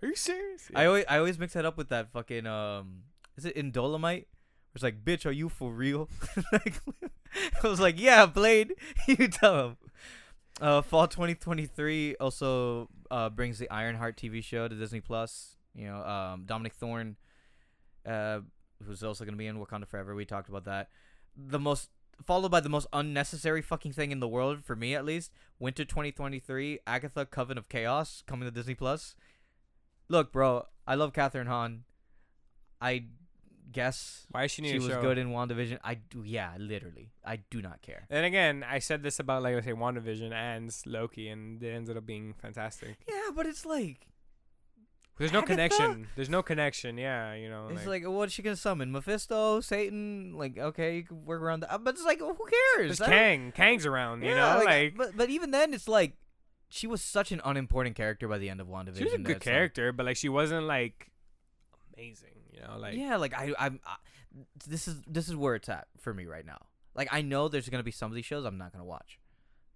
S2: Are you serious?
S1: I always I always mix that up with that fucking um. Is it in Dolomite? It's like, bitch, are you for real? like, I was like, yeah, Blade, you tell him. Uh, fall 2023 also uh, brings the Ironheart TV show to Disney Plus. You know, um, Dominic Thorne, uh, who's also gonna be in Wakanda Forever. We talked about that. The most followed by the most unnecessary fucking thing in the world for me, at least. Winter 2023, Agatha Coven of Chaos coming to Disney Plus. Look, bro, I love Catherine Hahn. I guess
S2: Why does she need
S1: she
S2: a
S1: was
S2: show?
S1: good in WandaVision. I do, yeah, literally. I do not care.
S2: And again, I said this about like I say WandaVision and Loki, and it ended up being fantastic.
S1: Yeah, but it's like,
S2: There's no
S1: Agatha?
S2: connection. There's no connection. Yeah, you know.
S1: it's
S2: like,
S1: like, what's she gonna summon? Mephisto, Satan? Like, okay, you can work around that. But it's like, who cares?
S2: there's
S1: I don't-
S2: Kang. Kang's around. You know, like,
S1: but but even then, it's like, she was such an unimportant character by the end of WandaVision.
S2: she was a
S1: that
S2: good
S1: it's like-
S2: character, but like she wasn't like amazing. You know, like
S1: yeah, like I, I'm. I, this is this is where it's at for me right now. Like I know there's gonna be some of these shows I'm not gonna watch.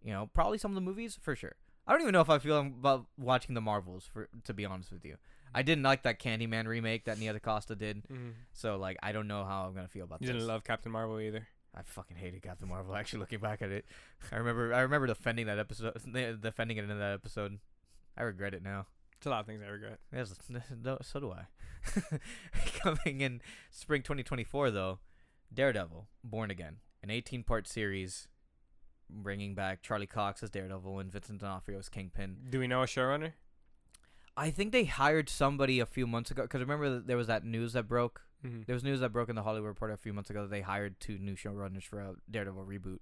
S1: You know, probably some of the movies for sure. I don't even know if I feel about watching the Marvels. For to be honest with you, I didn't like that Candyman remake that Nia DaCosta did.
S2: mhm.
S1: So like, I don't know how I'm gonna feel about
S2: you
S1: this.
S2: didn't love Captain Marvel either.
S1: I fucking hated Captain Marvel. Actually, looking back at it, I remember I remember defending that episode, defending it in that episode. I regret it now.
S2: It's a lot of things I regret.
S1: Yes, no, so do I. Coming in spring 2024, though, Daredevil, Born Again, an 18 part series bringing back Charlie Cox as Daredevil and Vincent D'Onofrio as Kingpin.
S2: Do we know a showrunner?
S1: I think they hired somebody a few months ago because remember that there was that news that broke.
S2: Mm-hmm.
S1: There was news that broke in the Hollywood Reporter a few months ago that they hired two new showrunners for a Daredevil reboot.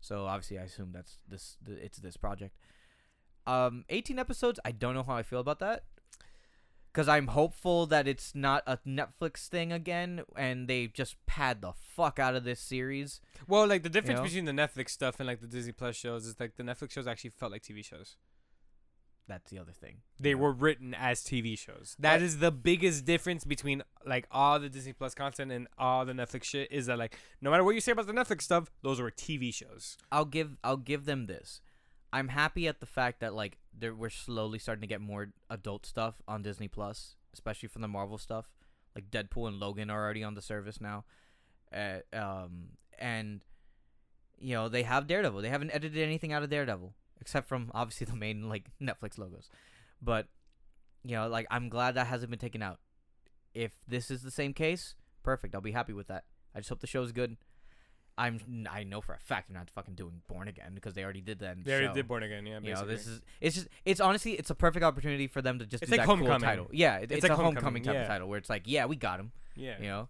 S1: So obviously, I assume that's this. th- It's this project. Um, 18 episodes. I don't know how I feel about that. Cause I'm hopeful that it's not a Netflix thing again, and they just pad the fuck out of this series.
S2: Well, like the difference
S1: know?
S2: between the Netflix stuff and like the Disney Plus shows is like the Netflix shows actually felt like TV shows.
S1: That's the other thing.
S2: They
S1: Yeah.
S2: were written as TV shows. That
S1: I-
S2: is the biggest difference between like all the Disney Plus content and all the Netflix shit is that like no matter what you say about the Netflix stuff, those were TV shows.
S1: I'll give I'll give them this. I'm happy at the fact that like there, we're slowly starting to get more adult stuff on Disney Plus, especially from the Marvel stuff. Like Deadpool and Logan are already on the service now, uh, um, and you know they have Daredevil. They haven't edited anything out of Daredevil except from obviously the main like Netflix logos. But you know, like I'm glad that hasn't been taken out. If this is the same case, perfect. I'll be happy with that. I just hope the show's good. I'm I know for a fact they're not fucking doing Born Again because they already did that. in the
S2: They already
S1: show.
S2: did Born Again, yeah.
S1: You know,
S2: Basically.
S1: this is it's just it's honestly it's a perfect opportunity for them to just
S2: It's
S1: do that
S2: like
S1: cool
S2: Homecoming.
S1: title. Yeah, it- it's,
S2: like
S1: a homecoming,
S2: Homecoming,
S1: type
S2: yeah.
S1: of title where it's like, yeah, we got him,
S2: yeah.
S1: you know,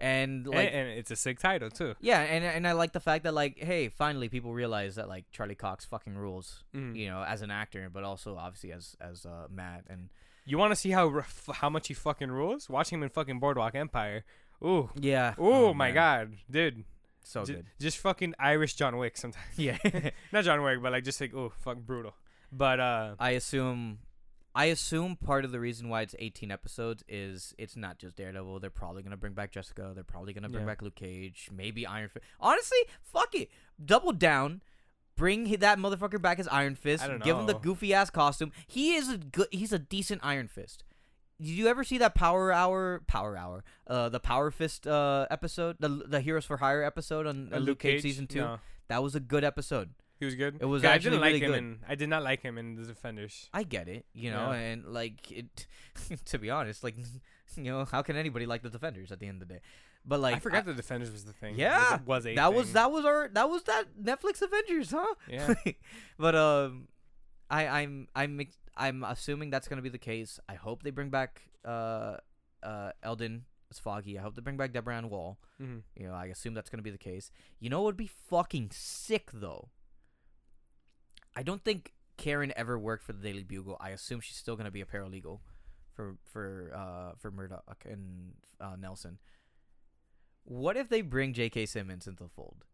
S1: and
S2: And-
S1: like
S2: and, it's a sick title too.
S1: yeah, and and I like the fact that like, hey, finally people realize that like Charlie Cox fucking rules,
S2: Mm.
S1: you know, as an actor, but also obviously as as uh, Matt and
S2: You want to see how rough- how much he fucking rules? Watch him in fucking Boardwalk Empire. Ooh,
S1: yeah.
S2: ooh, my
S1: Oh, man,
S2: god, dude,
S1: so
S2: Ju-
S1: good.
S2: just fucking Irish John Wick sometimes.
S1: Yeah,
S2: Not John Wick, but like just like ooh, fuck brutal. But uh,
S1: I assume. I assume part of the reason why it's 18 episodes is it's not just Daredevil. They're probably gonna bring back Jessica. They're probably gonna bring
S2: Yeah.
S1: back Luke Cage. Maybe Iron Fist. Honestly, fuck it. Double down. Bring hi- that motherfucker back as Iron Fist.
S2: I don't
S1: Give him the
S2: know.
S1: goofy ass costume. He is a good. He's a decent Iron Fist. Did you ever see that Power Hour? Power Hour. Uh, the Power Fist uh episode, the the Heroes for Hire episode on
S2: uh,
S1: uh, Luke, Cage, season two.
S2: no,
S1: That was a good episode.
S2: he was good.
S1: It was
S2: Yeah,
S1: actually
S2: I didn't like
S1: really
S2: him
S1: good.
S2: in I did not like him in the Defenders.
S1: I get it, you know,
S2: Yeah.
S1: and like it. to be honest, like you know, how can anybody like the Defenders at the end of the day? But like,
S2: I forgot the Defenders was the thing. It
S1: Yeah,
S2: was, it was a
S1: that was
S2: thing.
S1: that was our that was that Netflix Avengers, huh?
S2: Yeah,
S1: but um, I I'm I'm ex- I'm assuming that's gonna be the case. I hope they bring back uh uh Eldon as Foggy. I hope they bring back Deborah Ann Wall.
S2: Mhm.
S1: You know, I assume that's gonna be the case. You know, what would be fucking sick though. I don't think Karen ever worked for the Daily Bugle. I assume she's still gonna be a paralegal for for uh for Murdoch and uh, Nelson. What if they bring J.K. Simmons into the fold?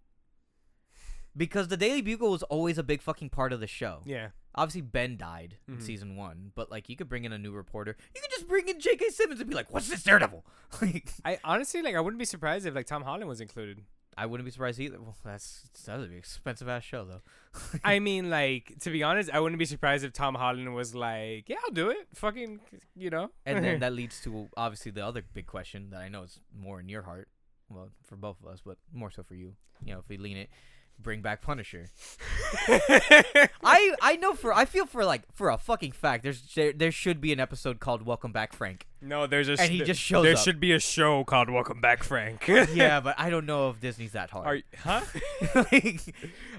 S1: Because the Daily Bugle was always a big fucking part of the show.
S2: yeah.
S1: Obviously, Ben died in
S2: Mhm.
S1: season one, but like you could bring in a new reporter. You could just bring in J.K. Simmons and be like, "What's this Daredevil?" Like,
S2: I honestly like I wouldn't be surprised if like Tom Holland was included.
S1: I wouldn't be surprised either. Well, that's that would be an expensive ass show though.
S2: I mean, like to be honest, I wouldn't be surprised if Tom Holland was like, "Yeah, I'll do it." Fucking, you know.
S1: And then that leads to obviously the other big question that I know is more in your heart. Well, for both of us, but more so for you. You know, if we lean it, bring back Punisher. I I know for I feel for like for a fucking fact. There's there, there should be an episode called "Welcome Back, Frank."
S2: no, there's a.
S1: And he
S2: th-
S1: just shows
S2: There
S1: up.
S2: should be a show called Welcome Back, Frank.
S1: yeah, but I don't know if Disney's that
S2: Are
S1: hard.
S2: y- huh?
S1: Like,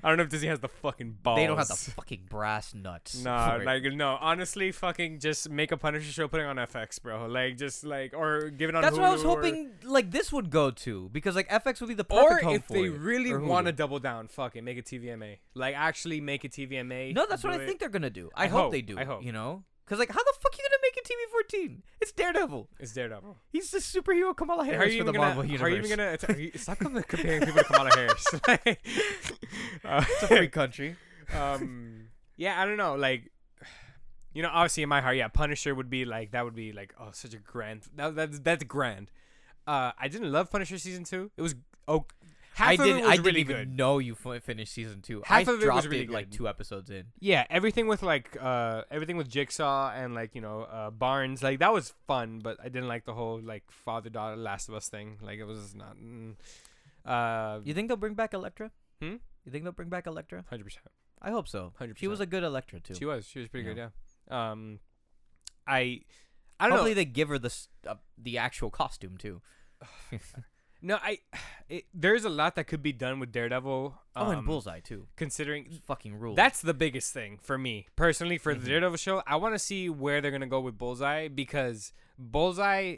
S2: I don't know if Disney has the fucking balls.
S1: they don't have the fucking brass nuts.
S2: Nah,
S1: for it.
S2: like no. Honestly, fucking just make a Punisher show, put it on FX, bro. Like just like or give it on.
S1: that's what I was
S2: Hulu or-
S1: hoping. Like this would go to because like FX would be the
S2: Or
S1: perfect home
S2: if
S1: for
S2: they
S1: it,
S2: really
S1: or
S2: want to
S1: Hulu.
S2: double down, fuck it, make a TVMA. Like actually make a TVMA.
S1: No, that's what
S2: do
S1: I
S2: it.
S1: think they're gonna do. I,
S2: I
S1: hope,
S2: hope,
S1: they do.
S2: I hope.
S1: You know, because like, how the fuck you gonna make it TV fourteen? It's Daredevil.
S2: It's Daredevil.
S1: He's the superhero Kamala
S2: How are
S1: Harris for
S2: you even
S1: the
S2: gonna?
S1: Marvel universe.
S2: How are you even gonna? It's, are you, stop com- comparing people to Kamala Harris. Uh,
S1: it's a free country.
S2: um, yeah, I don't know. Like, you know, obviously in my heart, yeah, Punisher would be like that. Would be like, oh, such a grand. That, that's that's grand. Uh, I didn't love Punisher season two. It was oh, half
S1: I
S2: of
S1: didn't.
S2: it
S1: I
S2: was
S1: didn't
S2: really
S1: even
S2: good.
S1: know you fi- finished season two.
S2: Half
S1: I
S2: of it was
S1: dropped
S2: really
S1: it like
S2: good.
S1: two episodes in.
S2: Yeah, everything with like uh everything with Jigsaw and like, you know, uh Barnes, like that was fun, but I didn't like the whole like father daughter Last of Us thing. Like it was not mm, uh
S1: You think they'll bring back Elektra?
S2: Hmm?
S1: You think they'll bring back Elektra?
S2: hundred percent.
S1: I hope so. She
S2: 100%.
S1: was a good Elektra too.
S2: She was. She was pretty
S1: Yeah.
S2: good, yeah. Um I I don't
S1: Hopefully they give her the s- uh, the actual costume too.
S2: know. No, I it, there's a lot that could be done with Daredevil.
S1: oh, and
S2: um,
S1: Bullseye too.
S2: Considering
S1: It's fucking rule.
S2: That's the biggest thing for me personally for
S1: Mhm.
S2: the Daredevil show. I want to see where they're gonna go with Bullseye because Bullseye,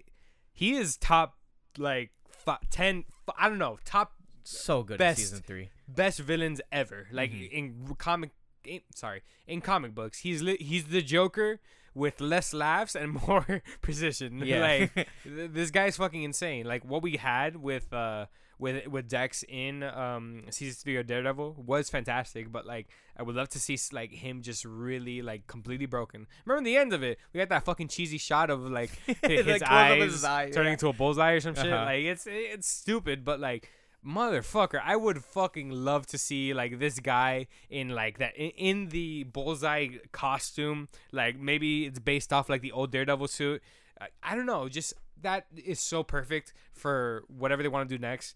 S2: he is top like fi- ten. f- I don't know, top
S1: so good
S2: best-
S1: in season three.
S2: best villains ever. Like
S1: Mhm.
S2: in comic, in, sorry, in comic books, he's li- he's the Joker with less laughs and more precision. like th- this guy's fucking insane. Like what we had with uh with with Dex in um season three of Daredevil was fantastic, but like I would love to see s- like him just really like completely broken. Remember the end of it, we got that fucking cheesy shot of like hi-
S1: The
S2: his
S1: close up of
S2: eyes
S1: his eye,
S2: turning
S1: yeah.
S2: into a bullseye or some shit.
S1: Uh-huh.
S2: Like it's it's stupid, but like. Motherfucker, I would fucking love to see like this guy in like that in, in the bullseye costume. Like maybe it's based off like the old Daredevil suit, I, I don't know. Just that is so perfect for whatever they want to do next.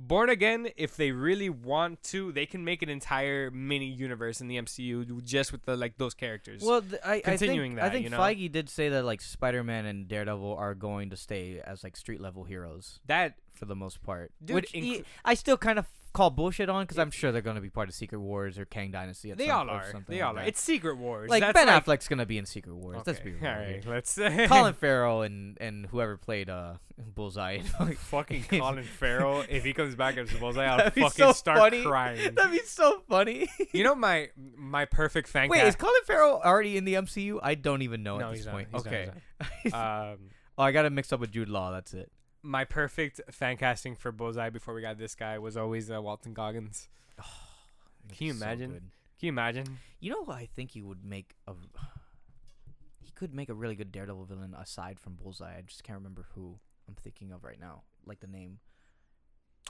S2: Born Again, if they really want to, they can make an entire mini universe in the MCU just with the like those characters.
S1: Well, th- I,
S2: Continuing
S1: I think, I
S2: that,
S1: think
S2: you know?
S1: Feige did say that like Spider-Man and Daredevil are going to stay as like street level heroes
S2: that
S1: for the most part.
S2: Dude,
S1: which
S2: inclu-
S1: e- I still kind of call bullshit on because I'm sure they're going to be part of Secret Wars or Kang Dynasty. At
S2: they
S1: some,
S2: all
S1: or
S2: are.
S1: Something
S2: They
S1: like
S2: all are.
S1: that.
S2: It's Secret Wars.
S1: like
S2: That's
S1: Ben
S2: like,
S1: Affleck's going to be in Secret Wars. Let's be
S2: Okay,
S1: real.
S2: All
S1: dude.
S2: right, let's.
S1: Colin Farrell and and whoever played uh Bullseye.
S2: fucking Colin Farrell. If he comes back as Bullseye, I'll
S1: That'd be
S2: fucking
S1: so
S2: start
S1: funny.
S2: crying.
S1: That'd be so funny.
S2: You know my my perfect fan
S1: Wait, is
S2: cast.
S1: Colin Farrell already in the MCU? I don't even know
S2: no,
S1: at this
S2: he's not.
S1: point.
S2: He's not,
S1: okay.
S2: he's not. Um,
S1: oh, I got it mixed up with Jude Law. That's it.
S2: my perfect fan casting for Bullseye before we got this guy was always uh, Walton Goggins. Can you
S1: It's so
S2: imagine?
S1: good.
S2: Can you imagine?
S1: You know who I think he would make a. He could make a really good Daredevil villain aside from Bullseye. I just can't remember who I'm thinking of right now. Like the name.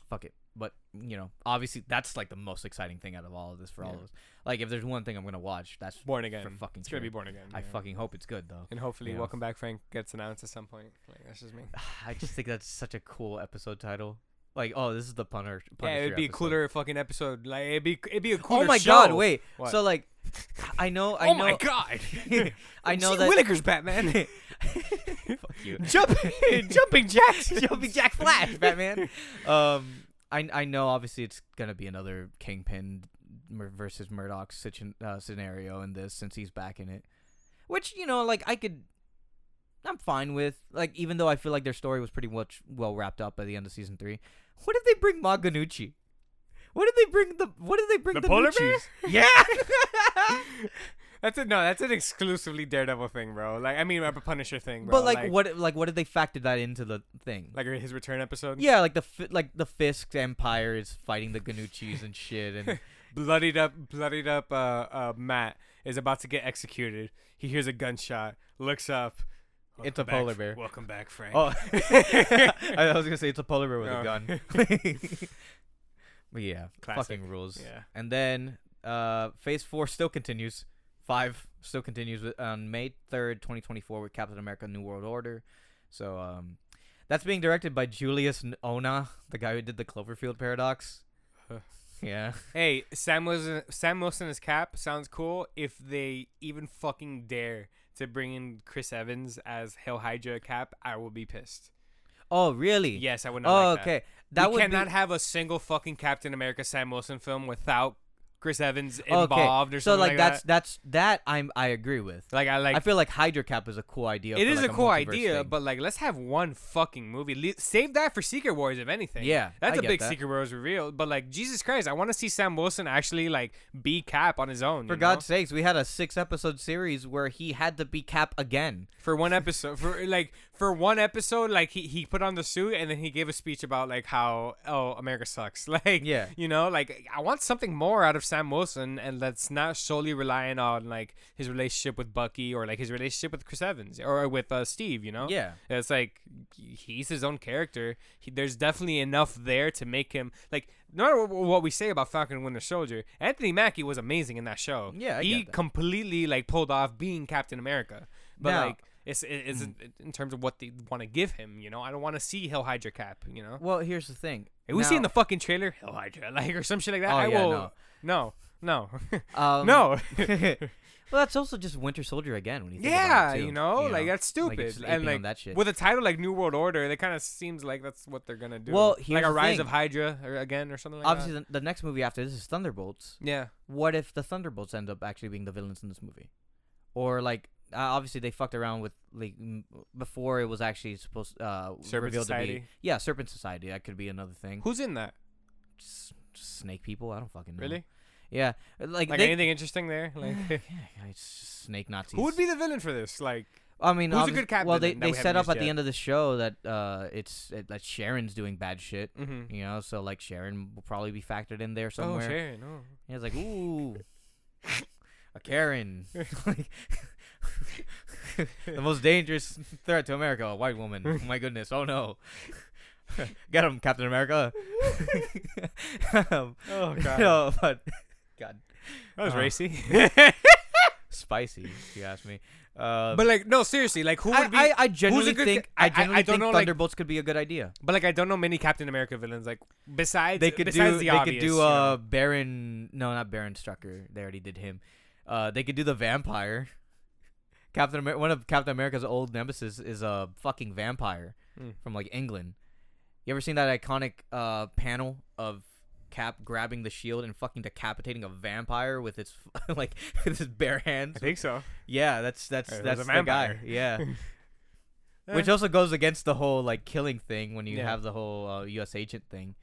S1: Fuck it. But, you know, obviously that's like the most exciting thing out of all of this for all
S2: Yeah.
S1: of us. Like, if there's one thing I'm going to watch, that's
S2: Born again.
S1: for fucking
S2: it's gonna be
S1: sure.
S2: born again.
S1: I
S2: yeah.
S1: fucking hope it's good, though.
S2: And hopefully,
S1: Yeah.
S2: Welcome Back Frank gets announced at some point. Like that's just me.
S1: I just think that's such a cool episode title. Like, oh, this is the punter.
S2: Yeah,
S1: Punisher
S2: it'd be a
S1: episode.
S2: cooler fucking episode. Like it'd be it'd be a cooler.
S1: Oh my
S2: show.
S1: god! Wait.
S2: What?
S1: So like, I know. I
S2: oh
S1: know.
S2: my god!
S1: I know
S2: See
S1: that.
S2: Willikers Batman.
S1: Fuck you.
S2: jumping, jumping jacks.
S1: Jumping Jack Flash, Batman. Um, I I know. Obviously, it's gonna be another Kingpin mur- versus Murdoch situ- uh, scenario in this, since he's back in it. Which you know, like I could, I'm fine with. Like even though I feel like their story was pretty much well wrapped up by the end of season three. What if they bring Ma Ganucci? What did they bring the? What did they bring
S2: The
S1: the,
S2: polar bear?
S1: Nucci's? Yeah.
S2: That's a no. That's an exclusively Daredevil thing, bro. Like I mean, a Punisher thing, bro.
S1: but like, what? Like what did they factor that into the thing?
S2: Like his return episode.
S1: Yeah, like the fi- like the Fisk Empire is fighting the Ganuchis and shit, and
S2: bloodied up, bloodied up. Uh, uh, Matt is about to get executed. He hears a gunshot, looks up.
S1: It's a
S2: "Welcome back-
S1: polar bear."
S2: Welcome back, Frank.
S1: oh, I was gonna say it's a polar bear with
S2: Oh.
S1: a gun. but yeah,
S2: Classic.
S1: fucking rules.
S2: Yeah.
S1: And then uh, Phase Four still continues. Five still continues with, on May third, twenty twenty four, with Captain America: New World Order. So um, that's being directed by Julius N- Ona, the guy who did the Cloverfield Paradox.
S2: Huh.
S1: Yeah.
S2: Hey, Sam Wilson. Sam Wilson as Cap sounds cool. If they even fucking dare to bring in Chris Evans as Hail Hydra Cap, I will be pissed.
S1: Oh, really?
S2: Yes, I would not.
S1: Oh,
S2: like that.
S1: okay. That,
S2: That we
S1: would
S2: cannot
S1: be...
S2: have a single fucking Captain America Sam Wilson film without Chris Evans
S1: Okay,
S2: involved or
S1: so
S2: something
S1: like,
S2: like,
S1: that's
S2: that.
S1: that's that I'm I agree with.
S2: Like I like.
S1: I feel like Hydra Cap is a cool idea.
S2: it
S1: for,
S2: is
S1: like,
S2: a cool
S1: multiverse
S2: idea,
S1: thing.
S2: but like, let's have one fucking movie. Le- save that for Secret Wars, if anything.
S1: Yeah,
S2: that's
S1: I
S2: a
S1: get
S2: big
S1: that.
S2: Secret Wars reveal. But like, Jesus Christ, I want to see Sam Wilson actually like be Cap on his own.
S1: for
S2: you know?
S1: God's sakes, we had a six episode series where he had to be Cap again.
S2: for one episode for like for one episode like he, he put on the suit and then he gave a speech about like how oh america sucks like
S1: Yeah.
S2: you know like i want something more out of sam wilson and that's not solely relying on like his relationship with bucky or like his relationship with chris evans or with uh, steve you know
S1: Yeah.
S2: it's like he's his own character. He, there's definitely enough there to make him like. No matter what, what we say about Falcon and Winter Soldier, Anthony Mackie was amazing in that show.
S1: Yeah, I
S2: he
S1: get that.
S2: completely like pulled off being Captain America. But
S1: Now- Hmm.
S2: like, it's it, it's in terms of what they want to give him. You know, I don't want to see Hell Hydra Cap. You know,
S1: Well, here's the thing.
S2: if we
S1: Now-
S2: see in the fucking trailer Hell Hydra like or some shit like that,
S1: Oh,
S2: I
S1: yeah,
S2: will no no no.
S1: um,
S2: no.
S1: well, that's also just Winter Soldier again when you think
S2: Yeah,
S1: about it too,
S2: you know, like that's
S1: Like,
S2: stupid.
S1: it's just aping
S2: and
S1: on
S2: like
S1: that shit.
S2: with a title like New World Order, that kind of seems like that's what they're gonna do.
S1: Well,
S2: like
S1: here's
S2: a
S1: the
S2: Rise
S1: thing.
S2: of Hydra or, again or something like
S1: Obviously, the, the next movie after this is Thunderbolts.
S2: that. Yeah,
S1: What if the Thunderbolts end up actually being the villains in this movie, or like? Uh, obviously, they fucked around with like m- before it was actually supposed uh,
S2: Serpent
S1: revealed to be
S2: Society?
S1: yeah Serpent Society. That could be another thing.
S2: who's in that?
S1: s- snake people. I don't fucking know.
S2: Really?
S1: Yeah, like,
S2: Like
S1: Mm. they,
S2: anything interesting there? Like,
S1: yeah, it's just snake Nazis.
S2: who would be the villain for this? Like,
S1: I mean,
S2: who's a
S1: obvi-
S2: good cat
S1: Well, they,
S2: villain that
S1: they
S2: we haven't
S1: set up
S2: used
S1: at the
S2: yet?
S1: end of the show that uh, it's it, that Sharon's doing bad shit.
S2: hmm
S1: You know, so like Sharon will probably be factored in there
S2: oh,
S1: Mm-hmm. somewhere.
S2: Sharon. Oh.
S1: And it's like, ooh, a Karen, Like, the most dangerous threat to America, a white woman. Oh my goodness, oh no, get him, Captain America. Um,
S2: oh god,
S1: no, but God.
S2: that was
S1: Uh,
S2: racy.
S1: Sp- spicy, if you ask me. Uh,
S2: But like no, seriously, like who would
S1: I,
S2: be?
S1: I, I genuinely
S2: good
S1: think
S2: ca- I-
S1: I
S2: I-
S1: genuinely
S2: I don't
S1: think
S2: know, like-
S1: Thunderbolts could be a good idea.
S2: but like I don't know many Captain America villains. Like besides
S1: They could
S2: besides
S1: do
S2: the
S1: they
S2: obvious,
S1: could
S2: you
S1: do
S2: know?
S1: uh Baron no not Baron Strucker they already did him. Uh, they could do the vampire. Captain Amer- one of Captain America's old nemesis is a fucking vampire
S2: Mm.
S1: from like England. You ever seen that iconic uh panel of Cap grabbing the shield and fucking decapitating a vampire with its like with his bare
S2: I
S1: hands?
S2: think so.
S1: Yeah, that's that's
S2: Or it was
S1: that's
S2: a
S1: the guy.
S2: vampire.
S1: Yeah. Which also goes against the whole like killing thing when you
S2: Yeah.
S1: have the whole uh, U.S. agent thing,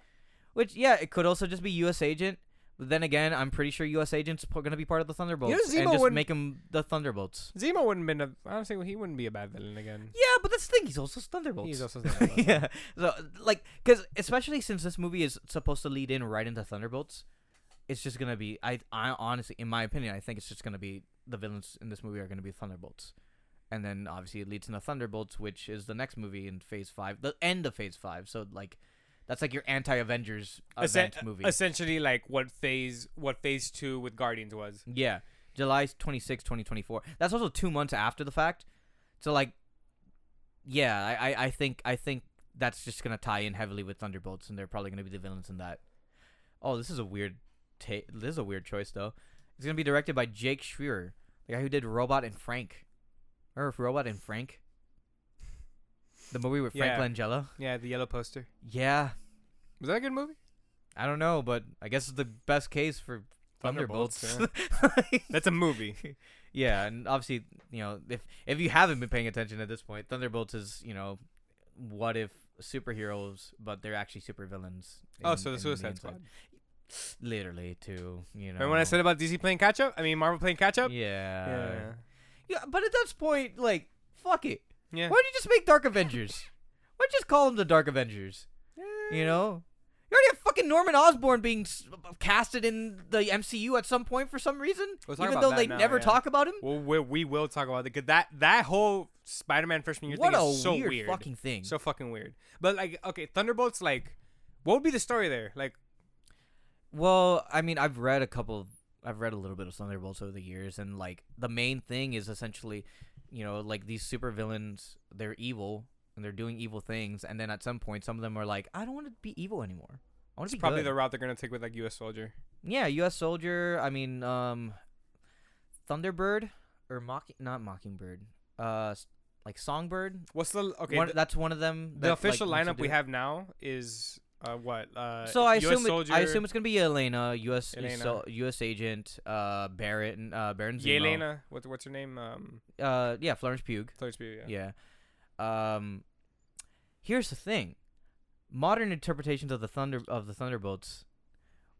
S1: which yeah, it could also just be U.S. agent. But then again, I'm pretty sure U.S. agent's p- gonna be part of the Thunderbolts and
S2: Zemo
S1: just
S2: would-
S1: make him the Thunderbolts.
S2: Zemo wouldn't been a honestly he wouldn't be a bad villain again.
S1: Yeah, but that's the thing. He's also Thunderbolts.
S2: He's also
S1: yeah. So like, because especially since this movie is supposed to lead in right into Thunderbolts, it's just gonna be. I I honestly, in my opinion, I think it's just gonna be the villains in this movie are gonna be Thunderbolts, and then obviously it leads into Thunderbolts, which is the next movie in Phase Five, the end of Phase Five. So like, that's like your anti-Avengers
S2: Essen-
S1: event movie.
S2: Essentially, like what phase what phase two with Guardians was.
S1: Yeah. July 26, 2024. That's also two months after the fact. So like yeah, I, I, I think I think that's just gonna tie in heavily with Thunderbolts and they're probably gonna be the villains in that. Oh, this is a weird ta- this is a weird choice though. It's gonna be directed by Jake Schreier, the guy who did Robot and Frank. Remember Robot and Frank? The movie with Frank
S2: Yeah.
S1: Langella?
S2: Yeah, the yellow poster.
S1: Yeah.
S2: Was that a good movie?
S1: I don't know, but I guess it's the best case for Thunderbolts. yeah.
S2: That's a movie.
S1: Yeah, and obviously, you know, if if you haven't been paying attention at this point, Thunderbolts is, you know, what if superheroes, but they're actually supervillains.
S2: oh,
S1: in-
S2: so
S1: in
S2: the Suicide
S1: inside.
S2: Squad.
S1: Literally, too. You know.
S2: Remember when I said about DC playing catch up? I mean Marvel playing catch
S1: Yeah.
S2: up.
S1: yeah.
S2: yeah.
S1: but at this point, like, fuck it.
S2: Yeah.
S1: Why don't you just make Dark Avengers? Why don't you just call them the Dark Avengers? You know. You already have fucking Norman Osborn being s- casted in the MCU at some point for some reason,
S2: We'll talk
S1: even
S2: about
S1: though
S2: that
S1: they
S2: now,
S1: never
S2: yeah.
S1: talk about him.
S2: Well, we, we will talk about it 'cause that that whole Spider-Man freshman year
S1: What
S2: thing
S1: a
S2: is so
S1: weird,
S2: weird,
S1: fucking thing.
S2: so fucking weird. But like, okay, Thunderbolts. Like, what would be the story there? Like,
S1: Well, I mean, I've read a couple. I've read a little bit of Thunderbolts over the years, and like the main thing is essentially, you know, like these supervillains, they're evil and they're doing evil things, and then at some point, some of them are like, I don't want to be evil anymore. I want
S2: it's
S1: to be
S2: probably
S1: good."
S2: the route they're gonna take with like U.S. Soldier.
S1: yeah, U.S. Soldier. I mean, um, Thunderbird or mocking, not Mockingbird. Uh, s- like Songbird.
S2: What's the okay?
S1: one,
S2: th-
S1: that's one of them.
S2: the,
S1: that, like,
S2: official
S1: wants to
S2: lineup we
S1: do it.
S2: have now is uh what? Uh,
S1: So I
S2: US
S1: assume it,
S2: Soldier,
S1: I assume it's gonna be Elena, U.S.
S2: Yelena.
S1: So, U.S. agent, uh, Barrett, and, uh, Baron Zemo.
S2: Yelena. What, what's her name? Um,
S1: Uh, yeah, Florence Pugh.
S2: Florence Pugh, yeah.
S1: Yeah. Um, here's the thing: modern interpretations of the thunder of the Thunderbolts.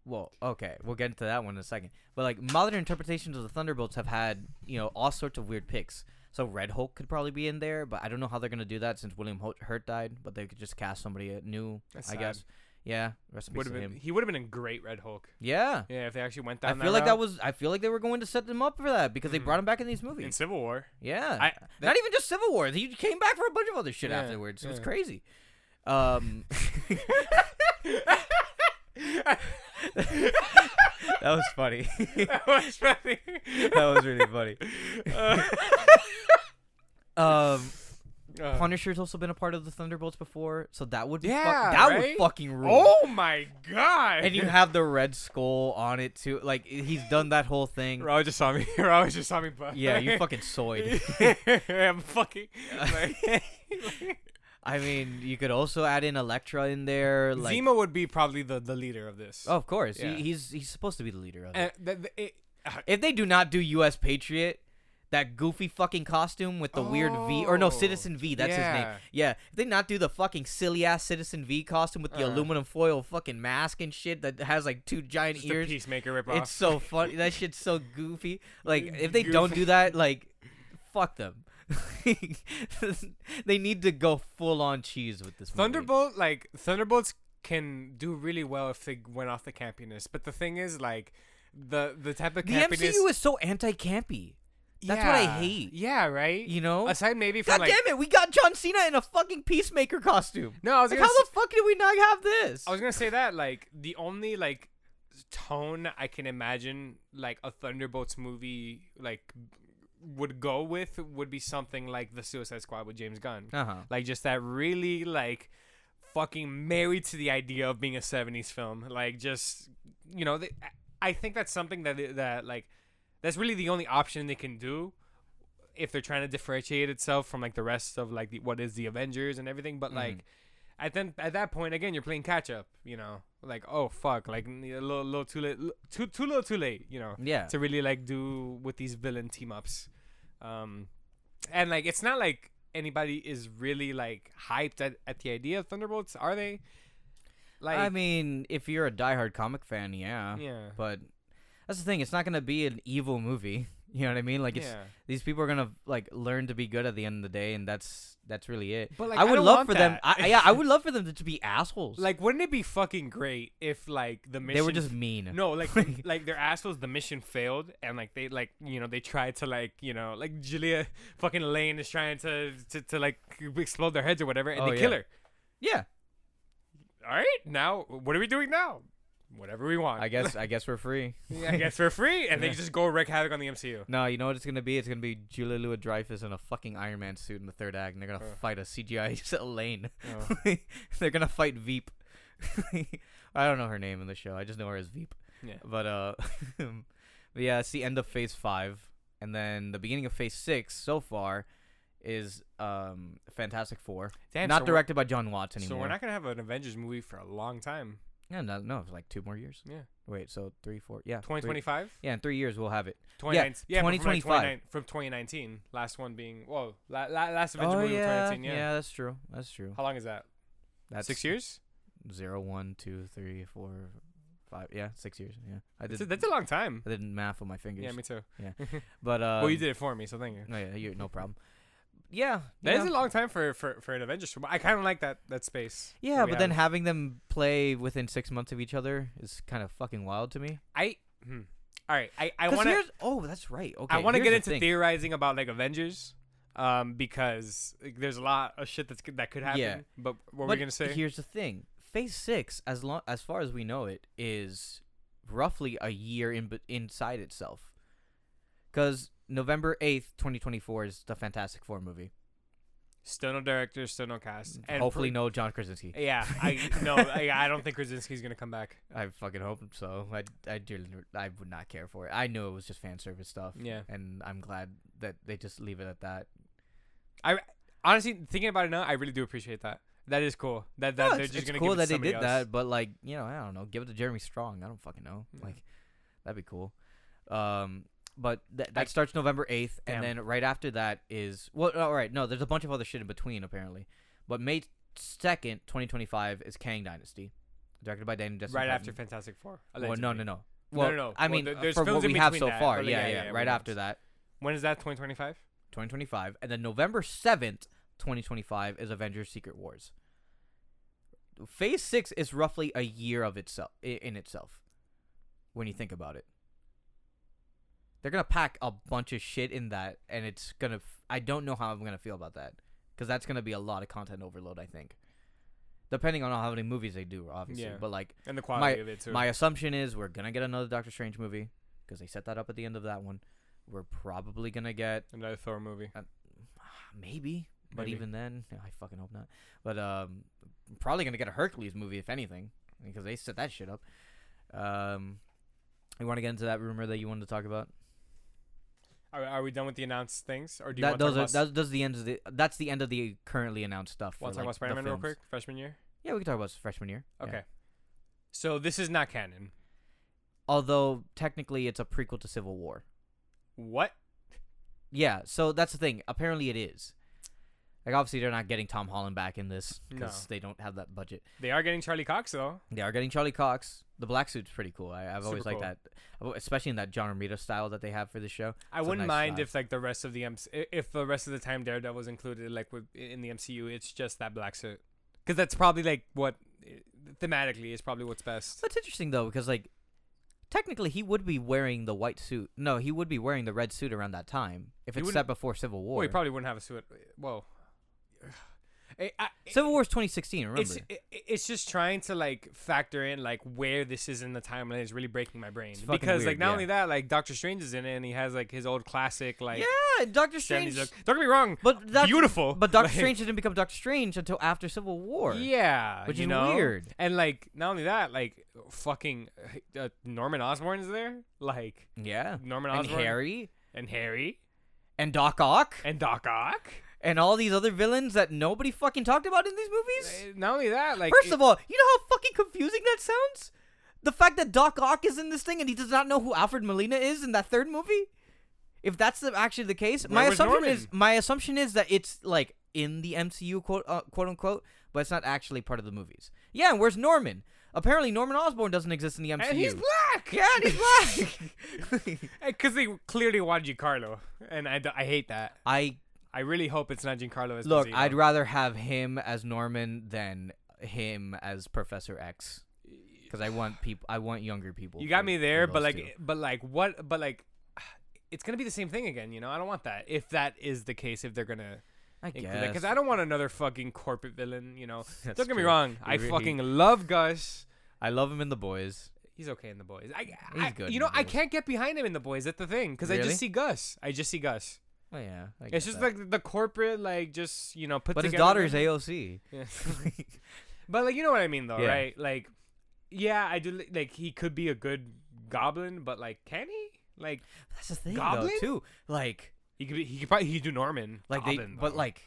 S1: Well, okay, we'll get into that one in a second. But like modern interpretations of the Thunderbolts have had you know all sorts of weird picks. So Red Hulk could probably be in there, but I don't know how they're gonna do that since William Hurt, Hurt died. But they could just cast somebody uh, new,
S2: That's
S1: I
S2: sad.
S1: guess. Yeah, rest in peace
S2: Would
S1: to
S2: have been.
S1: him.
S2: He would have been a great Red Hulk.
S1: Yeah,
S2: Yeah, if they actually went
S1: I
S2: down.
S1: feel like that
S2: route.
S1: was. I feel like they were going to set them up for that because they
S2: Mhm.
S1: brought him back in these
S2: in
S1: movies.
S2: Civil War.
S1: Yeah,
S2: I-
S1: not even just Civil War. He came back for a bunch of other shit
S2: Yeah,
S1: afterwards. It was
S2: yeah.
S1: crazy. Um, that was funny.
S2: that was funny.
S1: was really funny. Um,
S2: Uh,
S1: Punisher's also been a part of the Thunderbolts before, so that would be fuck-
S2: Yeah,
S1: that would
S2: right?
S1: fucking rule.
S2: oh my god!
S1: And you have the Red Skull on it too. Like he's done that whole thing.
S2: Raul just saw me. Raul just saw me. But
S1: Yeah, you fucking soyed.
S2: I'm fucking. Like,
S1: I mean, you could also add in Elektra in there. Like,
S2: Zemo would be probably the, the leader of this.
S1: Oh, of course,
S2: Yeah.
S1: he, he's he's supposed to be the leader of it.
S2: And th- th- it- uh,
S1: If they do not do U.S. Patriot, that goofy fucking costume with the weird V or no
S2: Oh,
S1: Citizen V, that's his name.
S2: yeah.
S1: Yeah, if they not do the fucking silly ass Citizen V costume with the
S2: Uh.
S1: aluminum foil fucking mask and shit that has like two giant
S2: just a
S1: ears,
S2: peacemaker ripoff.
S1: it's so funny. that shit's so goofy. Like if they don't do that, like fuck them. they need to go full on cheese with this. movie.
S2: Thunderbolt, like Thunderbolts, can do really well if they went off the campiness. But the thing is, like the the type of
S1: The
S2: campiness.
S1: MCU is so anti-campy. that's what I
S2: Yeah.
S1: hate.
S2: Yeah, right.
S1: You know.
S2: Aside maybe from
S1: God
S2: like
S1: damn it! We got John Cena in a fucking peacemaker costume.
S2: no, I was
S1: Like,
S2: gonna
S1: how
S2: s-
S1: the fuck did we not have this?
S2: I was gonna say that like the only like tone I can imagine like a Thunderbolts movie like would go with would be something like the Suicide Squad with James Gunn.
S1: Uh huh.
S2: Like just that really like fucking married to the idea of being a 70s film. Like just you know, they, I- I think that's something that it- that like that's really the only option they can do if they're trying to differentiate itself from like the rest of like the, what is the Avengers and everything, but
S1: Mhm.
S2: like at then at that point again you're playing catch up, you know. Like oh fuck, like n- a little, little too late, l- too too little too late, you know
S1: Yeah.
S2: to really like do with these villain team ups. Um, and like it's not like anybody is really like hyped at, at the idea of Thunderbolts, are they? Like
S1: I mean, if you're a diehard comic fan, yeah.
S2: yeah.
S1: But that's the thing. It's not gonna be an evil movie. You know what I mean? Like, it's
S2: yeah.
S1: these people are gonna like learn to be good at the end of the day, and that's that's really it.
S2: But like
S1: I would
S2: don't
S1: love
S2: want
S1: for them.
S2: that.
S1: I, yeah, I would love for them to, be assholes.
S2: like wouldn't it be fucking great if like the mission
S1: they were just mean.
S2: no like the- like their assholes the mission failed and like they like you know they tried to like you know like Julia fucking Lane is trying to to, to like explode their heads or whatever and
S1: Oh,
S2: they kill
S1: yeah.
S2: her.
S1: Yeah.
S2: All right, now what are we doing now? Whatever we want.
S1: I guess I guess we're free.
S2: Yeah, I guess for free, and they just go wreak havoc on the MCU.
S1: No, you know what it's gonna be? It's gonna be Julia Louis Dreyfus in a fucking Iron Man suit in the third act, and they're gonna
S2: Uh.
S1: fight a CGI Elaine.
S2: Oh.
S1: they're gonna fight Veep. I don't know her name in the show. I just know her as Veep.
S2: Yeah.
S1: But uh, but yeah, it's the end of Phase Five, and then the beginning of Phase Six. So far, is um Fantastic Four,
S2: Damn,
S1: not
S2: so
S1: directed by John Watts
S2: We're,
S1: anymore.
S2: so we're not gonna have an Avengers movie for a long time.
S1: Yeah, no, no, it's like two more years.
S2: Yeah,
S1: Wait, so three, four, yeah, three-
S2: 2025,
S1: Yeah, in three years we'll have it.
S2: 29, yeah, but from like
S1: 2025.
S2: 29 from 2019. Last one being whoa, la, la, last Avengers movie
S1: Oh, yeah,
S2: was 2019. Yeah.
S1: that's true. That's true.
S2: how long is that?
S1: That's
S2: Six years.
S1: Zero, one, two, three, four, five. Yeah, six years. Yeah, I
S2: That's
S1: did.
S2: a, that's a long time.
S1: I did math with my fingers.
S2: Yeah, me too.
S1: but uh,
S2: well, you did it for me, so thank you.
S1: No, yeah, you, no problem. Yeah,
S2: That is
S1: yeah.
S2: a long time for, for, for an Avengers. film. I kind of like that that space. that
S1: Yeah,
S2: we
S1: but then
S2: have.
S1: having them play within six months of each other is kind of fucking wild to me.
S2: I hmm. all right. I I
S1: 'Cause
S2: want to
S1: here's- Oh, that's right. Okay.
S2: I want to
S1: here's
S2: get
S1: the
S2: into
S1: thing.
S2: theorizing about like Avengers, um, because like, there's a lot of shit that's that could happen.
S1: Yeah.
S2: But what were
S1: But
S2: we gonna say?
S1: Here's the thing: Phase Six, as long as far as we know it, is roughly a year in be- inside itself, because November eighth, twenty twenty four, is the Fantastic Four movie.
S2: still no director, still no cast. And
S1: Hopefully,
S2: pr-
S1: no John Krasinski.
S2: Yeah, I no, I, I don't think Krasinski's gonna come back.
S1: I fucking hope so. I I dearly, I would not care for it. I knew it was just fan service stuff.
S2: Yeah.
S1: and I'm glad that they just leave it at that.
S2: Honestly, thinking about it now, I really do appreciate that. That is cool. That that
S1: No,
S2: they're
S1: it's,
S2: just
S1: it's
S2: gonna
S1: cool
S2: give it
S1: that
S2: to
S1: they
S2: somebody
S1: did
S2: else.
S1: that, but like you know, I don't know. Give it to Jeremy Strong. I don't fucking know.
S2: Yeah.
S1: Like that'd be cool. Um, but th- that
S2: Like-
S1: starts November eighth,
S2: Damn.
S1: and then right after that is well, all right. No, there's a bunch of other shit in between apparently. But May second, twenty twenty five is Kang Dynasty, directed by Danny.
S2: right after Fantastic Four.
S1: Well, no, no,
S2: allegedly.
S1: no.
S2: No,
S1: Well,
S2: no, no.
S1: I
S2: Well,
S1: mean,
S2: there-
S1: uh,
S2: there's
S1: for
S2: films
S1: what
S2: in
S1: we have so
S2: between that.
S1: far,
S2: Oh, yeah,
S1: yeah,
S2: yeah,
S1: yeah,
S2: yeah,
S1: Right
S2: we
S1: after
S2: know.
S1: that,
S2: When is that? 2025.
S1: 2025, and then November 7th, 2025 is Avengers: Secret Wars. Phase six is roughly a year of itself i- in itself. When you think about it, they're gonna pack a bunch of shit in that, and it's gonna. F- I don't know how I'm gonna feel about that because that's gonna be a lot of content overload. I think, depending on how many movies they do, obviously.
S2: Yeah.
S1: But like,
S2: And the quality
S1: My-
S2: of it too.
S1: my assumption is we're gonna get another Doctor Strange movie because they set that up at the end of that one. We're probably gonna get ah,
S2: Another Thor movie.
S1: maybe, but
S2: Maybe.
S1: even then, I fucking hope not. But um, probably gonna get a Hercules movie if anything because they set that shit up. Um, you want to get into that rumor that you wanted to talk about?
S2: Are, are we done with the announced things, or do you
S1: That
S2: want to
S1: those
S2: talk
S1: are
S2: about, s-
S1: those, those are the ends of the that's the end of the currently announced stuff.
S2: wanna
S1: for, like,
S2: talk about
S1: the
S2: Spider-Man real
S1: films.
S2: quick? Freshman year.
S1: Yeah, we can talk about freshman year. yeah.
S2: Okay. So this is not canon.
S1: Although technically it's a prequel to Civil War.
S2: What?
S1: Yeah, so that's the thing. Apparently, it is. Like, obviously, they're not getting Tom Holland back in this because
S2: No.
S1: they don't have that budget.
S2: They are getting Charlie Cox though.
S1: They are getting Charlie Cox. The black suit's pretty cool. I, I've always
S2: Super
S1: liked that, I've al- especially in that John Romita style that they have for the show.
S2: I
S1: It's a
S2: wouldn't
S1: nice
S2: mind
S1: shot.
S2: if like the rest of the MC- i- if the rest of the time Daredevil's included like with in the MCU, it's just that black suit because that's probably like what eh, thematically is probably what's best.
S1: That's interesting though, because like, technically, he would be wearing the white suit. No, he would be wearing the red suit around that time if
S2: He
S1: it's
S2: wouldn't-
S1: set before Civil War.
S2: Well, he probably wouldn't have a suit. Well, I- I-
S1: Civil War's 2016. Remember?
S2: it's i- i- it's just trying to like factor in like where this is in the timeline is really breaking my brain
S1: fucking
S2: because
S1: weird,
S2: like not
S1: yeah.
S2: only that like Doctor Strange is in it and he has like his old classic like
S1: yeah, Doctor
S2: 70s
S1: Strange.
S2: look. Don't get me wrong,
S1: But that's,
S2: beautiful.
S1: But Doctor
S2: like-
S1: Strange didn't become Doctor Strange until after Civil War.
S2: Yeah,
S1: which
S2: you
S1: is
S2: know?
S1: weird.
S2: And like not only that, like fucking uh, Norman Osborn is there, like
S1: Yeah.
S2: Norman
S1: And
S2: Osborn
S1: Harry
S2: and Harry
S1: and Doc Ock
S2: and Doc Ock.
S1: and all these other villains that nobody fucking talked about in these movies.
S2: Uh, Not only that, like
S1: First of all, you know how fucking confusing that sounds? The fact that Doc Ock is in this thing and he does not know who Alfred Molina is in that third movie? If that's the, actually the case, my
S2: Where was
S1: assumption
S2: Norman?
S1: is my assumption is that it's like in the MCU quote uh, quote unquote, but it's not actually part of the movies. Yeah, and where's Norman? Apparently Norman Osborn doesn't exist in the MCU.
S2: and he's black.
S1: yeah, and he's black.
S2: because they clearly want Giancarlo, and I, d- I hate that.
S1: I
S2: I really hope it's not Giancarlo as
S1: look, I'd rather have him as Norman than him as Professor X because I want people I want younger people.
S2: You got
S1: for-
S2: me
S1: for
S2: there, but
S1: those
S2: like,
S1: two.
S2: but like, what? But like, it's gonna be the same thing again. You know, I don't want that. If that is the case, if they're gonna
S1: I
S2: include
S1: guess
S2: because I don't want another fucking corporate villain. You know,
S1: That's
S2: don't get me
S1: true.
S2: wrong. I
S1: really-
S2: fucking love Gus.
S1: I love him in the boys.
S2: He's okay in the boys. I,
S1: He's
S2: I-
S1: good
S2: You
S1: in
S2: know,
S1: The
S2: I
S1: Boys.
S2: can't get behind him in the boys. That's the thing, because I
S1: Really?
S2: just see Gus. I just see Gus.
S1: Oh yeah, I get
S2: It's just
S1: that.
S2: like the corporate, like just you know, put
S1: But his
S2: together.
S1: daughter's
S2: villain.
S1: AOC.
S2: Yeah. But like you know what I mean though,
S1: Yeah.
S2: right? Like yeah, I do li- like he could be a good goblin, but like can he? Like
S1: That's the thing
S2: Goblin?
S1: though too. Like
S2: he could be, he could probably he could do Norman.
S1: like
S2: Goblin,
S1: they, but
S2: though.
S1: like.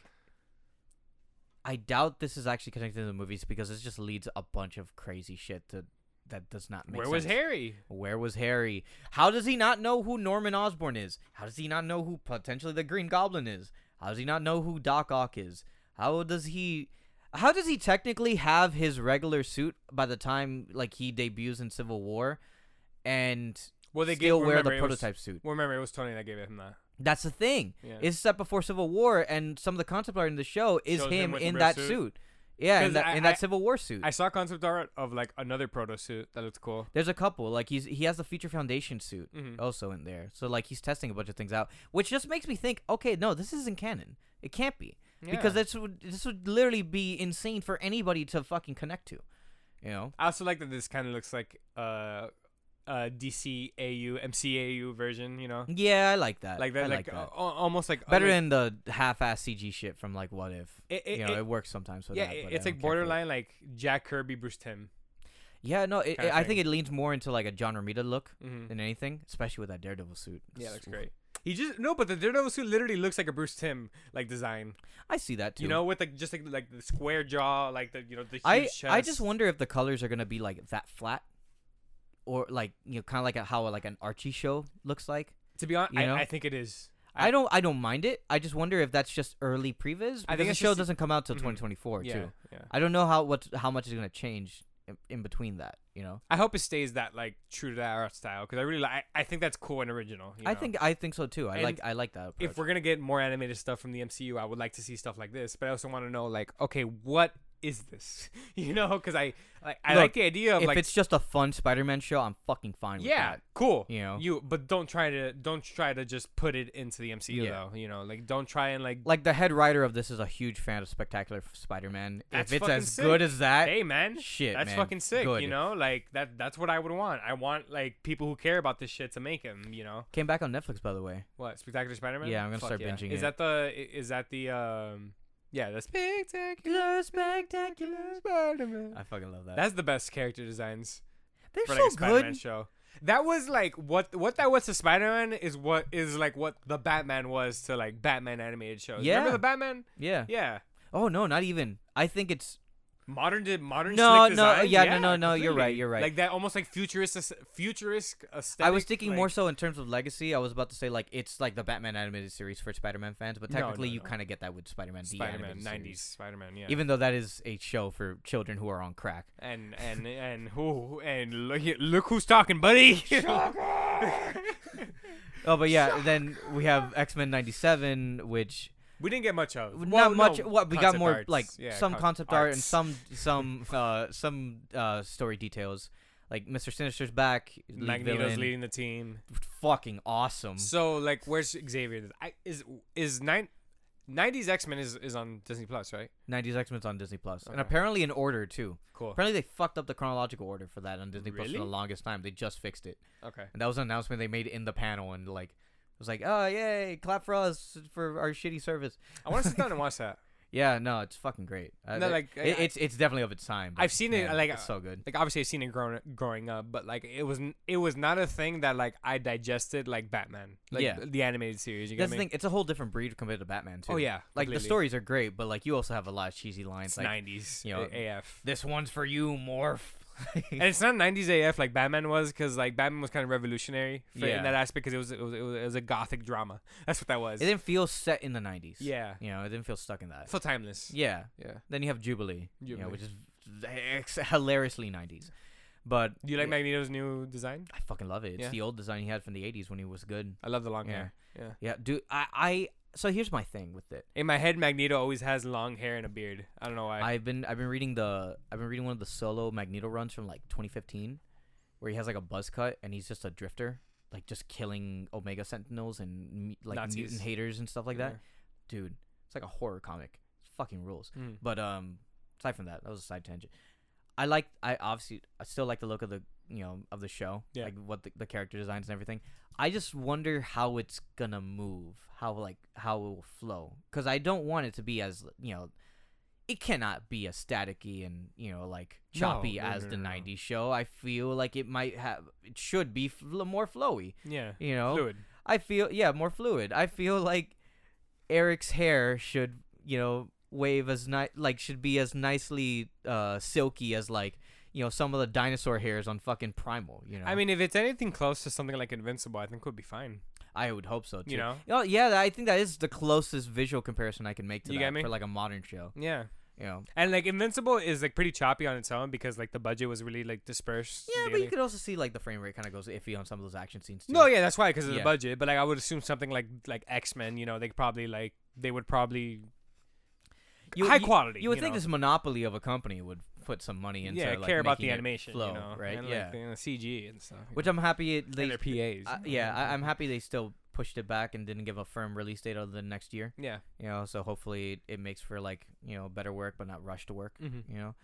S1: I doubt this is actually connected to the movies because this just leads a bunch of crazy shit to that does not make
S2: where
S1: sense.
S2: was Harry?
S1: Where was Harry? How does he not know who Norman Osborn is? How does he not know who potentially the Green Goblin is? How does he not know who Doc Ock is? How does he how does he technically have his regular suit by the time like he debuts in Civil War and
S2: Well, they
S1: still
S2: gave,
S1: wear
S2: remember,
S1: the
S2: it was-
S1: prototype suit?
S2: well, remember it was Tony that gave him that.
S1: That's the thing.
S2: Yeah.
S1: It's set before Civil War and some of the concept art in the show is
S2: Shows him
S1: him,
S2: with the
S1: in
S2: real
S1: that
S2: suit.
S1: suit. Yeah,
S2: 'Cause
S1: in that,
S2: I-
S1: in that
S2: I-
S1: Civil War suit.
S2: I saw concept art of like another proto suit that looked cool.
S1: There's a couple. Like he's he has the Future Foundation suit
S2: Mhm.
S1: also in there. So like he's testing a bunch of things out, which just makes me think, okay, no, this isn't canon. It can't be because
S2: Yeah.
S1: this would this would literally be insane for anybody to fucking connect to. You know?
S2: I also like that this kind of looks like uh, uh DCAU MCAU version. You know,
S1: Yeah, I like that.
S2: like that,
S1: I
S2: like,
S1: like, that.
S2: a- al- almost like
S1: Better
S2: like,
S1: than the half-ass CG shit from like What If.
S2: it, it,
S1: you know, it,
S2: it-
S1: works sometimes for
S2: yeah,
S1: that.
S2: it-
S1: but I
S2: it's
S1: don't care
S2: like
S1: for it.
S2: borderline like Jack Kirby Bruce Tim.
S1: Yeah, no, it,
S2: kinda
S1: it- I think
S2: thing.
S1: it leans more into like a John Romita look
S2: Mm-hmm.
S1: than anything, especially with that Daredevil suit.
S2: Yeah,
S1: It's-
S2: looks
S1: oof.
S2: great. He just no, but the Daredevil suit literally looks like a Bruce Tim like design.
S1: I see that too.
S2: You know, with like just like like the square jaw, like the you know the huge
S1: I
S2: chest.
S1: I just wonder if the colors are gonna be like that flat, or like you know, kind of like a, how like an Archie show looks like.
S2: to be honest.
S1: you know?
S2: I, I think it is. I-
S1: I, don't I don't mind it. I just wonder if that's just early previs.
S2: I
S1: I
S2: think
S1: think the
S2: it's
S1: show
S2: just-
S1: doesn't come out till
S2: Mhm.
S1: 2024
S2: Yeah,
S1: too.
S2: yeah.
S1: I don't know how what how much is gonna change in, in between that. You know,
S2: I hope it stays that like true to that art style because I really like. I, I think that's cool and original. you
S1: I
S2: know?
S1: think I think so too. I
S2: And
S1: like I like that. Approach.
S2: if we're gonna get more animated stuff from the MCU, I would like to see stuff like this. But I also want to know like, okay, what is this? you know, because I like I
S1: Look,
S2: like the idea of
S1: if
S2: like
S1: it's just a fun Spider-Man show, I'm fucking fine.
S2: yeah,
S1: with
S2: cool.
S1: that, you know,
S2: You but don't try to don't try to just put it into the MCU
S1: Yeah.
S2: though. You know, like don't try and like
S1: like the head writer of this is a huge fan of Spectacular Spider-Man.
S2: That's
S1: if it's
S2: fucking
S1: as
S2: sick.
S1: good as that,
S2: hey man,
S1: shit,
S2: that's
S1: man,
S2: fucking sick.
S1: Good.
S2: You know, like that that's what I would want. I want like people who care about this shit to make him. You know,
S1: Came back on Netflix, by the way.
S2: what Spectacular Spider Man?
S1: Yeah, I'm gonna start
S2: yeah.
S1: binging
S2: Is
S1: it.
S2: that the i- is that the um yeah that's spectacular
S1: spectacular.
S2: Spider Man.
S1: I fucking love that.
S2: That's the best character designs
S1: They're
S2: for
S1: so
S2: like a Spider-Man
S1: good.
S2: show. That was like what what that was to Spider-Man is what is like what the Batman was to like Batman animated shows. Remember
S1: Yeah.
S2: the Batman?
S1: yeah.
S2: Yeah.
S1: Oh no, not even. I think it's
S2: Modern did modern
S1: No,
S2: slick
S1: no,
S2: design?
S1: yeah, no, no, no, you're right,
S2: completely.
S1: you're right.
S2: Like that almost like futurist futurist aesthetic.
S1: I was thinking
S2: like,
S1: more so in terms of legacy. I was about to say like it's like the Batman animated series for Spider-Man fans, but
S2: No, no,
S1: technically you
S2: no.
S1: kind of get that with Spider-Man the
S2: Spider-Man
S1: animated
S2: 90s
S1: series.
S2: Spider-Man, yeah.
S1: Even though that is a show for children who are on crack.
S2: and and and who and look at- look who's talking, buddy.
S1: Oh, but yeah, then we have X-Men 97 which
S2: we didn't get much of. Well,
S1: not much
S2: no,
S1: what we got
S2: concept
S1: more
S2: arts.
S1: like
S2: Yeah,
S1: some
S2: con-
S1: concept art and
S2: arts.
S1: some some uh some uh story details. Like Mr. Sinister's back, lead
S2: Magneto's
S1: villain. Mm.
S2: leading the team.
S1: fucking awesome.
S2: So like, where's Xavier? I, is is nine '90s X Men is is on Disney Plus, right?
S1: 90s X Men's on Disney Plus, and
S2: Okay.
S1: apparently in order too.
S2: Cool.
S1: Apparently they fucked up the chronological order for that on Disney Plus for the
S2: Really?
S1: longest time. They just fixed it,
S2: Okay.
S1: and that was an announcement they made in the panel, and like it was like, oh yay, clap for us for our shitty service.
S2: I want to sit down and watch that.
S1: Yeah, no, it's fucking great. Uh,
S2: No,
S1: it-
S2: like, I-
S1: it- it's it's definitely of its time. but,
S2: I've seen it,
S1: man,
S2: like,
S1: it's
S2: uh,
S1: so good.
S2: Like obviously I've seen it growing growing up, but like it was n- it was not a thing that like I digested like Batman, like
S1: Yeah.
S2: the- the animated series. You get
S1: That's
S2: me?
S1: the thing. It's a whole different breed compared to Batman too.
S2: Oh yeah,
S1: like the
S2: completely.
S1: stories are great, but like you also have a lot of cheesy lines
S2: It's
S1: like
S2: '90s,
S1: you know,
S2: a- AF.
S1: "This one's for you, Morph."
S2: and it's not '90s AF like Batman was, because like Batman was kind of revolutionary for,
S1: Yeah.
S2: in that aspect, because it was, it was it was it was a gothic drama. That's what that was.
S1: It didn't feel set in the '90s.
S2: yeah,
S1: you know, it didn't feel stuck in that.
S2: so timeless.
S1: Yeah.
S2: Yeah.
S1: Then you have Jubilee, you know,
S2: Jubilee.
S1: which is ex- hilariously '90s. But
S2: Do you like
S1: yeah,
S2: Magneto's new design?
S1: I fucking love it. It's
S2: Yeah.
S1: the old design he had from the '80s when he was good.
S2: I love the long
S1: Yeah.
S2: hair. Yeah.
S1: Yeah, dude. I, I so here's my thing with it.
S2: In my head, Magneto always has long hair and a beard. I don't know why.
S1: I've been I've been reading the I've been reading one of the solo Magneto runs from like 2015, where he has like a buzz cut and he's just a drifter, like just killing Omega Sentinels and mu- like
S2: Nazis.
S1: mutant haters and stuff like that. Dude, it's like a horror comic. It fucking rules.
S2: Yeah. Mm.
S1: But um, aside from that, that was a side tangent. I like I obviously I still like the look of the you know of the show,
S2: Yeah.
S1: like what the, the character designs and everything. I just wonder how it's gonna move, how like how it will flow, because I don't want it to be as you know, it cannot be as staticky and you know like
S2: No,
S1: choppy
S2: no,
S1: as
S2: no,
S1: the
S2: no, no.
S1: '90s show. I feel like it might have it should be fl- more flowy,
S2: Yeah.
S1: you know.
S2: Fluid.
S1: I feel yeah, more fluid. I feel like Eric's hair should, you know, wave as ni- like should be as nicely uh silky as like, you know, some of the dinosaur hairs on fucking Primal, you know.
S2: I mean, if it's anything close to something like Invincible, I think we'll be fine.
S1: I would hope so too.
S2: You know?
S1: Oh, yeah, I think that is the closest visual comparison I can make to
S2: You
S1: that
S2: get me?
S1: for like a modern show,
S2: Yeah.
S1: you know.
S2: And like Invincible is like pretty choppy on its own because like the budget was really like dispersed.
S1: Yeah, but
S2: daily.
S1: you could also see like the frame rate kind of goes iffy on some of those action scenes too.
S2: No, yeah, that's why because of
S1: Yeah.
S2: the budget. But like I would assume something like like X Men, you know, they probably like they would probably
S1: you,
S2: high
S1: you-
S2: quality.
S1: You would think
S2: know.
S1: this monopoly of a company would put some money into
S2: yeah
S1: like,
S2: care about
S1: making
S2: the
S1: it
S2: animation,
S1: flow,
S2: you know,
S1: right?
S2: and,
S1: yeah.
S2: like, the, the CG and stuff. you
S1: Which
S2: know,
S1: I'm happy it, they
S2: and their PAs.
S1: I,
S2: you
S1: yeah,
S2: know.
S1: I, I'm happy they still pushed it back and didn't give a firm release date other than next year.
S2: yeah.
S1: You know, so hopefully it, it makes for like you know better work, but not rushed work.
S2: Mhm.
S1: You know,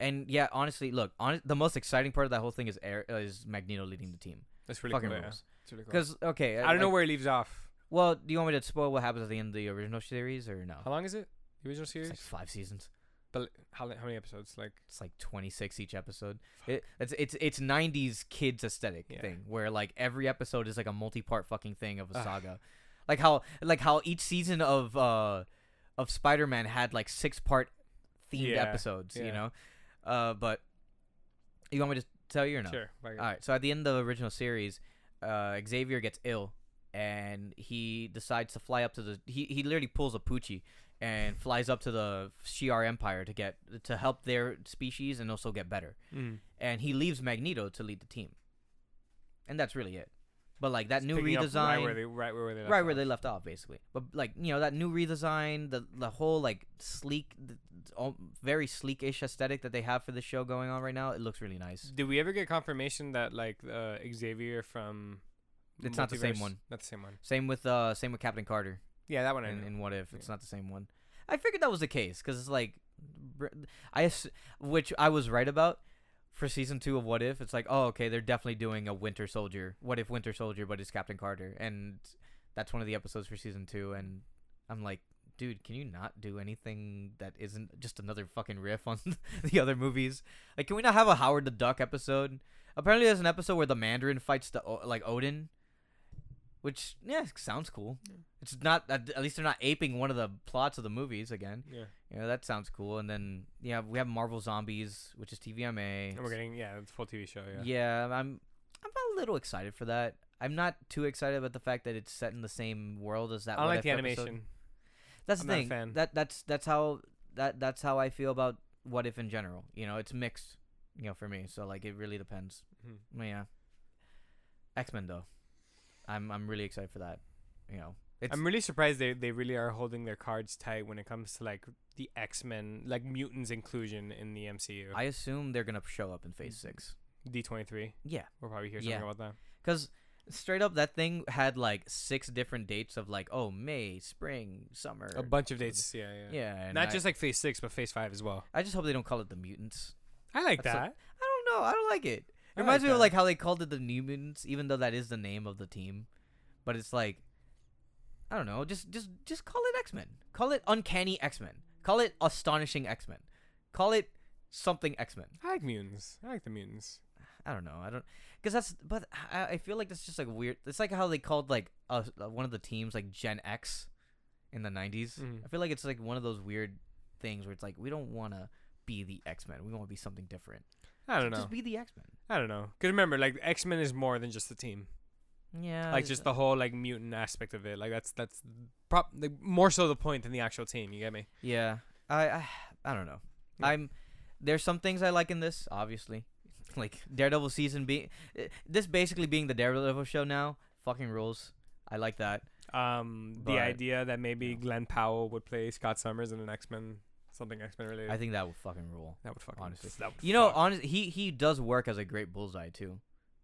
S1: and yeah, honestly, look, on, the most exciting part of that whole thing is Air, uh, is Magneto leading the team.
S2: That's really
S1: Fucking
S2: cool. yeah.
S1: rules.
S2: It's really cool.
S1: Because okay,
S2: I don't know
S1: like-
S2: where it leaves off.
S1: Well, do you want me to spoil what happens at the end of the original series or no?
S2: How long is it? The original
S1: Oh. It's
S2: series?
S1: like five seasons.
S2: but how, how many episodes? Like
S1: It's like 26 each episode. It, it's it's it's 90s kids aesthetic
S2: Yeah.
S1: thing where like every episode is like a multi-part fucking thing of a
S2: Ugh.
S1: saga. Like how like how each season of uh of Spider-Man had like six-part themed
S2: Yeah,
S1: episodes, you
S2: yeah.
S1: know. Uh but you want me to tell you or no?
S2: sure. Like,
S1: All right. So at the end of the original series, uh, Xavier gets ill, and he decides to fly up to the. He, he literally pulls a poochie and flies up to the Shi'ar Empire to get to help their species and also get better.
S2: mm.
S1: And he leaves Magneto to lead the team, and that's really it. But like that
S2: It's
S1: new
S2: picking up
S1: redesign,
S2: right where they right where they left
S1: right where
S2: off.
S1: they left off basically but like you know that new redesign the the whole like sleek the, the- all, very sleek-ish aesthetic that they have for the show going on right now it looks really nice
S2: Did we ever get confirmation that like uh, Xavier from?
S1: It's not the same
S2: Multiverse-
S1: one.
S2: Not the same one.
S1: same with uh same with captain carter
S2: Yeah, that one. I
S1: in,
S2: knew.
S1: in what if it's
S2: Yeah.
S1: not the same one i figured that was the case because it's like br- i ass- which i was right about for season two of what if it's like oh okay they're definitely doing a winter soldier what if winter soldier but it's captain carter and that's one of the episodes for season two and i'm like dude can you not do anything that isn't just another fucking riff on the other movies like can we not have a howard the duck episode apparently there's an episode where the mandarin fights the o- like odin which yeah sounds cool it's not at at least they're not aping one of the plots of the movies again.
S2: Yeah,
S1: You know, that sounds cool. And then yeah, we have Marvel Zombies, which is TVMA.
S2: and we're getting yeah the full TV show. Yeah.
S1: yeah. I'm I'm a little excited for that. I'm not too excited about the fact that it's set in the same world as that.
S2: I don't
S1: What
S2: like
S1: If
S2: the
S1: episode.
S2: animation.
S1: That's
S2: I'm
S1: the
S2: not a
S1: thing.
S2: fan.
S1: That that's that's how that that's how I feel about what if in general. You know, it's mixed. You know, for me, so like it really depends.
S2: Mhm.
S1: Yeah. X Men though, I'm I'm really excited for that. You know, it's
S2: I'm really surprised they, they really are holding their cards tight when it comes to like the X Men like mutants inclusion in the MCU.
S1: I
S2: Mm-hmm.
S1: assume they're gonna show up in Phase Six.
S2: D twenty three.
S1: Yeah.
S2: We'll probably hear something
S1: Yeah.
S2: about that.
S1: Because straight up that thing had like six different dates of like oh May, spring, summer.
S2: A bunch of dates. Yeah, yeah.
S1: Yeah, and
S2: Not
S1: I-
S2: just like phase six, but phase five as well.
S1: I just hope they don't call it the mutants.
S2: I like
S1: That's a-
S2: that.
S1: I don't know. I don't like it. It
S2: I
S1: reminds
S2: like
S1: me of
S2: that.
S1: like how they called it the New Mutants, even though that is the name of the team. But it's like, I don't know. Just just just call it X Men. Call it Uncanny X Men. Call it Astonishing X Men. Call it something X Men.
S2: I like mutants. I like the mutants.
S1: I don't know. I don't because that's but I, I feel like that's just like weird. It's like how they called like uh, one of the teams like Gen X in the 90s.
S2: Mhm.
S1: I feel like it's like one of those weird things where it's like we don't want to be the X Men. We want to be something different.
S2: I don't know.
S1: Just be the X Men.
S2: I don't know. Cause remember, like X Men is more than just the team.
S1: Yeah.
S2: Like just the whole like mutant aspect of it. Like that's that's prop like, more so the point than the actual team. You get me?
S1: Yeah. I I, I don't know.
S2: Yeah.
S1: I'm there's some things I like in this, obviously. Like Daredevil season being this basically being the Daredevil show now, fucking rules. I like that.
S2: Um, the
S1: But-
S2: idea that maybe
S1: Yeah.
S2: Glenn Powell would play Scott Summers in an X Men something X Men related.
S1: I think that would fucking rule.
S2: that would fucking
S1: honestly.
S2: That would
S1: You know,
S2: fuck.
S1: honestly, he he does work as a great bullseye too.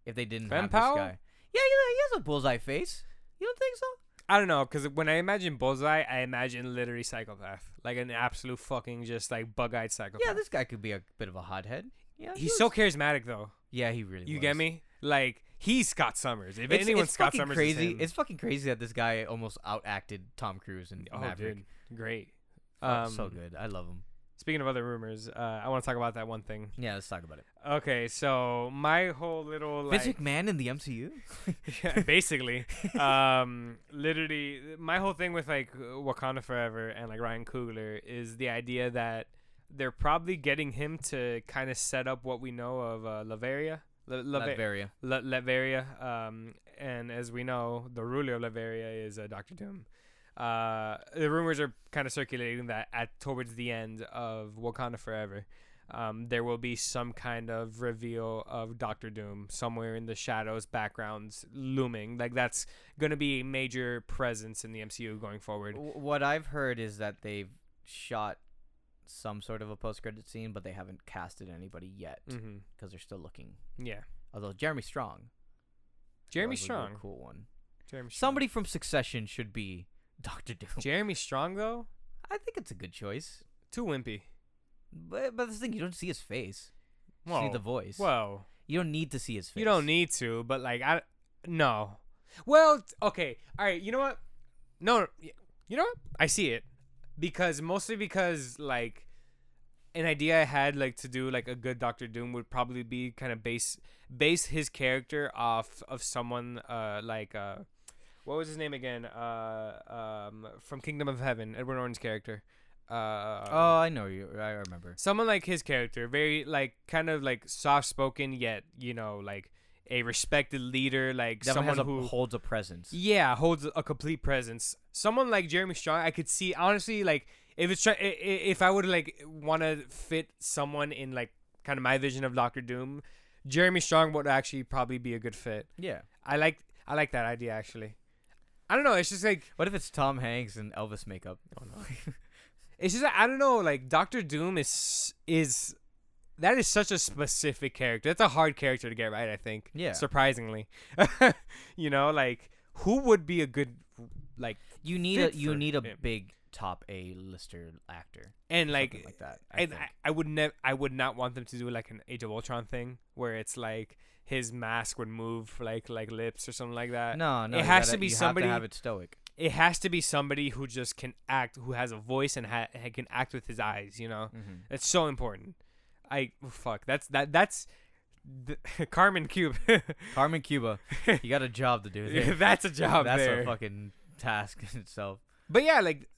S1: If they didn't
S2: Glenn
S1: have
S2: Powell?
S1: this guy, yeah, he, he has a bullseye face. You don't think so?
S2: I don't know, because when I imagine Bullseye, I imagine literally psychopath, like an absolute fucking just like bug-eyed psychopath.
S1: Yeah, this guy could be a bit of a hothead. Yeah, he
S2: he's so
S1: was.
S2: charismatic though.
S1: yeah, he really.
S2: You
S1: was.
S2: get me? Like he's Scott Summers. If
S1: It's,
S2: anyone's
S1: it's
S2: Scott
S1: fucking
S2: Summers,
S1: crazy.
S2: Is him.
S1: It's fucking crazy that this guy almost outacted Tom Cruise and
S2: oh,
S1: Maverick.
S2: dude, great.
S1: Oh,
S2: Um,
S1: so good. I love him.
S2: Speaking of other rumors, uh, I want to talk about that one thing.
S1: Yeah, let's talk about it.
S2: Okay, so my whole little like,
S1: Vince McMahon in the MCU.
S2: Yeah, basically, um, literally, my whole thing with like Wakanda Forever and like Ryan Coogler is the idea that they're probably getting him to kind of set up what we know of uh, Laveria. La- Lava-
S1: Latveria.
S2: La- Latveria, um, and as we know, the ruler of Latveria is uh, Doctor Doom. Uh, the rumors are kind of circulating that at towards the end of Wakanda Forever, um, there will be some kind of reveal of Doctor Doom somewhere in the shadows, backgrounds looming. Like that's gonna be a major presence in the MCU going forward.
S1: W- What I've heard is that they've shot some sort of a post-credit scene, but they haven't casted anybody yet because
S2: hmm
S1: they're still looking.
S2: Yeah,
S1: Although Jeremy Strong
S2: Jeremy
S1: was a real
S2: Strong.
S1: cool one.
S2: Jeremy Strong.
S1: Somebody from Succession should be Doctor Doom.
S2: Jeremy Strong though,
S1: I think it's a good choice,
S2: too wimpy.
S1: but but the thing you don't see his face, You see
S2: Whoa.
S1: the voice.
S2: Whoa.
S1: you don't need to see his face.
S2: You don't need to, but like I no. Well, t- okay. All right, you know what? No, y- you know what? I see it because mostly because like an idea I had like to do like a good Doctor Doom would probably be kind of base base his character off of someone uh like uh what was his name again? Uh um from Kingdom of Heaven, Edward Norton's character. Uh
S1: Oh, I know you. I remember.
S2: someone like his character very like kind of like soft spoken yet you know like a respected leader like
S1: Definitely has
S2: someone
S1: a,
S2: who
S1: holds a presence.
S2: yeah holds a complete presence someone like jeremy strong i could see honestly like if it's try- i- i- if i would like want to fit someone in like kind of my vision of doctor doom jeremy strong would actually probably be a good fit
S1: Yeah.
S2: i like i like that idea actually i don't know it's just like
S1: What if it's Tom Hanks and Elvis makeup? Oh no.
S2: It's just I don't know. Like Doctor Doom is is that is such a specific character. That's a hard character to get right. I think.
S1: Yeah.
S2: Surprisingly, you know, like who would be a good like
S1: you need
S2: Fit
S1: a you
S2: for
S1: need a
S2: him.
S1: big top A lister actor.
S2: and
S1: Like
S2: like.
S1: like that. I
S2: and
S1: think.
S2: I, I would never, I would not want them to do like an Age of Ultron thing where it's like his mask would move like like lips or something like that.
S1: no, no.
S2: it
S1: you
S2: has to
S1: gotta-
S2: be
S1: you have
S2: somebody-
S1: have it stoic.
S2: It has to be somebody who just can act, who has a voice and ha- can act with his eyes. You know,
S1: Mhm.
S2: It's so important. I fuck. That's that. That's th- Carmen Cube.
S1: Carmen Cuba, you got a job to do. There.
S2: that's a job
S1: That's
S2: there.
S1: a fucking task in itself.
S2: But yeah, like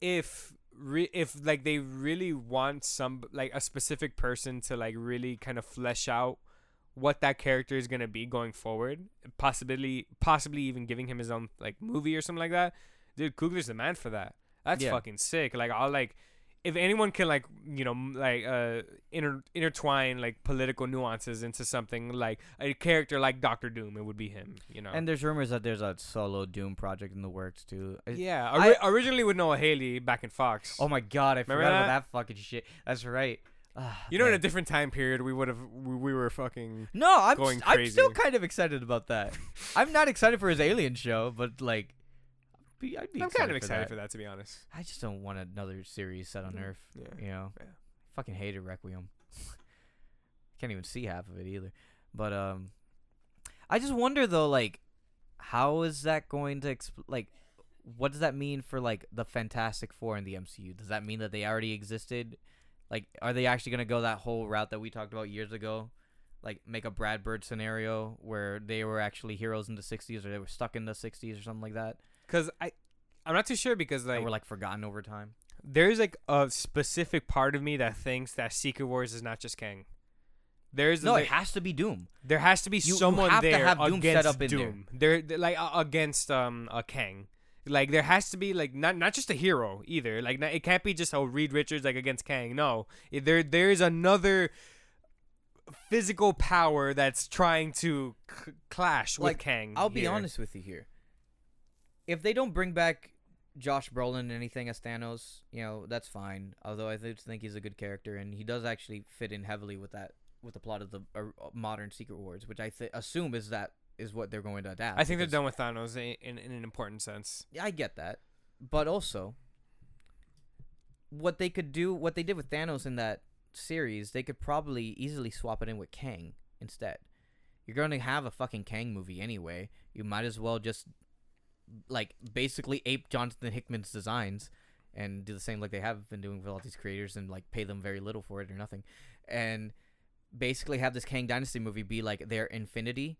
S2: if re- if like they really want some like a specific person to like really kind of flesh out what that character is gonna be going forward, possibly possibly even giving him his own like movie or something like that. Dude, Coogler's the man for that. That's
S1: Yeah.
S2: fucking sick. Like I'll like if anyone can like you know m- like uh inter- intertwine like political nuances into something like a character like Doctor Doom, it would be him. You know.
S1: And there's rumors that there's a solo Doom project in the works too. I-
S2: yeah,
S1: I-
S2: ori- originally with Noah Haley back in Fox.
S1: Oh my god, I
S2: Remember
S1: forgot about
S2: that?
S1: that fucking shit. That's right. Ah,
S2: You know, in
S1: man.
S2: a different time period, we would have we, we were fucking.
S1: No, I'm
S2: going
S1: s- I'm still
S2: crazy.
S1: kind of excited about that. I'm not excited for his alien show, but like, be, I'd be
S2: I'm
S1: excited
S2: kind of
S1: for
S2: excited
S1: that.
S2: for that, to be honest.
S1: I just don't want another series set on
S2: Mm,
S1: Earth.
S2: Yeah.
S1: You know,
S2: Yeah.
S1: fucking hated Requiem. Can't even see half of it either. But um, I just wonder though, like, how is that going to exp- like? What does that mean for like the Fantastic Four in the MCU? Does that mean that they already existed? Like, are they actually gonna go that whole route that we talked about years ago? Like, make a Brad Bird scenario where they were actually heroes in the '60s, or they were stuck in the '60s, or something like that,
S2: Because I, I'm not too sure because like,
S1: and were like forgotten over time.
S2: there's like a specific part of me that thinks that Secret Wars is not just Kang. There's
S1: No,
S2: like,
S1: it has to be Doom.
S2: there has to be
S1: you- you
S2: someone
S1: have to
S2: there
S1: have Doom set
S2: against
S1: up in there.
S2: Doom. There, there- like uh, against um a Kang. Like there has to be like not not just a hero either. Like not, it can't be just oh Reed Richards like against Kang. No, It- there there is another physical power that's trying to c- clash with
S1: Like,
S2: Kang.
S1: I'll be
S2: here.
S1: honest with you here. If they don't bring back Josh Brolin and anything as Thanos, you know that's fine. Although I do think he's a good character and he does actually fit in heavily with that with the plot of the uh, modern Secret Wars, which I th- assume is that is what they're going to adapt.
S2: I think they're
S1: because-
S2: done with Thanos in, in, in an important sense.
S1: I get that, but also, what they could do, what they did with Thanos in that series, they could probably easily swap it in with Kang instead. You're going to have a fucking Kang movie anyway. You might as well just, like, basically ape Jonathan Hickman's designs and do the same like they have been doing with all these creators and like pay them very little for it or nothing, and basically have this Kang Dynasty movie be like their Infinity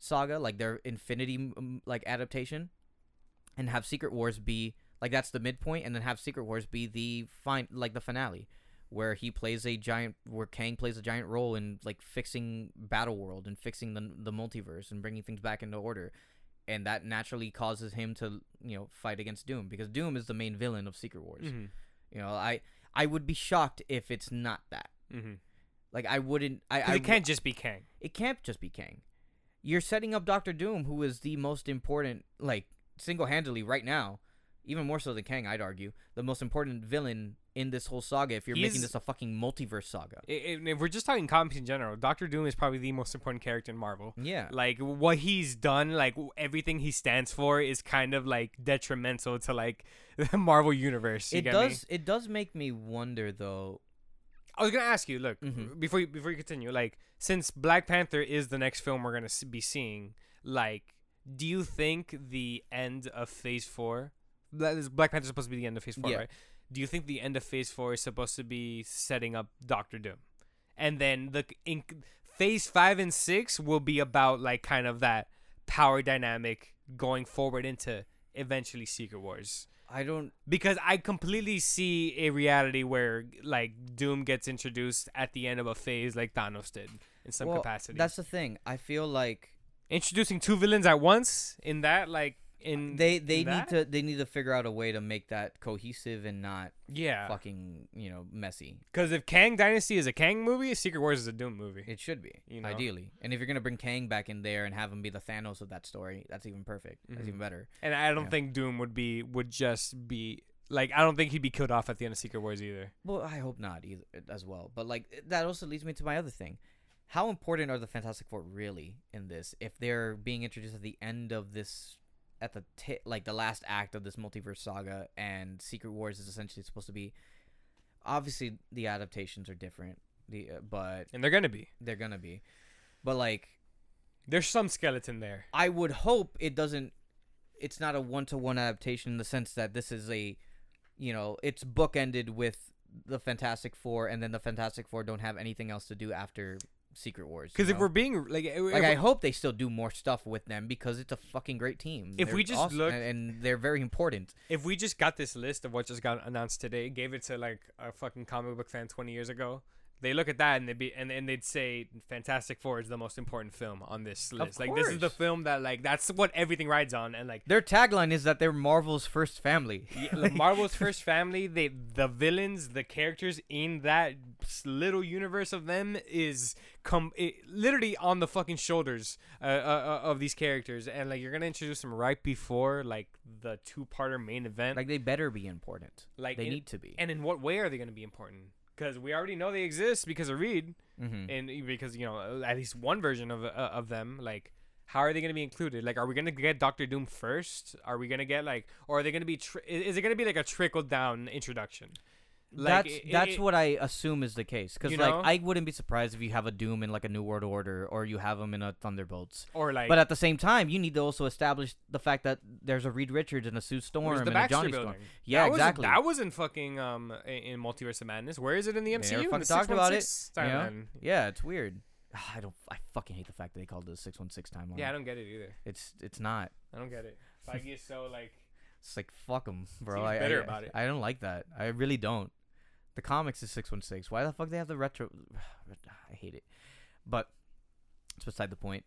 S1: saga, like their Infinity mm, like adaptation and have Secret Wars be like that's the midpoint, and then have Secret Wars be the fine like the finale, where he plays a giant, where Kang plays a giant role in like fixing Battle World and fixing the the multiverse and bringing things back into order, and that naturally causes him to you know fight against Doom because Doom is the main villain of Secret Wars.
S2: Mhm.
S1: You know, I I would be shocked if it's not that.
S2: Mhm.
S1: Like I wouldn't. I, I
S2: 'Cause it
S1: w-
S2: can't just be Kang.
S1: it can't just be Kang. You're setting up Doctor Doom, who is the most important, like single-handedly right now, even more so than Kang, I'd argue, the most important villain in this whole saga. If you're making
S2: He's-
S1: this a fucking multiverse saga,
S2: I- I- if we're just talking comics in general, Doctor Doom is probably the most important character in Marvel.
S1: yeah,
S2: Like what he's done, like w- everything he stands for is kind of like detrimental to like the Marvel universe. You
S1: it
S2: get Me?
S1: does. It does make me wonder though.
S2: I was gonna ask you, look,
S1: Mhm.
S2: before you, before you continue, like since Black Panther is the next film we're gonna s- be seeing, like, do you think the end of Phase Four, Bla- this- Black Panther's supposed to be the end of Phase Four,
S1: Yeah.
S2: right? Do you think the end of Phase Four is supposed to be setting up Doctor Doom, and then the c- in, Phase Five and Six will be about like kind of that power dynamic going forward into eventually Secret Wars?
S1: I don't.
S2: because I completely see a reality where like Doom gets introduced at the end of a phase like Thanos did in some
S1: well,
S2: capacity.
S1: That's the thing. I feel like
S2: introducing two villains at once in that like in
S1: they they
S2: in Mm, that?
S1: need to they need to figure out a way to make that cohesive and not
S2: yeah
S1: fucking you know messy.
S2: because if Kang Dynasty is a Kang movie, Secret Wars is a Doom movie.
S1: It should be,
S2: You know?
S1: ideally. And if you're gonna bring Kang back in there and have him be the Thanos of that story, that's even perfect. That's
S2: Mm-hmm.
S1: even better.
S2: And I don't
S1: Yeah.
S2: think Doom would be would just be like I don't think he'd be killed off at the end of Secret Wars either.
S1: Well, I hope not either, as well. But like that also leads me to my other thing. How important are the Fantastic Four really in this? If they're being introduced at the end of this, at the ti like the last act of this multiverse saga, and Secret Wars is essentially supposed to be. Obviously, the adaptations are different, the uh, but
S2: And they're gonna be.
S1: they're gonna be. But like,
S2: There's some skeleton there.
S1: I would hope it doesn't. It's not a one to one adaptation in the sense that this is a, you know, it's bookended with the Fantastic Four, and then the Fantastic Four don't have anything else to do after Secret Wars. you
S2: Because if
S1: know?
S2: we're being like, if
S1: like,
S2: we're-
S1: I hope they still do more stuff with them because it's a fucking great team.
S2: If
S1: They're
S2: we just
S1: awesome,
S2: look-
S1: and, and they're very important.
S2: if we just got this list of what just got announced today, gave it to like a fucking comic book fan 20 years ago, they look at that and they'd be and, and they'd say Fantastic Four is the most important film on this list. Like this is the
S1: course.
S2: film that like that's what everything rides on and like
S1: Their tagline is that they're Marvel's first family.
S2: y- like, Marvel's first family, they the villains, the characters in that s- little universe of them is com- it, literally on the fucking shoulders uh, uh, uh, of these characters, and like you're gonna introduce them right before like the two-parter main event.
S1: like they better be important.
S2: Like,
S1: they
S2: in-
S1: need to be.
S2: And in what way are they going to be important? because we already know they exist because of Reed
S1: Mm-hmm.
S2: and e- because you know at least one version of uh, of them like how are they going to be included like are we going to get Doctor Doom first are we going to get like or are they going to be tr- i- is it going to be like a trickle down introduction
S1: that's
S2: i-
S1: that's
S2: i-
S1: what I assume is the case because
S2: You
S1: like
S2: know?
S1: I wouldn't be surprised if you have a Doom in like a New World Order or you have him in a Thunderbolts.
S2: or like
S1: But uh, at the same time, you need to also establish the fact that there's a Reed Richards and a Sue Storm
S2: where's
S1: and
S2: the
S1: a
S2: Baxter
S1: Johnny
S2: building
S1: Storm. Yeah,
S2: that was,
S1: exactly.
S2: that was in fucking um i- in Multiverse of Madness where is it in the MCU In
S1: fucking
S2: the
S1: talked about it,
S2: 616
S1: you know?
S2: timeline.
S1: yeah, it's weird. Ah, I don't. I fucking hate the fact that they called it a six one six timeline.
S2: yeah I don't get it either
S1: it's it's not.
S2: I don't get it Feige is so like
S1: It's like fuck them, bro.
S2: Seems
S1: I,
S2: bitter
S1: I,
S2: about it.
S1: I don't like that. I really don't. The comics is six one six. Why the fuck they have the retro? I hate it. But it's beside the point.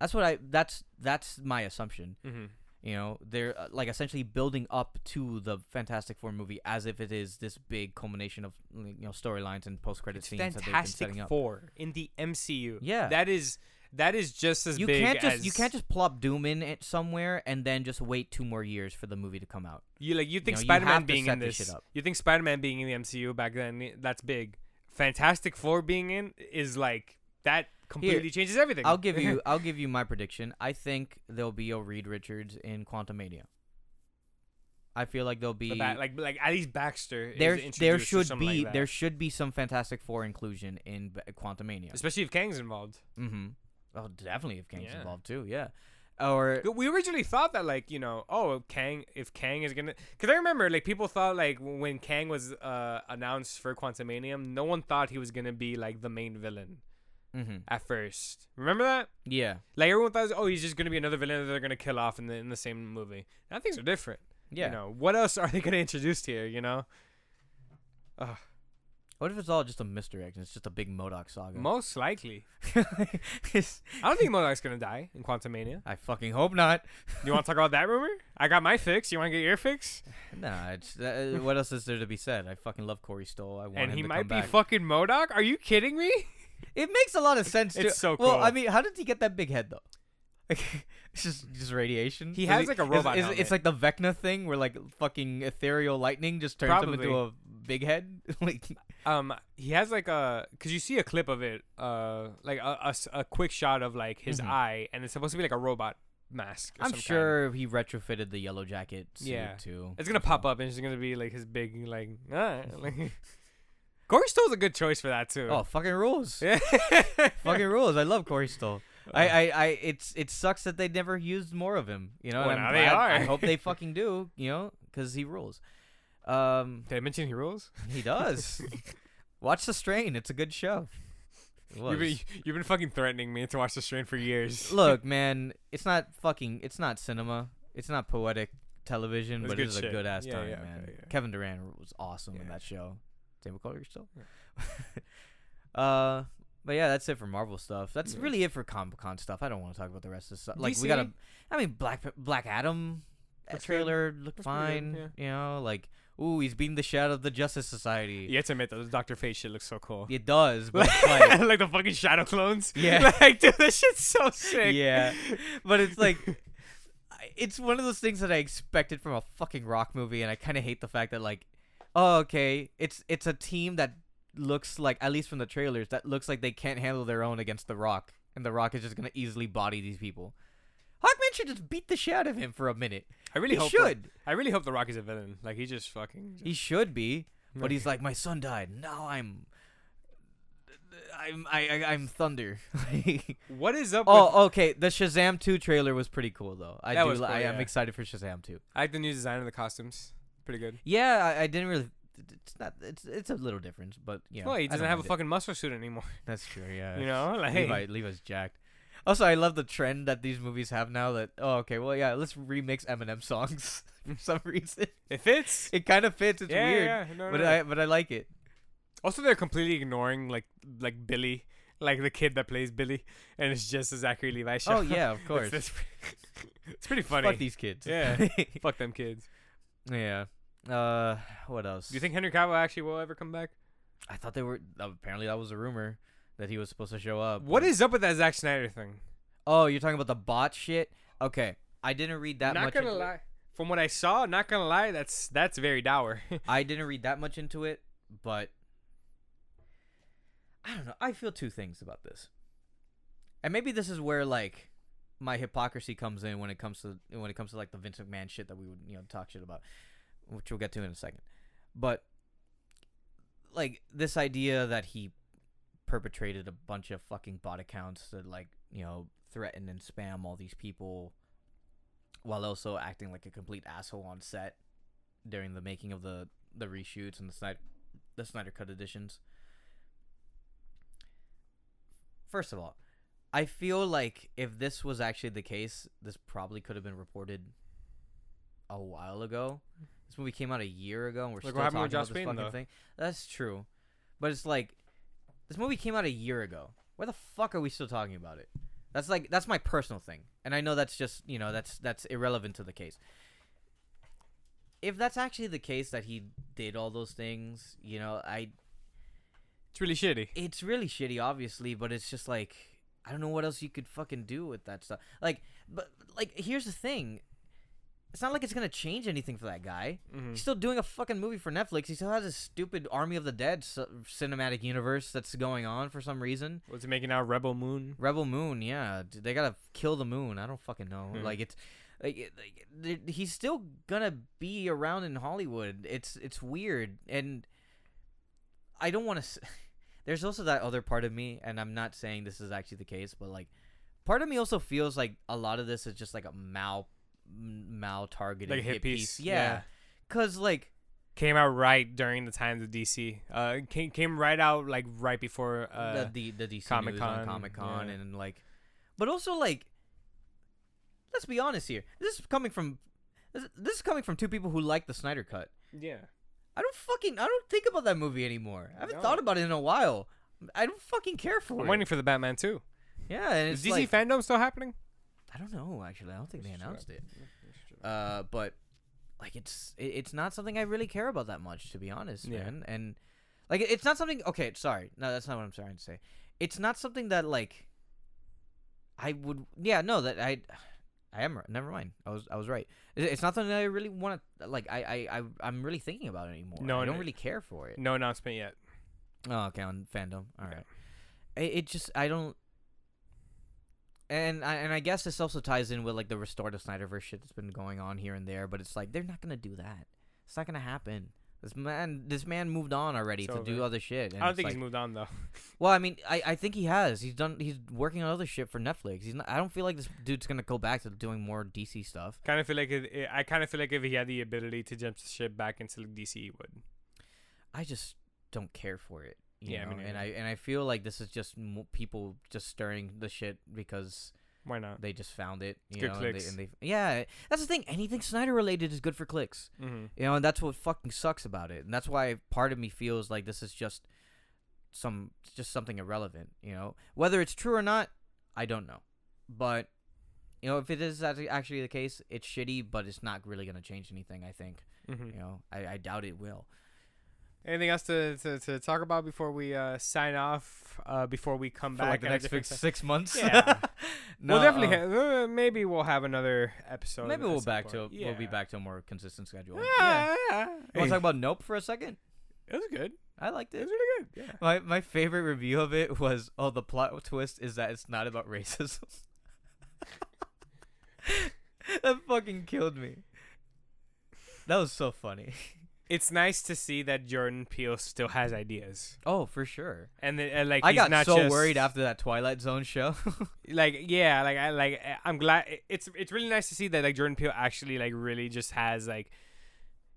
S1: That's what I. That's that's my assumption.
S2: mm-hmm.
S1: You know, they're uh, like essentially building up to the Fantastic Four movie as if it is this big culmination of you know storylines and post credit
S2: It's
S1: scenes that they've been
S2: Fantastic
S1: setting up.
S2: Four in the MCU.
S1: Yeah.
S2: that is that is just as
S1: you
S2: big
S1: can't just
S2: as
S1: you can't just plop Doom in it somewhere and then just wait two more years for the movie to come out.
S2: you like you think
S1: know, you
S2: Spider
S1: have
S2: Man
S1: to
S2: being
S1: set
S2: in
S1: this
S2: this.
S1: shit up.
S2: You think Spider Man being in the MCU back then eh, that's big. Fantastic Four being in is like that completely changes everything.
S1: I'll give you I'll give you my prediction. I think there'll be a Reed Richards in Quantumania. I feel like there'll be
S2: But that, like like at least Baxter.
S1: there
S2: is
S1: there
S2: introduced or
S1: should
S2: something like
S1: be
S2: that.
S1: there should be some Fantastic Four inclusion in B- Quantumania.
S2: especially if Kang's involved.
S1: Mm-hmm. Oh, definitely if Kang's
S2: Yeah.
S1: involved too. Yeah. Or
S2: We originally thought that like you know oh Kang if Kang is gonna because I remember like people thought like when Kang was uh announced for Quantumanium no one thought he was gonna be like the main villain
S1: mm-hmm.
S2: at first remember that
S1: yeah.
S2: like everyone thought oh he's just gonna be another villain that they're gonna kill off in the in the same movie now things are different
S1: Yeah.
S2: you know what else are they gonna introduce here you know
S1: What if it's all just a misdirection? It's just a big Modoc saga.
S2: most likely
S1: It's-
S2: I don't think Modok's gonna die in Quantumania
S1: I fucking hope not.
S2: you want to talk about that rumor I got my fix you want to get your fix
S1: Nah, it's uh, what else is there to be said? I fucking love Corey Stoll. I want
S2: and
S1: him
S2: he
S1: to
S2: might
S1: come
S2: be
S1: back.
S2: fucking Modoc are you kidding me.
S1: It makes a lot of sense.
S2: It's
S1: too.
S2: so
S1: Well, I
S2: cool.
S1: mean, how did he get that big head though? it's just just radiation.
S2: He
S1: Is
S2: has, like, a
S1: is-
S2: robot
S1: is-
S2: helmet.
S1: it's like the Vecna thing, where like fucking ethereal lightning just turns him into
S2: Probably.
S1: a big head. like,
S2: Um, he has like a because you see a clip of it, uh, like a, a s- a quick shot of like his
S1: Mhm.
S2: eye, and it's supposed to be like a robot mask. of
S1: I'm
S2: some kind.
S1: sure he retrofitted the yellow jacket suit
S2: Yeah.
S1: too.
S2: it's gonna pop up, and it's gonna be like his big like. ah, like Corey Stoll's a good choice for that too.
S1: Oh, fucking rules!
S2: yeah.
S1: fucking rules! I love Corey Stoll. I, I, I, it's it sucks that they never used more of him. You know,
S2: Well,
S1: and I'm
S2: now they
S1: glad- I
S2: are.
S1: hope they fucking do. You know, because he rules. Um,
S2: Did I mention he rules?
S1: He does. Watch The Strain. It's a good show. It
S2: You've been,
S1: was.
S2: you've been fucking threatening me to watch The Strain for years.
S1: Look, man, it's not fucking. It's not cinema. It's not poetic television,
S2: It's
S1: but
S2: good
S1: it is a
S2: shit.
S1: good ass
S2: Yeah,
S1: time,
S2: yeah, okay,
S1: man.
S2: yeah.
S1: Kevin Durant was awesome in
S2: Yeah.
S1: that show. Same with Collier still. uh, but yeah, that's it for Marvel stuff. That's
S2: Yeah.
S1: really it for Comic Con stuff. I don't want to talk about the rest of the stuff. Like we got a,
S2: DC?
S1: I mean, Black Black Adam. That
S2: Looks good.
S1: trailer looked
S2: Looks pretty
S1: fine.
S2: good,
S1: You know, like, ooh, he's beating the shit out of the Justice Society.
S2: You have to admit that the Doctor Fate shit looks so cool.
S1: It does, but it's like,
S2: like the fucking shadow clones.
S1: Yeah.
S2: like dude, this shit's so sick.
S1: yeah. But it's like, I- it's one of those things that I expected from a fucking rock movie, and I kind of hate the fact that like, oh okay, it's it's a team that looks like at least from the trailers that looks like they can't handle their own against the Rock, and the Rock is just gonna easily body these people. Hawkman should just beat the shit out of him for a minute.
S2: I really
S1: He
S2: hope
S1: should.
S2: I really hope The Rock is a villain. Like he just fucking.
S1: He should be, but he's like, my son died. Now I'm. I'm I, I I'm thunder.
S2: what is up? with,
S1: Oh, okay. The Shazam 2 trailer was pretty cool though. I
S2: That
S1: do.
S2: was
S1: li-
S2: cool,
S1: I am
S2: yeah.
S1: excited for Shazam 2.
S2: I like the new design of the costumes. Pretty good.
S1: Yeah, I, I didn't really. It's not. It's it's a little difference, but yeah.
S2: well, he
S1: I
S2: doesn't
S1: don't
S2: have a
S1: mind it.
S2: fucking muscle suit anymore.
S1: That's true. Yeah.
S2: You know, like
S1: Levi, Levi's jacked. Also, I love the trend that these movies have now. That oh, okay, well, yeah, let's remix Eminem songs for some reason.
S2: it fits.
S1: It kind of fits. It's
S2: yeah,
S1: weird,
S2: yeah, no,
S1: but
S2: no.
S1: I but I like it.
S2: also they're completely ignoring like like Billy, like the kid that plays Billy, and it's just a Zachary Levi show.
S1: Oh yeah, of course.
S2: it's, it's- it's pretty funny.
S1: Fuck these kids.
S2: Yeah. Fuck them kids.
S1: yeah. Uh, what else?
S2: Do you think Henry Cavill actually will ever come back?
S1: I thought they were. Apparently, that was a rumor that he was supposed to show up.
S2: What
S1: but-
S2: is up with that Zack Snyder thing?
S1: Oh, you're talking about the bot shit. Okay, I didn't read that
S2: not
S1: much.
S2: gonna
S1: into it.
S2: lie. From what I saw, not gonna lie, that's that's very dour.
S1: I didn't read that much into it, but I don't know. I feel two things about this, and maybe this is where like my hypocrisy comes in when it comes to when it comes to like the Vince McMahon shit that we would you know talk shit about, which we'll get to in a second. But like this idea that he perpetrated a bunch of fucking bot accounts that like you know threaten and spam all these people while also acting like a complete asshole on set during the making of the the reshoots and the Snyder the Snyder Cut editions. First of all, I feel like if this was actually the case, this probably could have been reported a while ago. This movie came out a year ago, and we're
S2: Like what
S1: still
S2: happened
S1: talking
S2: with
S1: about
S2: Joss
S1: this
S2: Whedon,
S1: fucking
S2: though?
S1: thing. That's true, but it's like this movie came out a year ago. Why the fuck are we still talking about it? That's like that's my personal thing, and I know that's just you know that's that's irrelevant to the case. If that's actually the case that he did all those things, you know, I
S2: It's really shitty.
S1: it's really shitty, obviously, but it's just like I don't know what else you could fucking do with that stuff. Like, but like here's the thing, it's not like it's gonna change anything for that guy.
S2: Mhm.
S1: He's still doing a fucking movie for Netflix. He still has his stupid Army of the Dead s- cinematic universe that's going on for some reason.
S2: Was he making out Rebel Moon?
S1: Rebel Moon, yeah, d- they gotta kill the moon. I don't fucking know.
S2: Hmm.
S1: Like it's, like, it- like there- he's still gonna be around in Hollywood. It's it's weird, and I don't want to. There's also that other part of me, and I'm not saying this is actually the case, but like, part of me also feels like a lot of this is just like a mal, mal targeted
S2: Like a hit piece.
S1: yeah. Cause like
S2: Came out right during the times of DC. Uh, came, came right out like right before. Uh,
S1: the, the the DC Comic
S2: Comic-Con,
S1: Con, Comic Con,
S2: yeah.
S1: and like, but also like, let's be honest here. This is coming from this, this is coming from two people who like the Snyder Cut.
S2: yeah.
S1: I don't fucking I don't think about that movie anymore. I haven't
S2: No.
S1: thought about it in a while. I don't fucking care for
S2: I'm
S1: it.
S2: waiting for the Batman too.
S1: yeah, and
S2: Is
S1: it's
S2: DC
S1: like,
S2: fandom still happening?
S1: I don't know actually. I don't think they
S2: Shut up.
S1: announced it. Uh, but like it's it, it's not something I really care about that much, to be honest,
S2: Yeah.
S1: man. And like it- it's not something. Okay, sorry, no, that's not what I'm trying to say. It's not something that like I would. Yeah, no, that I. I am. right- Never mind. I was. I was right. It- It's not something that I really want to. Like I. I. I. I'm really thinking about it anymore.
S2: No,
S1: I don't
S2: no.
S1: really care for it.
S2: No announcement yet.
S1: Oh, okay, on fandom. All
S2: Okay.
S1: right. It, it just I don't. And I and I guess this also ties in with like the restore to Snyderverse shit that's been going on here and there, but it's like they're not gonna do that. It's not gonna happen. This man, this man moved on already
S2: It's
S1: to do
S2: over.
S1: other shit. And
S2: I don't
S1: it's
S2: think
S1: like,
S2: he's moved on though.
S1: well, I mean, I, I think he has. He's done. He's working on other shit for Netflix. He's not. I don't feel like this dude's gonna go back to doing more DC stuff.
S2: Kind of feel like it, it- I kind of feel like if he had the ability to jump ship back into like, DC, he would.
S1: I just don't care for it. You
S2: Yeah,
S1: know?
S2: me
S1: and
S2: neither.
S1: I and I feel like this is just mo- people just stirring the shit because
S2: Why not?
S1: they just found it. You
S2: good
S1: know, and they-
S2: clicks.
S1: And they, yeah, that's the thing. Anything Snyder related is good for clicks.
S2: Mm-hmm.
S1: You know, and that's what fucking sucks about it. And that's why part of me feels like this is just some just something irrelevant. You know, whether it's true or not, I don't know. But you know, if it is act- actually the case, it's shitty, but it's not really gonna change anything. I think.
S2: Mm-hmm.
S1: You know, I, I doubt it will.
S2: Anything else to, to, to talk about before we uh, sign off? Uh, before we come back at a different se-
S1: six months.
S2: Yeah.
S1: no,
S2: we'll definitely
S1: um,
S2: ha- uh, maybe we'll have another episode.
S1: maybe
S2: at
S1: we'll
S2: some
S1: back to
S2: point.
S1: we'll be
S2: Yeah. Ah,
S1: back to a more consistent schedule.
S2: Yeah.
S1: You want to talk about Nope for a second?
S2: it was good.
S1: I liked
S2: It
S1: it.
S2: was really good. Yeah.
S1: My my favorite review of it was, "Oh, the plot twist is that it's not about racism." that fucking killed me. That was so funny.
S2: It's nice to see that Jordan Peele still has ideas,
S1: Oh, for sure.
S2: and, the- and like
S1: I
S2: he's
S1: got
S2: not
S1: so
S2: just-
S1: worried after that Twilight Zone show.
S2: Like yeah, like I like I- I'm glad i- it's it's really nice to see that like Jordan Peele actually like really just has like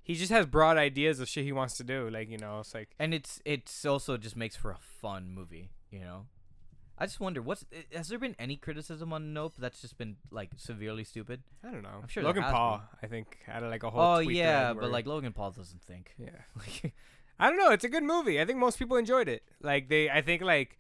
S2: he just has broad ideas of shit he wants to do. Like you know, it's like
S1: and it's it's also just makes for a fun movie, you know. I just wonder what's i- has there been any criticism on Nope that's just been like severely stupid?
S2: I don't know.
S1: I'm sure there
S2: Logan
S1: has
S2: Paul. I think had like a whole.
S1: Oh
S2: tweet
S1: yeah,
S2: thread
S1: but
S2: where-
S1: like Logan Paul doesn't think.
S2: yeah.
S1: Like,
S2: I don't know. It's a good movie. I think most people enjoyed it. Like they, I think like,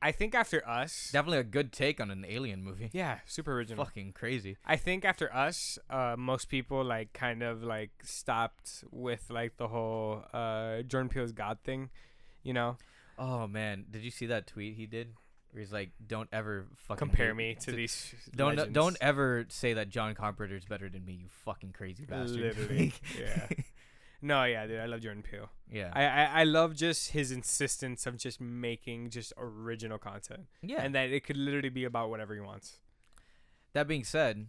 S2: I think after us.
S1: definitely a good take on an alien movie.
S2: yeah, super original.
S1: Fucking crazy.
S2: I think after us, uh, most people like kind of like stopped with like the whole uh, Jordan Peele's God thing, you know.
S1: Oh man, did you see that tweet he did? Where he's like, "Don't ever fucking
S2: Compare
S1: hate-
S2: me to these.
S1: Don't
S2: legends."
S1: don't ever say that John Carpenter's better than me, you fucking crazy bastard."
S2: Literally, yeah. No, yeah, dude, I love Jordan Peele.
S1: Yeah.
S2: I, I I love just his insistence of just making just original content,
S1: yeah.
S2: and that it could literally be about whatever he wants.
S1: that being said,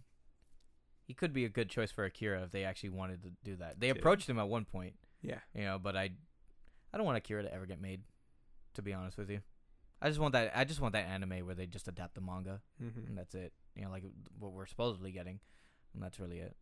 S1: he could be a good choice for Akira if they actually wanted to do that. They
S2: Dude.
S1: approached him at one point.
S2: Yeah.
S1: You know, but I I don't want Akira to ever get made, to be honest with you. I just want that I just want that anime where they just adapt the manga and
S2: Mm-hmm.
S1: that's it. You know, like what we're supposedly getting. And that's really it.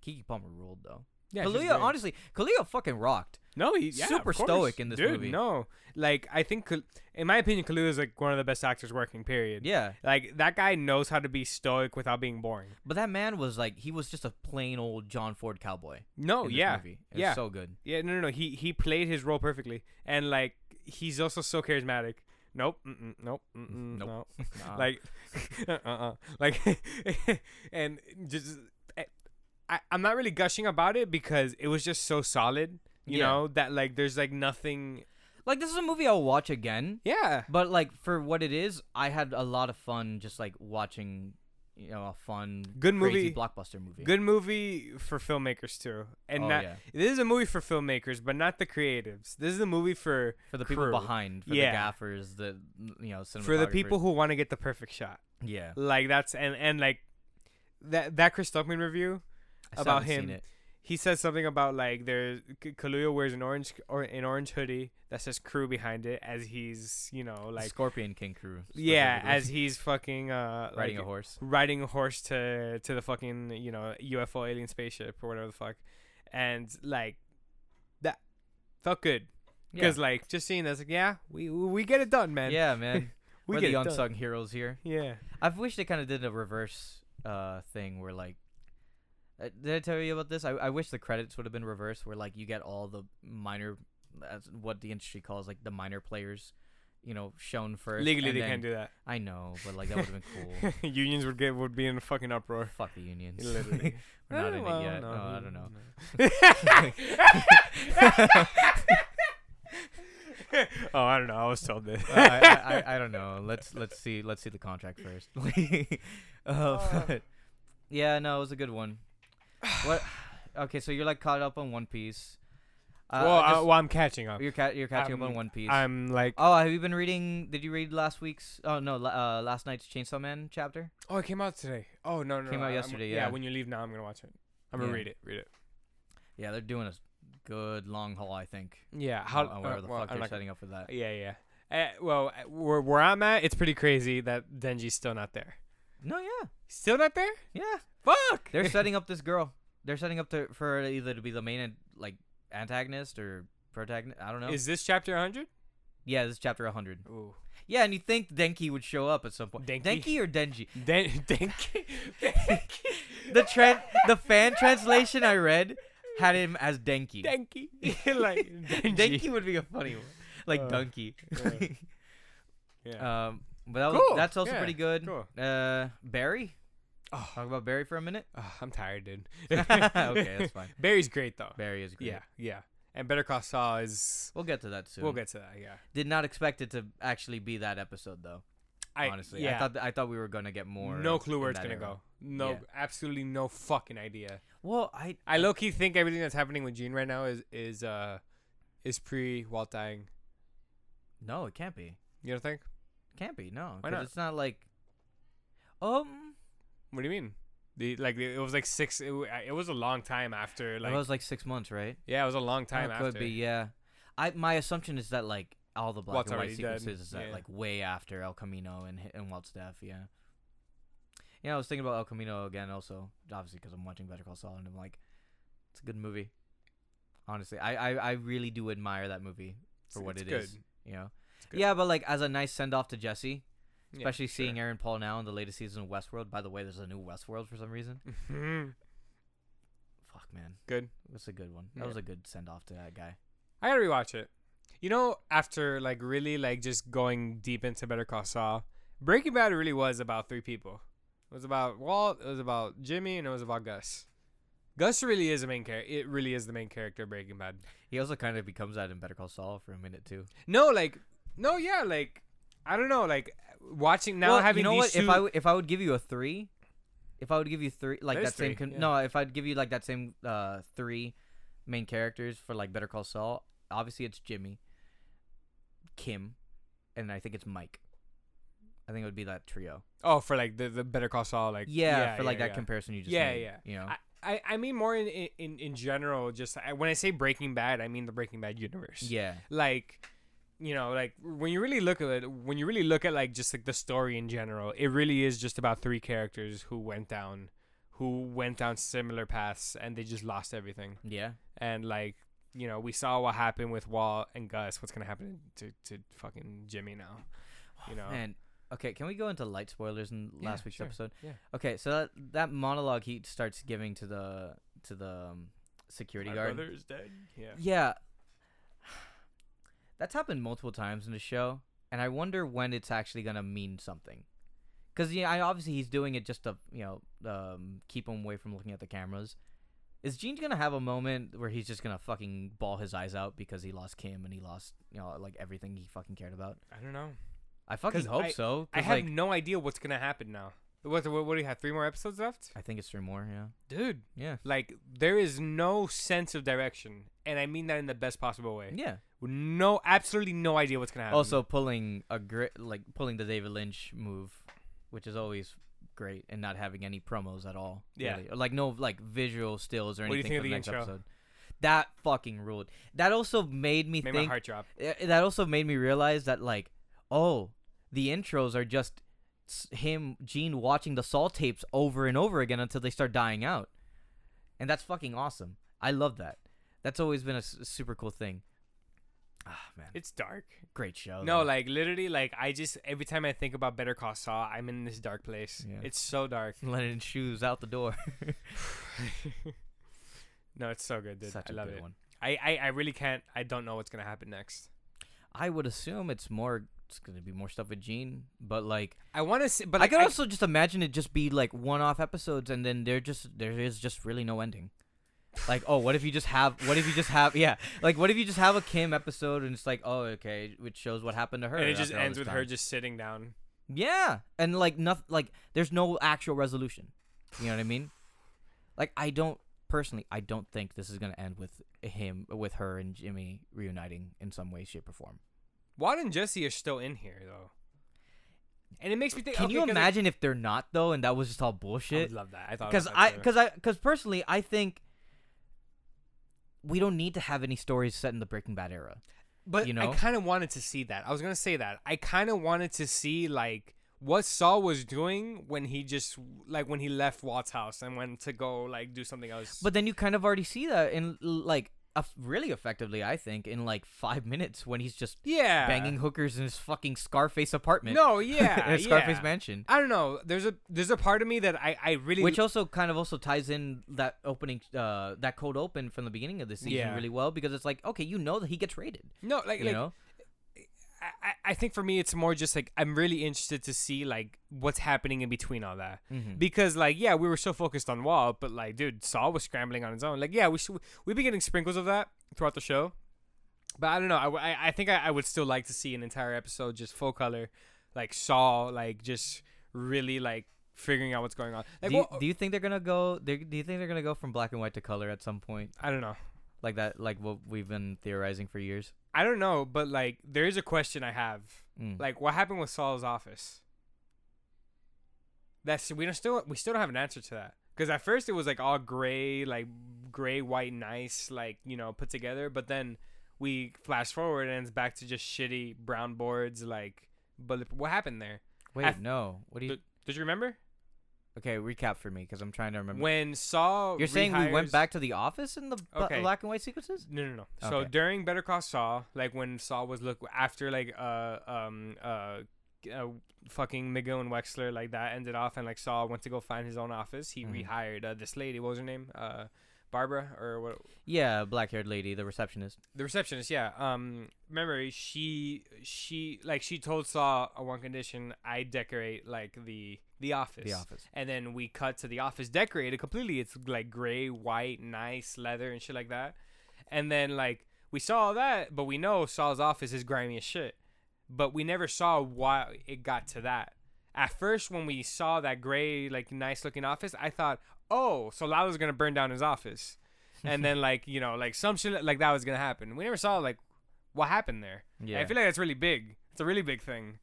S1: Kiki Palmer ruled though.
S2: Yeah, she's
S1: Kalia,
S2: great.
S1: honestly, Kalia fucking rocked.
S2: No, he's
S1: super stoic in this
S2: Dude,
S1: movie.
S2: No, like I think, Kal- in my opinion, Kalu is like one of the best actors working. Period.
S1: Yeah.
S2: Like that guy knows how to be stoic without being boring.
S1: But that man was like he was just a plain old John Ford cowboy.
S2: No,
S1: in this
S2: Oh, yeah,
S1: movie. It was
S2: yeah.
S1: so good.
S2: yeah, no, no, no. He he played his role perfectly, and like he's also so charismatic. Nope, mm-mm, nope, Uh-uh. mm-mm,
S1: Nope.
S2: no.
S1: Nah.
S2: like uh uh like and just eh, I, i'm not really gushing about it because it was just so solid you
S1: Yeah.
S2: know that like there's like nothing
S1: like this is a movie I'll watch again.
S2: yeah
S1: But like for what it is, I had a lot of fun just like watching, you know, a fun,
S2: Good
S1: crazy
S2: movie.
S1: blockbuster movie.
S2: good movie for filmmakers too and
S1: Oh,
S2: not
S1: yeah.
S2: this is a movie for filmmakers but not the creatives this is a movie for
S1: for the people
S2: crew.
S1: behind, for
S2: Yeah.
S1: the gaffers, the you know,
S2: for the people
S1: cinematographers.
S2: who want to get the perfect shot
S1: Yeah,
S2: like that's and and like that that chris Stuckman review
S1: I still
S2: About
S1: haven't seen
S2: him.
S1: it.
S2: he says something about like there's K- Kaluuya wears an orange or an orange hoodie that says crew behind it as he's you know
S1: like
S2: like
S1: Scorpion King crew.
S2: yeah
S1: specifically.
S2: as he's fucking uh
S1: riding
S2: like,
S1: a horse.
S2: riding a horse to to the fucking you know UFO alien spaceship or whatever the fuck and like that felt good
S1: Yeah.
S2: because like just seeing this like yeah we we get it done man
S1: yeah, man,
S2: we
S1: we are
S2: get
S1: the
S2: it done.
S1: unsung heroes here.
S2: yeah
S1: I've wished they kind of did a reverse uh thing where like. Uh, did I tell you about this? I, I wish the credits would have been reversed, where like you get all the minor, that's what the industry calls like the minor players, you know, shown first.
S2: legally
S1: and
S2: they
S1: then-
S2: can't do that
S1: I know, but like that would have been cool.
S2: unions would get would be in a fucking uproar
S1: Fuck the unions.
S2: literally
S1: We're not
S2: Eh,
S1: in
S2: well,
S1: it yet.
S2: no,
S1: oh, I
S2: mm,
S1: don't know.
S2: no. oh, I don't know. I was told this.
S1: Uh, I, I, I don't know. Let's let's see let's see the contract first. uh,
S2: Oh.
S1: but- yeah, no, it was a good one. What? Okay, so you're like caught up on One Piece. Uh,
S2: well, I,
S1: just-
S2: well, I'm catching up.
S1: you're ca- you're catching up on
S2: I'm-
S1: One Piece.
S2: I'm like,
S1: oh, have you been reading? Did you read last week's? Oh no, la- uh, last night's Chainsaw Man chapter.
S2: oh, it came out today. Oh no, no,
S1: Came
S2: no,
S1: out
S2: I'm-
S1: yesterday,
S2: yeah,
S1: yeah.
S2: when you leave now, I'm gonna watch it. I'm gonna
S1: Yeah.
S2: read it. Read it.
S1: Yeah, they're doing a s- good long haul, I think.
S2: Yeah.
S1: How?
S2: How?
S1: Uh,
S2: uh,
S1: whatever the
S2: well,
S1: fuck
S2: I'm
S1: they're
S2: not-
S1: setting up for that.
S2: Yeah, yeah. Uh, well, uh, where where I'm at, it's pretty crazy that Denji's still not there.
S1: No, yeah,
S2: Still not there?
S1: yeah.
S2: Fuck.
S1: They're setting up this girl. They're setting up to, for her to either to be the main like antagonist or protagonist. I don't know.
S2: Is this chapter 100?
S1: yeah, this is chapter 100.
S2: Ooh.
S1: Yeah, and you think Denki would show up at some point?
S2: Denki?
S1: or Denji?
S2: Den- Denki.
S1: The tran- the fan translation I read had him as Denki.
S2: Denki. like Denji.
S1: Denki would be a funny one, like
S2: Uh,
S1: Donkey.
S2: Yeah.
S1: um, but that was,
S2: Cool,
S1: that's also
S2: yeah,
S1: pretty good.
S2: cool.
S1: Uh, Barry.
S2: Oh.
S1: Talk about Barry for a minute.
S2: Ugh, Oh, I'm tired, dude.
S1: Okay, that's fine.
S2: Barry's great though.
S1: Barry is great.
S2: Yeah, yeah. And Better Call Saul is.
S1: We'll get to that soon.
S2: We'll get to that. Yeah.
S1: Did not expect it to actually be that episode though.
S2: I,
S1: honestly.
S2: yeah.
S1: I thought th- I thought we were gonna get more.
S2: no
S1: of-
S2: clue where
S1: in
S2: it's
S1: that
S2: gonna
S1: era.
S2: go. No,
S1: Yeah.
S2: absolutely no fucking idea.
S1: Well, I
S2: I low key think everything that's happening with Gene right now is is uh is pre Walt dying.
S1: no, it can't be.
S2: You don't think?
S1: It can't be. No,
S2: Why
S1: 'cause
S2: not?
S1: It's not like, um,
S2: What do you mean? The like the, it was like six. It, w- I- it was a long time after.
S1: that
S2: Like
S1: was like six months, right?
S2: yeah, it was a long time
S1: Oh, it
S2: after.
S1: could be. Yeah, I my assumption is that like all the black
S2: Walt's
S1: and white
S2: already dead,
S1: sequences is that
S2: yeah.
S1: like way after El Camino and hi- and Walt's death. Yeah. Yeah, I was thinking about El Camino again, also obviously because I'm watching Better Call Saul, and I'm like, it's a good movie. Honestly, I I, I really do admire that movie for
S2: It's-
S1: what
S2: it's
S1: it is.
S2: good.
S1: You know.
S2: good.
S1: Yeah, but like as a nice send off to Jesse,
S2: Yeah,
S1: especially seeing
S2: sure.
S1: Aaron Paul now in the latest season of Westworld. By the way, there's a new Westworld for some reason.
S2: Mhm.
S1: Fuck man,
S2: Good.
S1: that's a good one. That
S2: Yeah.
S1: was a good send off to that guy.
S2: I gotta rewatch it. You know, after like really like just going deep into Better Call Saul, Breaking Bad really was about three people. It was about Walt, it was about Jimmy, and it was about Gus. Gus really is a main character. It really is the main character of Breaking Bad.
S1: He also kind of becomes that in Better Call Saul for a minute too.
S2: No, like, no, yeah, like, I don't know, like watching now
S1: well,
S2: having
S1: you know
S2: these
S1: what?
S2: two.
S1: If I w- if I would give you a three, if I would give you three like
S2: There's
S1: that same
S2: three,
S1: con-
S2: yeah.
S1: no, if I'd give you like that same uh three main characters for like Better Call Saul, obviously it's Jimmy, Kim, and I think it's Mike. I think it would be that trio.
S2: Oh, for like the, the Better Call Saul, like
S1: Yeah, for like
S2: yeah,
S1: that
S2: yeah.
S1: comparison you just
S2: Yeah,
S1: made,
S2: yeah.
S1: You know,
S2: I, I- I mean more in in- in, in general. Just I, when I say Breaking Bad, I mean the Breaking Bad universe.
S1: yeah,
S2: Like, you know, like when you really look at it, when you really look at like just like the story in general, it really is just about three characters who went down, who went down similar paths, and they just lost everything.
S1: yeah,
S2: And like, you know, we saw what happened with Walt and Gus. What's gonna happen to to fucking Jimmy now? You know.
S1: and. Okay, can we go into light spoilers in
S2: Oh. Yeah,
S1: last week's
S2: sure.
S1: episode?
S2: Yeah.
S1: Okay, so that, that monologue he starts giving to the to the um, security
S2: My
S1: guard.
S2: brother is dead. Yeah.
S1: Yeah. That's happened multiple times in the show, and I wonder when it's actually gonna mean something. Cause yeah, I obviously he's doing it just to you know um, keep him away from looking at the cameras. Is Gene gonna have a moment where he's just gonna fucking ball his eyes out because he lost Kim and he lost you know like everything he fucking cared about?
S2: I don't know.
S1: I fucking
S2: 'Cause
S1: hope
S2: I-
S1: so.
S2: I
S1: 'cause,
S2: have
S1: like,
S2: no idea what's gonna happen now. What, what, what do you have? Three more episodes left,
S1: I think it's three more. Yeah.
S2: dude.
S1: Yeah.
S2: Like there is no sense of direction, and I mean that in the best possible way.
S1: Yeah.
S2: No, absolutely no idea what's gonna happen.
S1: Also pulling a gri- like pulling the David Lynch move, which is always great, and not having any promos at all.
S2: Yeah.
S1: really. Or, like no like visual stills or
S2: What do you
S1: anything for
S2: think of
S1: the
S2: the
S1: next
S2: intro?
S1: episode. That fucking ruled. That also made me
S2: made my
S1: think.
S2: heart drop.
S1: eh, that also made me realize that like, oh, the intros are just s- him Gene watching the Saw tapes over and over again until they start dying out, and that's fucking awesome. I love that. That's always been a s- super cool thing. Ah man,
S2: It's dark.
S1: great show.
S2: No,
S1: though.
S2: like literally, like I just every time I think about Better Call Saul, I'm in this dark place.
S1: Yeah.
S2: It's so dark.
S1: Lennon shoes out the door.
S2: no, it's so good, dude.
S1: Such
S2: I
S1: a
S2: love
S1: good
S2: it.
S1: one.
S2: I, I I really can't. I don't know what's gonna happen next.
S1: I would assume it's more. It's gonna be more stuff with Gene, but like,
S2: I want to see, but
S1: I
S2: like,
S1: could also just imagine it just be like one-off episodes, and then there just there is just really no ending. Like, oh, what if you just have? What if you just have? Yeah, like, what if you just have a Kim episode, and it's like, oh, okay, which shows what happened to her.
S2: and it just
S1: after all
S2: ends
S1: this
S2: with her
S1: time.
S2: just sitting down.
S1: Yeah, and like nothing. Like, there's no actual resolution. You know what I mean? Like, I don't personally. I don't think this is gonna end with him, with her and Jimmy reuniting in some way, shape, or form.
S2: Watt and Jesse are still in here though, and it makes me think.
S1: Can
S2: okay,
S1: you
S2: 'cause, like,
S1: imagine if they're not though, and that was just all
S2: I
S1: bullshit?
S2: would love that. I thought
S1: Because
S2: about that
S1: I,
S2: too.
S1: because I, because personally, I think we don't need to have any stories set in the Breaking Bad era.
S2: but
S1: you know?
S2: I kind of wanted to see that. I was gonna say that. I kind of wanted to see like what Saul was doing when he just like when he left Walt's house and went to go like do something else.
S1: But then you kind of already see that in like a, really effectively, I think, in like five minutes when he's just
S2: yeah,
S1: banging hookers in his fucking Scarface apartment.
S2: No, yeah,
S1: his Scarface
S2: yeah.
S1: mansion.
S2: I don't know. There's a there's a part of me that I I really
S1: Which also kind of also ties in that opening, uh, that cold open from the beginning of the season
S2: Yeah.
S1: really well because it's like, okay, you know that he gets raided,
S2: no like
S1: you
S2: like
S1: know?
S2: I, I- I think for me it's more just like I'm really interested to see like what's happening in between all that
S1: Mhm.
S2: because like yeah we were so focused on Wall but like dude Saul was scrambling on his own like yeah we should, we've been getting sprinkles of that throughout the show but I don't know I, w- I- I think I, I would still like to see an entire episode just full color like Saul like just really like figuring out what's going on like
S1: do, you,
S2: what-
S1: do you think they're gonna go? they- Do you think they're gonna go from black and white to color at some point,
S2: I don't know
S1: like that? Like what we've been theorizing for years.
S2: I don't know but like there is a question I have
S1: Mm.
S2: Like what happened with Saul's office? That's we don't still we still don't have an answer to that because at first it was like all gray, like gray white, nice, like you know put together. But then we flash forward and it's back to just shitty brown boards. Like, but what happened there?
S1: wait,
S2: af-
S1: no. What do you?
S2: Did, did you remember
S1: Okay, recap for me because I'm trying to remember.
S2: when Saul?
S1: You're saying we went
S2: rehires-
S1: back to the office in the bu-
S2: Okay.
S1: black and white sequences?
S2: No, no, no. So
S1: Okay.
S2: during Better Call Saul, like when Saul was look after like uh um uh, uh fucking Miguel and Wexler like that ended off, and like Saul went to go find his own office. He
S1: Mhm.
S2: rehired uh, this lady. What was her name? Uh, Barbara or what?
S1: Yeah, black haired lady, the receptionist.
S2: The receptionist. Yeah. Um, remember she she like she told Saul on one condition: I decorate like the the office.
S1: The office.
S2: And then we cut to the office decorated completely. It's like gray, white, nice leather and shit like that. And then like we saw all that, but we know Saul's office is grimy as shit. But we never saw why it got to that. At first, when we saw that gray, like nice looking office, I thought, oh, so Lalo's gonna burn down his office. and then like you know like some shit like that was gonna happen. We never saw like what happened there.
S1: Yeah.
S2: I feel like that's really big. It's a really big thing.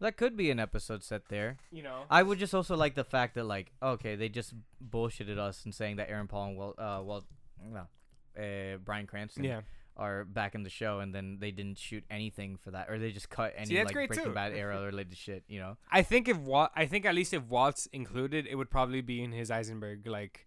S1: that could be an episode set there.
S2: You know.
S1: I would just also like the fact that like okay, they just bullshitted us in saying that Aaron Paul and Wal uh Wal no, uh, Brian Cranston
S2: yeah.
S1: are back in the show, and then they didn't shoot anything for that, or they just cut any
S2: that's
S1: like
S2: great,
S1: Breaking
S2: too.
S1: Bad era related shit. You know?
S2: I think if Walt, I think at least if Walt's included, it would probably be in his Eisenberg like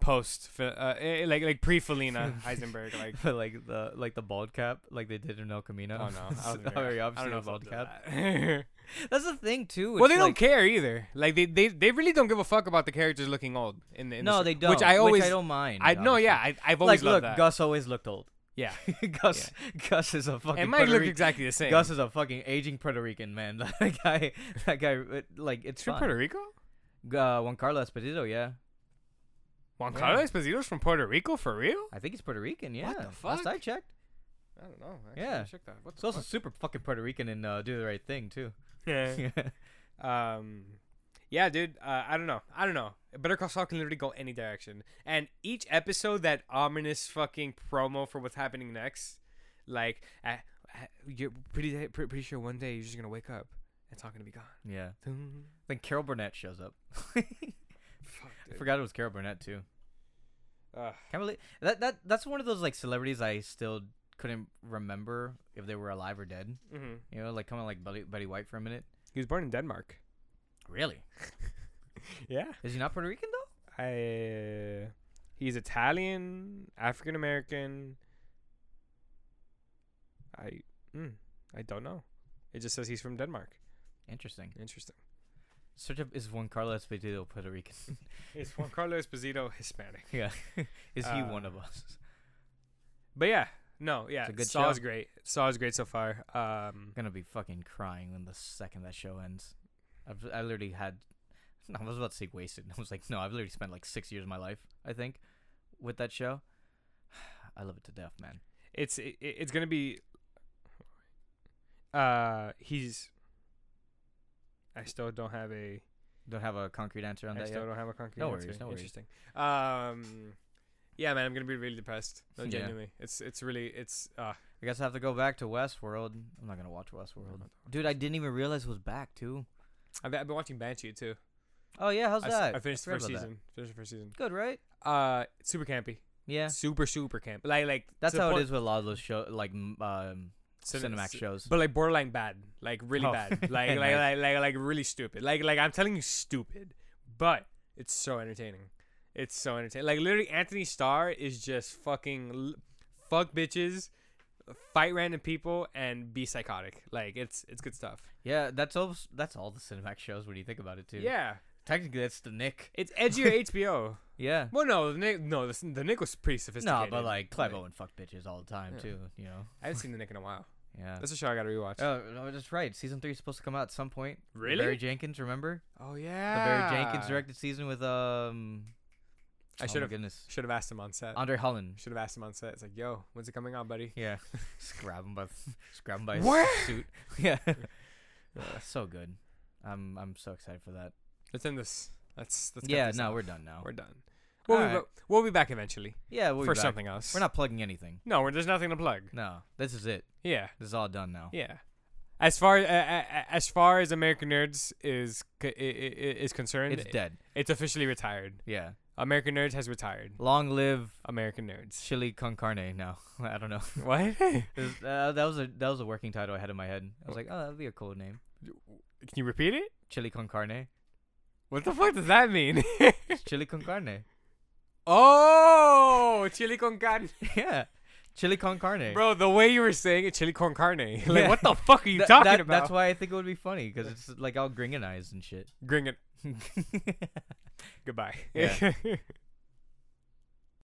S2: post, fi- uh, eh, like like pre Felina Eisenberg like.
S1: But like the like the bald cap, like they did in El Camino.
S2: Oh no! I don't, think they're-
S1: Very
S2: I
S1: obviously
S2: don't know
S1: a
S2: if
S1: bald
S2: I'll do
S1: cap.
S2: that.
S1: That's the thing too.
S2: well,
S1: it's
S2: they
S1: like,
S2: don't care either. Like they, they, they really don't give a fuck about the characters looking old. In the in the
S1: No,
S2: show,
S1: they don't.
S2: Which I always
S1: don't mind.
S2: I no, yeah, I, I've always
S1: Like,
S2: loved
S1: look,
S2: that.
S1: Gus always looked old.
S2: yeah,
S1: Gus, Gus is a fucking.
S2: it might
S1: Puerto
S2: look
S1: Rican-
S2: exactly the same.
S1: Gus is a fucking aging Puerto Rican man. that guy, that guy, it- like it's
S2: Is he
S1: fine.
S2: from Puerto Rico.
S1: Uh, Juan Carlos Esposito, yeah,
S2: Juan
S1: Yeah.
S2: Carlos Esposito's from Puerto Rico for real?
S1: I think he's Puerto Rican. Yeah,
S2: What the
S1: last
S2: fuck?
S1: I checked,
S2: I don't know.
S1: Actually, Yeah.
S2: check that. What
S1: he's also super fucking Puerto Rican and uh, do the right thing too.
S2: Yeah. Um, yeah, dude. Uh, I don't know. I don't know. Better Call Saul can literally go any direction. And each episode, that ominous fucking promo for what's happening next, like, I, I- you're pretty pretty pretty sure one day you're just gonna wake up and it's all gonna be gone.
S1: yeah.
S2: Dun.
S1: Then Carol Burnett shows up. I
S2: Fuck, dude.
S1: forgot it was Carol Burnett too.
S2: Ugh.
S1: Can't believe that that that's one of those like celebrities I still couldn't remember if they were alive or dead.
S2: Mhm.
S1: You know, like kind of like Buddy, Buddy White for a minute.
S2: He was born in Denmark.
S1: Really?
S2: Yeah.
S1: Is he not Puerto Rican though?
S2: I. He's Italian, African American. I. Mm, I don't know. It just says he's from Denmark.
S1: Interesting.
S2: Interesting.
S1: Search up is Juan Carlos Esposito Puerto Rican?
S2: Is Juan Carlos Esposito Hispanic?
S1: yeah. is he
S2: Uh,
S1: one of us?
S2: But yeah, no, yeah.
S1: It's a good
S2: Saw
S1: show.
S2: is great. Saw is great so far. Um,
S1: gonna be fucking crying when the second that show ends. I've, I literally had. I was about to say wasted. I was like, no, I've literally spent like six years of my life, I think, with that show. I love it to death, man.
S2: it's it, it's gonna be. Uh, he's. I still don't have a.
S1: Don't have a concrete answer
S2: I
S1: on that
S2: still
S1: yet.
S2: don't have a concrete
S1: No
S2: answer.
S1: worries, no worries.
S2: Interesting. Um, yeah, man, I'm gonna be really depressed. No,
S1: Yeah.
S2: genuinely, it's it's really it's. Uh,
S1: I guess I have to go back to Westworld. I'm not gonna watch Westworld, dude. I didn't even realize it was back too.
S2: I've, I've been watching Banshee too.
S1: Oh yeah, how's
S2: I, s-
S1: that?
S2: I finished the
S1: forgot
S2: first
S1: about that.
S2: season. Finished the first season.
S1: Good, right?
S2: Uh, super campy.
S1: Yeah,
S2: Super super camp. Like like to
S1: that's
S2: the
S1: how
S2: point-
S1: it is with a lot of those show, like m- um,
S2: Cin-
S1: Cinemax
S2: c-
S1: shows.
S2: But like borderline bad, like really
S1: Oh.
S2: bad, like like,
S1: Nice.
S2: like like like really stupid. Like like I'm telling you, stupid. But it's so entertaining. It's so entertaining. Like literally, Anthony Starr is just fucking l- fuck bitches, fight random people, and be psychotic. Like it's it's good stuff.
S1: yeah, that's all. That's all the Cinemax shows when you think about it too.
S2: Yeah,
S1: technically that's the Nick.
S2: it's edgier HBO.
S1: Yeah.
S2: Well, no, the Nick, no, the, the Nick was pretty
S1: No,
S2: sophisticated.
S1: but like Clive
S2: Like-
S1: Owen fucked bitches all the time
S2: Yeah.
S1: too. You know.
S2: I haven't seen the Nick in a while.
S1: Yeah.
S2: That's a show I gotta rewatch.
S1: Oh, no, that's right. Season three is supposed to come out at some point. The
S2: Really?
S1: Barry Jenkins, remember
S2: oh
S1: the
S2: yeah,
S1: Barry Jenkins directed season with um.
S2: I
S1: oh
S2: should
S1: my
S2: have
S1: goodness.
S2: should have asked him on set.
S1: Andre Holland.
S2: Should have asked him on set. It's like, yo, when's it coming out, buddy?
S1: Yeah. just grab him by, just grab him by his
S2: Where?
S1: suit. Yeah. so good. I'm I'm so excited for that.
S2: Let's end this. Let's let's. cut
S1: yeah.
S2: this
S1: No,
S2: off.
S1: we're done now.
S2: we're done. We'll, be,
S1: Alright.
S2: ba- we'll be back eventually
S1: yeah. We'll be
S2: for
S1: back.
S2: something else.
S1: We're not plugging anything.
S2: No, we're, there's nothing to plug.
S1: No. This is it.
S2: Yeah,
S1: This is all done now.
S2: yeah. As far uh, uh, as far as American Nerds is c- i- i- i- is concerned,
S1: It's dead.
S2: it's officially retired.
S1: Yeah.
S2: American Nerds has retired.
S1: Long live
S2: American Nerds.
S1: chili con carne. Now I don't know.
S2: what?
S1: It was- uh, that was a that was a working title I had in my head. I was like, oh, that'd be a cool name,
S2: Can you repeat it?
S1: chili con carne.
S2: What the fuck does that mean?
S1: It's chili con carne.
S2: oh, chili con carne.
S1: yeah, chili con carne.
S2: Bro, the way you were saying it, chili con carne. Like,
S1: Yeah.
S2: what the fuck are you
S1: Tha-
S2: talking
S1: that-
S2: about?
S1: That's why I think it would be funny because it's like all gringanized and shit.
S2: Gring it. Goodbye.
S1: Yeah.